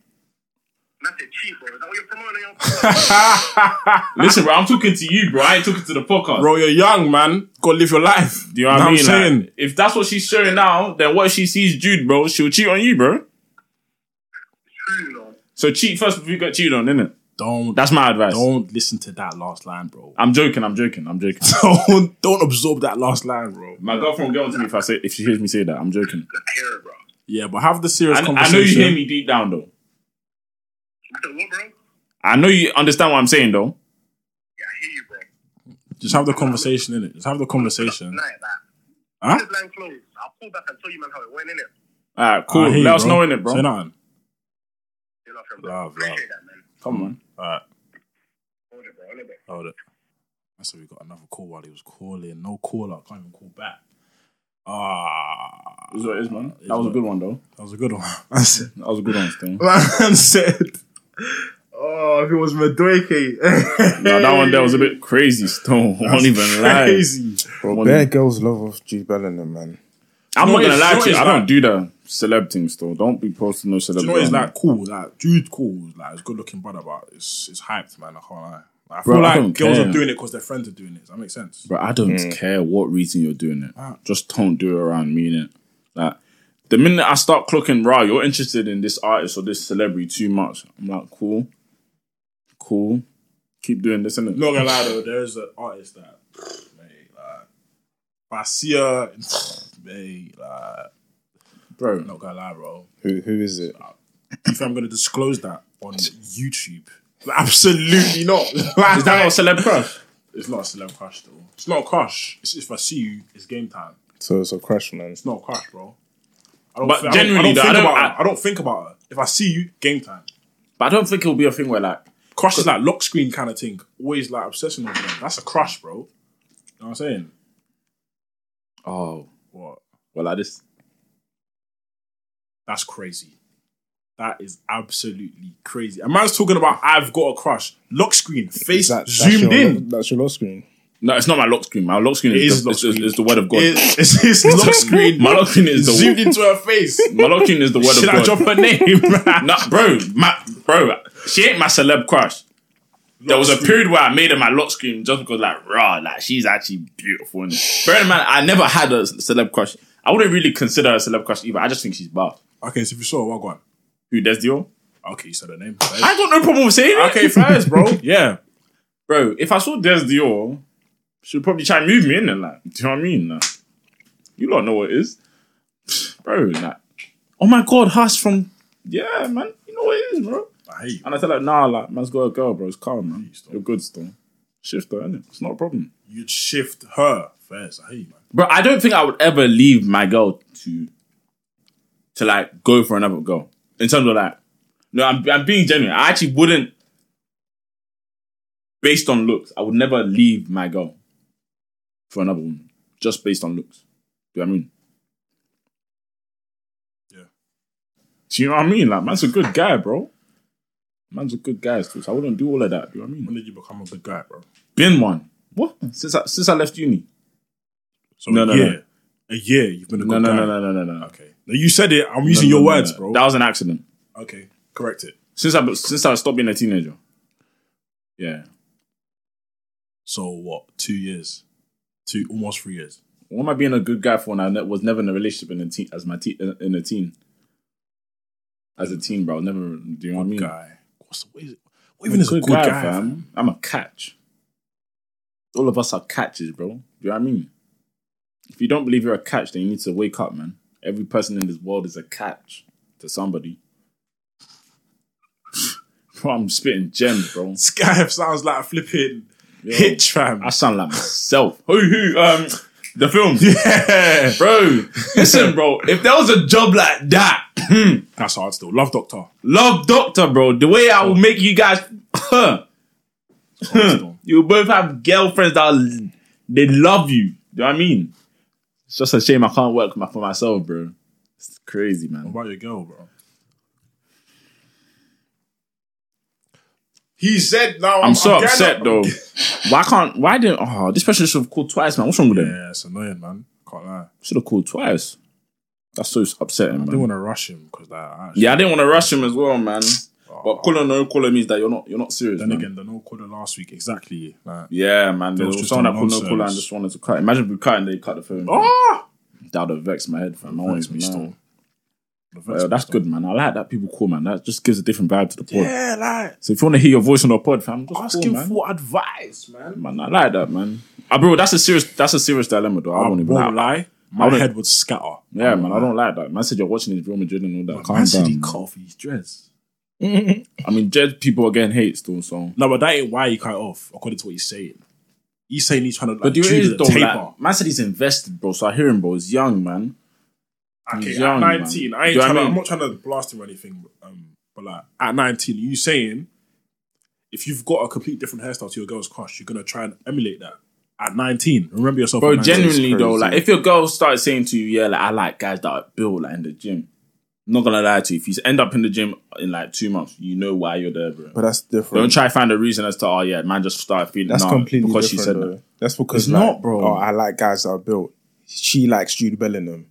[SPEAKER 4] And I said, cheap, bro. Is that what you're promoting? Your
[SPEAKER 1] Listen, bro, I'm talking to you, bro. I ain't talking to the podcast.
[SPEAKER 3] Bro, you're young, man. Go live your life.
[SPEAKER 1] Do you know what I
[SPEAKER 3] I'm
[SPEAKER 1] mean? Like,
[SPEAKER 3] saying?
[SPEAKER 1] if that's what she's showing now, then what if she sees Jude, bro, she'll cheat on you, bro.
[SPEAKER 4] true, Lord.
[SPEAKER 1] So cheat first before you get cheated on, innit?
[SPEAKER 3] Don't
[SPEAKER 1] That's my advice.
[SPEAKER 3] don't listen to that last line, bro.
[SPEAKER 1] I'm joking. I'm joking. I'm joking.
[SPEAKER 3] Don't don't absorb that last line, bro.
[SPEAKER 1] My girlfriend will get on to me if I say if she hears me say that. I'm joking.
[SPEAKER 4] I hear it, bro.
[SPEAKER 3] Yeah, but have the serious
[SPEAKER 1] I, I know
[SPEAKER 3] conversation.
[SPEAKER 1] you hear me deep down, though.
[SPEAKER 4] You said what, bro? Yeah,
[SPEAKER 1] I know you understand what I'm saying, though.
[SPEAKER 4] I hear you, bro.
[SPEAKER 3] Just have the conversation in it. Just have the conversation.
[SPEAKER 4] Night, like.
[SPEAKER 3] Mm. Huh?
[SPEAKER 4] This line closed. I'll pull back and tell you, man, how it went, innit?
[SPEAKER 1] All right, cool.
[SPEAKER 3] I hear
[SPEAKER 1] Let
[SPEAKER 3] you,
[SPEAKER 1] us know in it, bro.
[SPEAKER 3] Say nothing.
[SPEAKER 4] You know, from bro.
[SPEAKER 3] Love,
[SPEAKER 4] Appreciate that, man.
[SPEAKER 1] Come on.
[SPEAKER 3] All right,
[SPEAKER 4] Hold it, bro. Hold it, bro.
[SPEAKER 3] hold it. I said we got another call while he was calling. No caller. Can't even call back. Ah,
[SPEAKER 1] This is what it is, man.
[SPEAKER 3] It's
[SPEAKER 1] That was a
[SPEAKER 3] what-
[SPEAKER 1] good one, though.
[SPEAKER 3] that was a good one. I said,
[SPEAKER 1] That was a good one, Sting.
[SPEAKER 3] man said, oh, if it was Madueke.
[SPEAKER 1] No, that one there was a bit crazy. Stone won't even lie.
[SPEAKER 3] crazy.
[SPEAKER 2] Bro,
[SPEAKER 1] One-
[SPEAKER 2] bare girls love of Jude Bellingham, man.
[SPEAKER 1] I'm
[SPEAKER 3] Do you
[SPEAKER 1] not
[SPEAKER 3] know
[SPEAKER 1] gonna
[SPEAKER 3] what
[SPEAKER 1] lie to
[SPEAKER 3] is- do you
[SPEAKER 1] you.
[SPEAKER 3] know
[SPEAKER 1] I
[SPEAKER 3] what
[SPEAKER 1] don't do the celeb thing. Still, don't be posting no celeb.
[SPEAKER 3] Do you know what? He's
[SPEAKER 1] drama.
[SPEAKER 3] like cool, like dude, cool, like he's good looking brother, but it's it's hyped, man. I can't lie. Like, I
[SPEAKER 1] Bro,
[SPEAKER 3] feel
[SPEAKER 1] I
[SPEAKER 3] like
[SPEAKER 1] don't
[SPEAKER 3] girls
[SPEAKER 1] care.
[SPEAKER 3] are doing it because their friends are doing it. Does that make sense?
[SPEAKER 1] Bro, I don't care what reason you're doing it.
[SPEAKER 3] Ah.
[SPEAKER 1] Just don't do it around me, innit? Like, the minute I start clocking, rah, you're interested in this artist or this celebrity too much. I'm like, cool, cool. Keep doing this, innit?
[SPEAKER 3] Not gonna lie though, there is an artist that, mate, like, if I see her, mate, like,
[SPEAKER 1] bro.
[SPEAKER 3] not gonna lie, bro.
[SPEAKER 2] Who who is it?
[SPEAKER 3] If I'm gonna disclose that on YouTube, Like, absolutely not. Like,
[SPEAKER 1] Is that not celeb crush?
[SPEAKER 3] It's not a celeb crush though. It's not a crush. It's if I see you, it's game time.
[SPEAKER 2] So it's a crush, man.
[SPEAKER 3] It's not a crush, bro. I don't
[SPEAKER 1] But
[SPEAKER 3] thi-
[SPEAKER 1] generally, though, I
[SPEAKER 3] think
[SPEAKER 1] don't-
[SPEAKER 3] about her.
[SPEAKER 1] I-
[SPEAKER 3] I don't think about her. If I see you, game time.
[SPEAKER 1] But I don't think it'll be a thing where, like,
[SPEAKER 3] Crush is like lock screen kind of thing. Always like obsessing over them. That's a crush, bro. You know what I'm saying?
[SPEAKER 1] oh,
[SPEAKER 3] What?
[SPEAKER 1] well, like this.
[SPEAKER 3] That's crazy. That is absolutely crazy. A man's talking about I've got a crush. Lock screen, face
[SPEAKER 2] Is that- that's
[SPEAKER 3] zoomed
[SPEAKER 2] your-
[SPEAKER 3] in.
[SPEAKER 2] That's your lock screen.
[SPEAKER 1] No, it's not my lock screen. My lock screen
[SPEAKER 3] It
[SPEAKER 1] is,
[SPEAKER 3] is
[SPEAKER 1] the,
[SPEAKER 3] lock
[SPEAKER 1] is- is-
[SPEAKER 3] screen.
[SPEAKER 1] is the word of God.
[SPEAKER 3] It's, it's his lock screen.
[SPEAKER 1] my lock screen is
[SPEAKER 3] zoomed
[SPEAKER 1] the
[SPEAKER 3] into her face.
[SPEAKER 1] my lock screen is the word of
[SPEAKER 3] Should
[SPEAKER 1] God.
[SPEAKER 3] I drop her name?
[SPEAKER 1] No, bro, my bro, she ain't my celeb crush. There was a period where I made her my lock screen just because, like, raw, like she's actually beautiful. And bear in mind, I never had a celeb crush. I wouldn't really consider her a celeb crush either. I just think she's buff.
[SPEAKER 3] Okay, so if you saw what one.
[SPEAKER 1] Who does deal?
[SPEAKER 3] Okay, you said the name.
[SPEAKER 1] I got no problem with saying it.
[SPEAKER 3] Okay, fires, bro. Yeah.
[SPEAKER 1] bro. If I saw Des Dior, she'd probably try and move me in there. Like, do you know what I mean? Like, you lot know what it is, bro. Like, oh my god, Hush from yeah, man. You know what it is, bro.
[SPEAKER 3] I hate you.
[SPEAKER 1] And I tell her, nah, like, man's got a girl, bro. It's calm, man. You're good still. Shift though, innit? It's not a problem.
[SPEAKER 3] You'd shift her first. I hate you, man.
[SPEAKER 1] Bro, I don't think I would ever leave my girl to to like go for another girl. In terms of like, no, I'm I'm being genuine. I actually wouldn't based on looks, I would never leave my girl for another woman. Just based on looks. Do you know what I mean?
[SPEAKER 3] Yeah.
[SPEAKER 1] Do you know what I mean? Like man's a good guy, bro. Man's a good guy, so I wouldn't do all of that. Do you know what I mean?
[SPEAKER 3] When did you become a good guy, bro?
[SPEAKER 1] Been one. What? Since I since I left uni.
[SPEAKER 3] So
[SPEAKER 1] No,
[SPEAKER 3] a
[SPEAKER 1] no,
[SPEAKER 3] year. A year you've been a good
[SPEAKER 1] No,
[SPEAKER 3] guy.
[SPEAKER 1] no, no, no, no, no, no.
[SPEAKER 3] Okay. No, you said it. I'm using
[SPEAKER 1] No,
[SPEAKER 3] your
[SPEAKER 1] no, no,
[SPEAKER 3] words,
[SPEAKER 1] no.
[SPEAKER 3] bro.
[SPEAKER 1] That was an accident.
[SPEAKER 3] okay. Correct it.
[SPEAKER 1] Since I since I stopped being a teenager. Yeah.
[SPEAKER 3] So what? Two years. Two almost three years.
[SPEAKER 1] What am I being a good guy for when I ne- was never in a relationship in a teen as my te- in a teen? As a teen, bro, I was never. Do you know what I mean?
[SPEAKER 3] Guy. What's the what is it? What
[SPEAKER 1] I'm
[SPEAKER 3] even is a good guy, fam?
[SPEAKER 1] I'm a catch. All of us are catches, bro. Do you know what I mean? If you don't believe you're a catch, then you need to wake up, man. Every person in this world is a catch to somebody. bro, I'm spitting gems, bro.
[SPEAKER 3] Skype sounds like a flipping
[SPEAKER 1] Yo.
[SPEAKER 3] hitch, fam.
[SPEAKER 1] I sound like myself. who, who, um, the film.
[SPEAKER 3] yeah.
[SPEAKER 1] Bro, listen, bro. If there was a job like that,
[SPEAKER 3] That's hard still. Love Doctor.
[SPEAKER 1] Love Doctor, bro, the way I will make you guys,
[SPEAKER 3] Hard still.
[SPEAKER 1] you both have girlfriends that are- they love you. Do you know what I mean? It's just a shame I can't work my- for myself, bro. It's crazy,
[SPEAKER 3] What
[SPEAKER 1] man.
[SPEAKER 3] about your girl, bro? He said now
[SPEAKER 1] I'm so upset though. Why can't? Why didn't? Oh, this person should have called twice, man. What's wrong with them?
[SPEAKER 3] Yeah, it's annoying, man. Can't lie.
[SPEAKER 1] Should have called twice. That's so upsetting,
[SPEAKER 3] I
[SPEAKER 1] man.
[SPEAKER 3] didn't want to rush him because like, I actually,
[SPEAKER 1] yeah, I didn't want to rush him as well, man. But calling no caller means that you're not you're not serious.
[SPEAKER 3] Oh. Then
[SPEAKER 1] man.
[SPEAKER 3] again, the no caller last week exactly. Like,
[SPEAKER 1] Yeah, man. There
[SPEAKER 3] was
[SPEAKER 1] was,
[SPEAKER 3] just
[SPEAKER 1] someone
[SPEAKER 3] a
[SPEAKER 1] that called no
[SPEAKER 3] nonsense.
[SPEAKER 1] caller and just wanted to cut. Imagine if we cut and they cut the phone. Ah!
[SPEAKER 3] oh,
[SPEAKER 1] That would have vexed my head, fam. I
[SPEAKER 3] Vex
[SPEAKER 1] wouldn't
[SPEAKER 3] me
[SPEAKER 1] know.
[SPEAKER 3] still. The Vex
[SPEAKER 1] Well,
[SPEAKER 3] me
[SPEAKER 1] uh, that's
[SPEAKER 3] still.
[SPEAKER 1] good, man. I like that people call, man. That just gives a different vibe to the pod.
[SPEAKER 3] Yeah, like
[SPEAKER 1] So if you want to hear your voice on the pod, fam, just call,
[SPEAKER 3] asking
[SPEAKER 1] man.
[SPEAKER 3] for advice, man.
[SPEAKER 1] man, I like that, man. Ah, bro, that's a serious, that's a serious dilemma, though. I,
[SPEAKER 3] I
[SPEAKER 1] won't
[SPEAKER 3] won't
[SPEAKER 1] even lie.
[SPEAKER 3] lie. My
[SPEAKER 1] wouldn't-
[SPEAKER 3] head would scatter.
[SPEAKER 1] Yeah, man, I don't like that. Man said you're watching his Real Madrid and all that. Calm
[SPEAKER 3] Man said he
[SPEAKER 1] down.
[SPEAKER 3] cut off his dress.
[SPEAKER 1] man. I mean, Jed people are getting hate still, so.
[SPEAKER 3] No, but that ain't why he cut it off. According to what he's saying, he's saying he's trying to like,
[SPEAKER 1] But
[SPEAKER 3] do
[SPEAKER 1] do you
[SPEAKER 3] the
[SPEAKER 1] don't
[SPEAKER 3] taper.
[SPEAKER 1] like, Man said he's invested, bro. So I hear him, bro. He's young, man.
[SPEAKER 3] Okay,
[SPEAKER 1] He's young,
[SPEAKER 3] at 19,
[SPEAKER 1] man.
[SPEAKER 3] I
[SPEAKER 1] Do
[SPEAKER 3] ain't
[SPEAKER 1] you know what
[SPEAKER 3] trying
[SPEAKER 1] I
[SPEAKER 3] to, I'm
[SPEAKER 1] mean?
[SPEAKER 3] not trying to blast him or anything, um, but like at 19, you saying if you've got a complete different hairstyle to your girl's crush, you're gonna try and emulate that at 19. Remember yourself, at
[SPEAKER 1] Bro,
[SPEAKER 3] 19.
[SPEAKER 1] genuinely though,
[SPEAKER 2] crazy.
[SPEAKER 1] like if your girl starts saying to you, yeah, like I like guys that are built like in the gym. not gonna lie to you. If you end up in the gym in like two months, you know why you're there, bro.
[SPEAKER 2] But that's different.
[SPEAKER 1] Don't try to find a reason as to oh yeah, man just started feeling
[SPEAKER 2] That's
[SPEAKER 1] nah,
[SPEAKER 2] completely
[SPEAKER 1] because she
[SPEAKER 2] different.
[SPEAKER 1] said
[SPEAKER 2] though.
[SPEAKER 1] that.
[SPEAKER 2] That's because
[SPEAKER 1] It's
[SPEAKER 2] like,
[SPEAKER 1] not, bro.
[SPEAKER 2] Oh, I like guys that are built. She likes Jude Bellingham.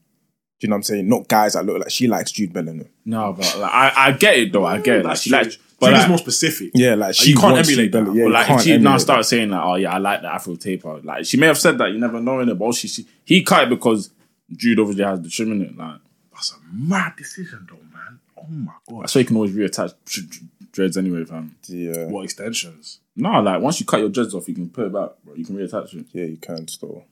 [SPEAKER 2] Do you know what I'm saying? Not guys that look like she likes Jude Bellingham.
[SPEAKER 1] No, but like, I, I get it though. I get it. Like, she likes,
[SPEAKER 3] but
[SPEAKER 1] but
[SPEAKER 3] he's
[SPEAKER 1] like,
[SPEAKER 3] more specific.
[SPEAKER 2] Yeah, like she
[SPEAKER 3] you can't
[SPEAKER 2] wants
[SPEAKER 3] emulate
[SPEAKER 2] Jude
[SPEAKER 3] that.
[SPEAKER 2] Bellingham. Yeah,
[SPEAKER 1] but,
[SPEAKER 2] you
[SPEAKER 1] like
[SPEAKER 2] can't
[SPEAKER 1] if she now
[SPEAKER 2] emulate that.
[SPEAKER 1] starts saying like oh yeah, I like the Afro taper. Like she may have said that you never know in it, but she, she he cut it because Jude obviously has the trim in it. Like
[SPEAKER 3] That's a mad decision, though, man. Oh my god.
[SPEAKER 1] that's why you can always reattach dreads anyway, fam.
[SPEAKER 2] Yeah,
[SPEAKER 3] What extensions?
[SPEAKER 1] No, like once you cut your dreads off, you can put it back, bro. You can reattach it.
[SPEAKER 2] yeah, you can still.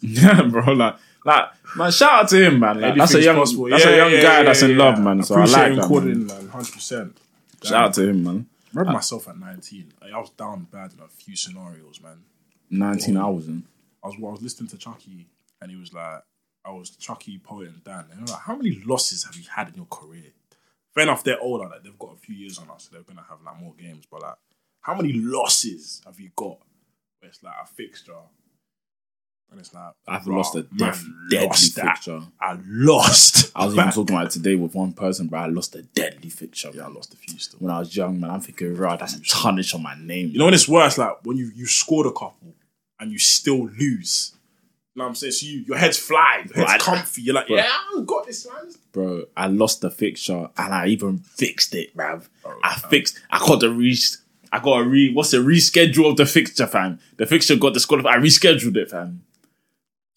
[SPEAKER 1] Yeah, bro. Like, like, man. Shout out to him, man. Like, that's a
[SPEAKER 3] Anything's
[SPEAKER 1] young,
[SPEAKER 3] possible.
[SPEAKER 1] that's
[SPEAKER 3] Yeah,
[SPEAKER 1] a young
[SPEAKER 3] yeah,
[SPEAKER 1] guy
[SPEAKER 3] yeah,
[SPEAKER 1] that's in
[SPEAKER 3] yeah,
[SPEAKER 1] love,
[SPEAKER 3] yeah.
[SPEAKER 1] man. So I
[SPEAKER 3] Appreciate
[SPEAKER 1] like
[SPEAKER 3] him
[SPEAKER 1] that. man.
[SPEAKER 3] calling, man, 100%.
[SPEAKER 1] Shout out to him, man.
[SPEAKER 3] Remember myself at 19. Like, I was down bad in a few scenarios, man.
[SPEAKER 1] Nineteen hours in.
[SPEAKER 3] I was, I was listening to Chucky, and he was like, I was Chucky, Poet, and Dan. And I'm like, how many losses have you had in your career? Fair enough, they're older, like they've got a few years on us, so they're gonna have like more games, but like, how many losses have you got where it's like a fixture? And it's like,
[SPEAKER 1] I've
[SPEAKER 3] bruh,
[SPEAKER 1] lost a
[SPEAKER 3] man,
[SPEAKER 1] death, deadly
[SPEAKER 3] lost that.
[SPEAKER 1] fixture.
[SPEAKER 3] I lost.
[SPEAKER 1] I was even talking about it today with one person, but I lost a deadly fixture.
[SPEAKER 3] yeah, I
[SPEAKER 1] man.
[SPEAKER 3] lost a few still.
[SPEAKER 1] When I was young, man, I'm thinking, right, that's a tarnish on my name.
[SPEAKER 3] You know when it's worse, like when you you scored a couple and you still lose. You know what I'm saying? So you, your head's fly, your
[SPEAKER 1] Right.
[SPEAKER 3] head's comfy. You're like,
[SPEAKER 1] Right.
[SPEAKER 3] yeah, I've got this, man.
[SPEAKER 1] bro. I lost the fixture and I even fixed it, bruv. I fixed. I got the re. I got a re. What's the reschedule of the fixture, fam? The fixture got disqualified. I rescheduled it, fam,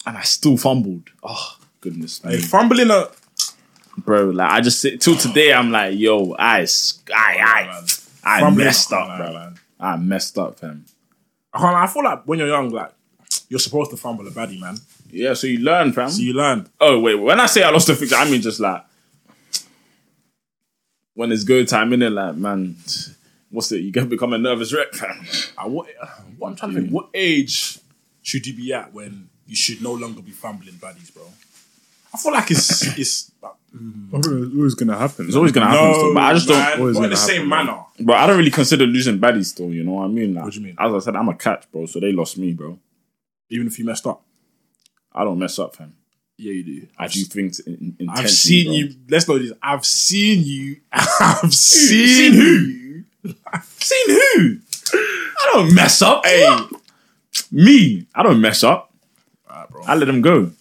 [SPEAKER 1] and I still fumbled. Oh goodness,
[SPEAKER 3] Hey,
[SPEAKER 1] me.
[SPEAKER 3] fumbling a
[SPEAKER 1] bro. Like I just sit till today. I'm like, yo, I, sc- I, I, I
[SPEAKER 3] From
[SPEAKER 1] messed
[SPEAKER 3] there,
[SPEAKER 1] up,
[SPEAKER 3] man,
[SPEAKER 1] bro.
[SPEAKER 3] man.
[SPEAKER 1] I messed up, fam.
[SPEAKER 3] I, can't, I feel like when you're young, like you're supposed to fumble a baddie, man.
[SPEAKER 1] Yeah, so you learn, fam.
[SPEAKER 3] So you learn.
[SPEAKER 1] oh wait, when I say I lost the fix, I mean just like when it's go time, innit? Like, man, what's it? You can become a nervous wreck, fam.
[SPEAKER 3] I, Uh, what, what I'm trying to think, what age should you be at when you should no longer be fumbling baddies, bro? I feel like it's it's.
[SPEAKER 2] It's always gonna happen.
[SPEAKER 1] It's always gonna happen, still, but I just
[SPEAKER 3] man,
[SPEAKER 1] don't.
[SPEAKER 2] Always
[SPEAKER 3] Not in
[SPEAKER 2] gonna
[SPEAKER 3] the same
[SPEAKER 2] happen, man.
[SPEAKER 3] manner.
[SPEAKER 1] But I don't really consider losing baddies still. You know what I mean? Like,
[SPEAKER 3] What do you mean?
[SPEAKER 1] As I said, I'm a catch, bro. So they lost me, bro.
[SPEAKER 3] Even if you messed up.
[SPEAKER 1] I don't mess up, fam.
[SPEAKER 3] Yeah, you do.
[SPEAKER 1] I do things in- in- intensely.
[SPEAKER 3] I've seen
[SPEAKER 1] bro.
[SPEAKER 3] you. Let's know this. I've seen you. I've seen,
[SPEAKER 1] Seen
[SPEAKER 3] you.
[SPEAKER 1] Seen who? I don't mess up. Hey, me. I don't mess up.
[SPEAKER 3] Alright, bro.
[SPEAKER 1] I let them go.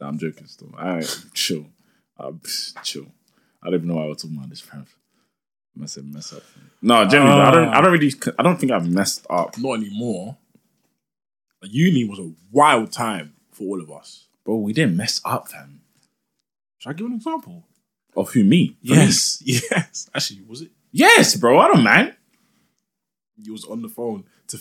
[SPEAKER 1] Nah, I'm joking still. All right, chill. Uh, psh, chill. I don't even know why I was talking about this, fam. I said mess up. No, generally, I don't. I don't really. I don't think I've messed up,
[SPEAKER 3] Not anymore. But Uni was a wild time for all of us.
[SPEAKER 1] bro. We didn't mess up, fam.
[SPEAKER 3] Should I give an example?
[SPEAKER 1] Of who me? For me?
[SPEAKER 3] Yes, yes. Actually, was it?
[SPEAKER 1] yes, bro. I don't mind.
[SPEAKER 3] You was on the phone to.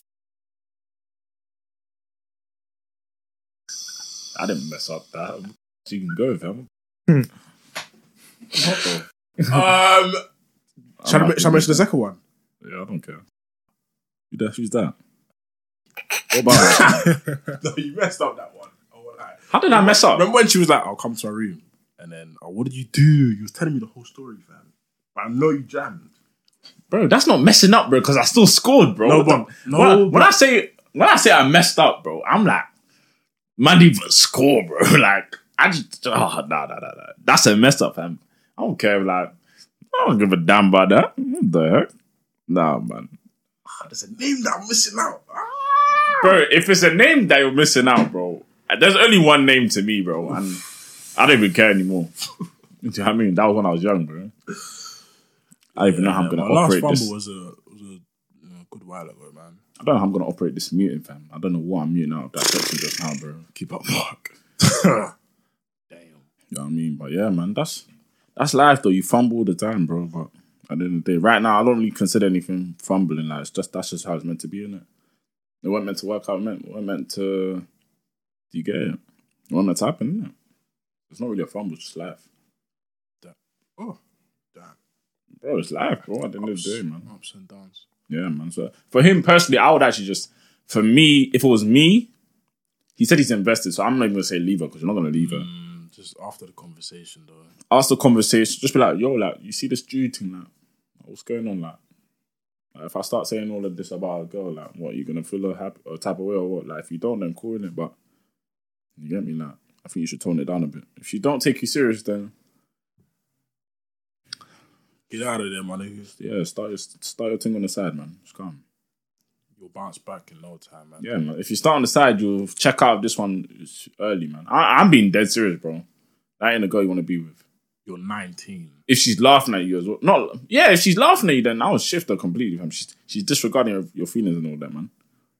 [SPEAKER 1] I didn't mess up. That so you can go, fam.
[SPEAKER 3] Hmm. Um, shall, I,
[SPEAKER 1] I'm
[SPEAKER 3] shall I mention the second one?
[SPEAKER 1] Yeah, I don't care. Who the who's that? What about that?
[SPEAKER 3] no, you messed up that one. Oh, like,
[SPEAKER 1] How did I mess up?
[SPEAKER 3] remember when she was like, "I'll come to her room," and then, "Oh, what did you do?" You was telling me the whole story, fam. But I know you jammed.
[SPEAKER 1] bro. That's not messing up, bro. Because I still scored, bro.
[SPEAKER 3] No,
[SPEAKER 1] What
[SPEAKER 3] but-
[SPEAKER 1] the-
[SPEAKER 3] no,
[SPEAKER 1] When I, when
[SPEAKER 3] but-
[SPEAKER 1] I say when I say I messed up, bro, I'm like, man, didn't even score, bro. like I just, oh, nah, nah, nah, nah. That's a mess up, fam. I don't care, like I don't give a damn about that. What the heck? Nah, man,
[SPEAKER 3] Ah, there's a name that I'm missing out. Ah.
[SPEAKER 1] bro. If it's a name that you're missing out, bro, there's only one name to me, bro, and I don't even care anymore. Do you know what I mean? That was when I was young, bro. I don't even know how I'm
[SPEAKER 3] Yeah,
[SPEAKER 1] gonna
[SPEAKER 3] my last
[SPEAKER 1] operate
[SPEAKER 3] fumble
[SPEAKER 1] this.
[SPEAKER 3] was a was a you know, good while ago, man.
[SPEAKER 1] I don't know how I'm gonna operate this muting, fam. I don't know what I'm muting out of that section just now, bro.
[SPEAKER 3] Keep up, Mark. Damn.
[SPEAKER 1] You know what I mean? But yeah, man, that's that's life though. You fumble all the time, bro. But at the end of the day, right now I don't really consider anything fumbling. Like it's just that's just how it's meant to be, innit? It wasn't meant to work out, it meant it wasn't meant to do you get it? It wasn't meant to happen, innit? It's not really a fumble, it's just life.
[SPEAKER 3] Oh, damn.
[SPEAKER 1] Bro, it's life, bro, at the end of the day, man.
[SPEAKER 3] Ups and downs.
[SPEAKER 1] Yeah, man. So for him personally, I would actually just for me, if it was me, he said he's invested, so I'm not even gonna say leave her because you're not gonna leave her.
[SPEAKER 3] Mm, just after the conversation, though.
[SPEAKER 1] ask the conversation, just be like, yo, like, you see this dude thing, like, like, what's going on, like? Like, if I start saying all of this about a girl, like, what, you gonna feel a, happy, a type of way or what? Like, if you don't, then cool it, but you get me, like, I think you should tone it down a bit. If she don't take you serious, then
[SPEAKER 3] Get out of there, my niggas.
[SPEAKER 1] yeah, start your, start your thing on the side, man. It's calm.
[SPEAKER 3] You'll bounce back in no time, man.
[SPEAKER 1] Yeah, man. If you start on the side, you'll check out of this one early, man. I, I'm being dead serious, bro. That ain't a girl you want to be with.
[SPEAKER 3] You're 19.
[SPEAKER 1] if she's laughing at you as well. Not yeah, if she's laughing at you, then I'll shift her completely. Fam. She's she's disregarding your, your feelings and all that, man.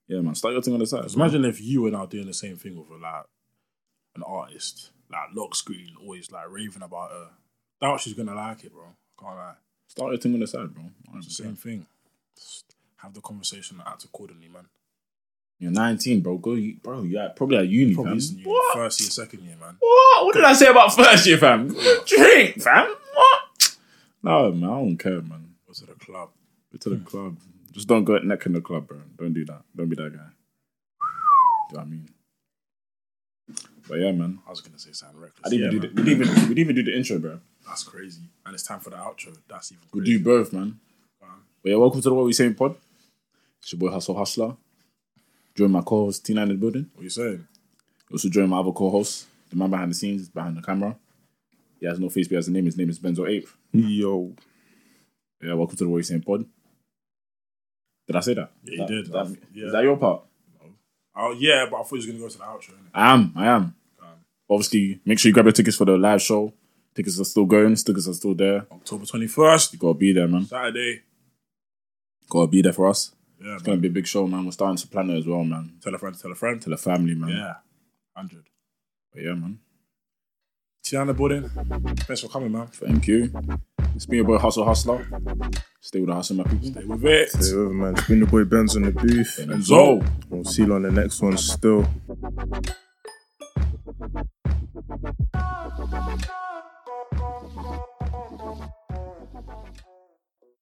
[SPEAKER 1] Yeah, man. Start your thing on the side.
[SPEAKER 3] Because imagine if you and I were doing the same thing with like an artist, like lock screen, always like raving about her. Doubt she's gonna like it, bro. Can't lie.
[SPEAKER 1] Start your thing on the side, bro.
[SPEAKER 3] It's the same thing. Just have the conversation and act accordingly, man.
[SPEAKER 1] You're 19, bro. Go, bro. You're at- probably at uni,
[SPEAKER 3] Probably
[SPEAKER 1] fam.
[SPEAKER 3] isn't you
[SPEAKER 1] What?
[SPEAKER 3] first year, second year, man.
[SPEAKER 1] What? What did I say about first year, fam? Drink, fam. What? No, man. I don't care, man.
[SPEAKER 3] Go to the club.
[SPEAKER 1] Go to the
[SPEAKER 3] Hmm.
[SPEAKER 1] club. Just don't go neck in the club, bro. Don't do that. Don't be that guy. Do you know what I mean? But yeah, man.
[SPEAKER 3] I was gonna say sound reckless.
[SPEAKER 1] I didn't
[SPEAKER 3] Yeah,
[SPEAKER 1] even do
[SPEAKER 3] man.
[SPEAKER 1] the, we didn't even we didn't even do the intro, bro.
[SPEAKER 3] That's crazy. And it's time for the outro. That's even
[SPEAKER 1] We
[SPEAKER 3] crazy.
[SPEAKER 1] do both, man.
[SPEAKER 3] Wow.
[SPEAKER 1] But yeah, welcome to the What We Saying pod. It's your boy Hustle Hustler. Join my co-host T9 in the building.
[SPEAKER 3] What are you saying?
[SPEAKER 1] Also join my other co-host, the man behind the scenes, behind the camera. He has no face, but he has a name. His name is Benzo8.
[SPEAKER 2] Yo,
[SPEAKER 1] Yeah, welcome to the What We Saying pod. Did I say that?
[SPEAKER 3] Yeah, you
[SPEAKER 1] That-
[SPEAKER 3] did.
[SPEAKER 1] that-
[SPEAKER 3] Yeah.
[SPEAKER 1] Is that your part?
[SPEAKER 3] Oh yeah, but I thought he was gonna go to the outro. innit?
[SPEAKER 1] I am. I am.
[SPEAKER 3] Um,
[SPEAKER 1] Obviously, make sure you grab your tickets for the live show. Tickets are still going. Stickers are still there.
[SPEAKER 3] October twenty first,
[SPEAKER 1] You gotta be there, man.
[SPEAKER 3] Saturday.
[SPEAKER 1] Gotta be there for us.
[SPEAKER 3] Yeah,
[SPEAKER 1] It's
[SPEAKER 3] man.
[SPEAKER 1] gonna be a big show, man. We're starting to plan it as well, man. Mm.
[SPEAKER 3] Tell a friend, tell a friend.
[SPEAKER 1] To the family, man.
[SPEAKER 3] Yeah, hundred.
[SPEAKER 1] But yeah, man.
[SPEAKER 3] See you in the building. Thanks for coming, man.
[SPEAKER 1] Thank you. It's been your boy Hustle Hustler. Stay with the hustle, my people.
[SPEAKER 3] Stay with it.
[SPEAKER 2] Stay over, man. It's been the boy Benz on the booth.
[SPEAKER 1] And Zo.
[SPEAKER 2] We'll see you on the next one still.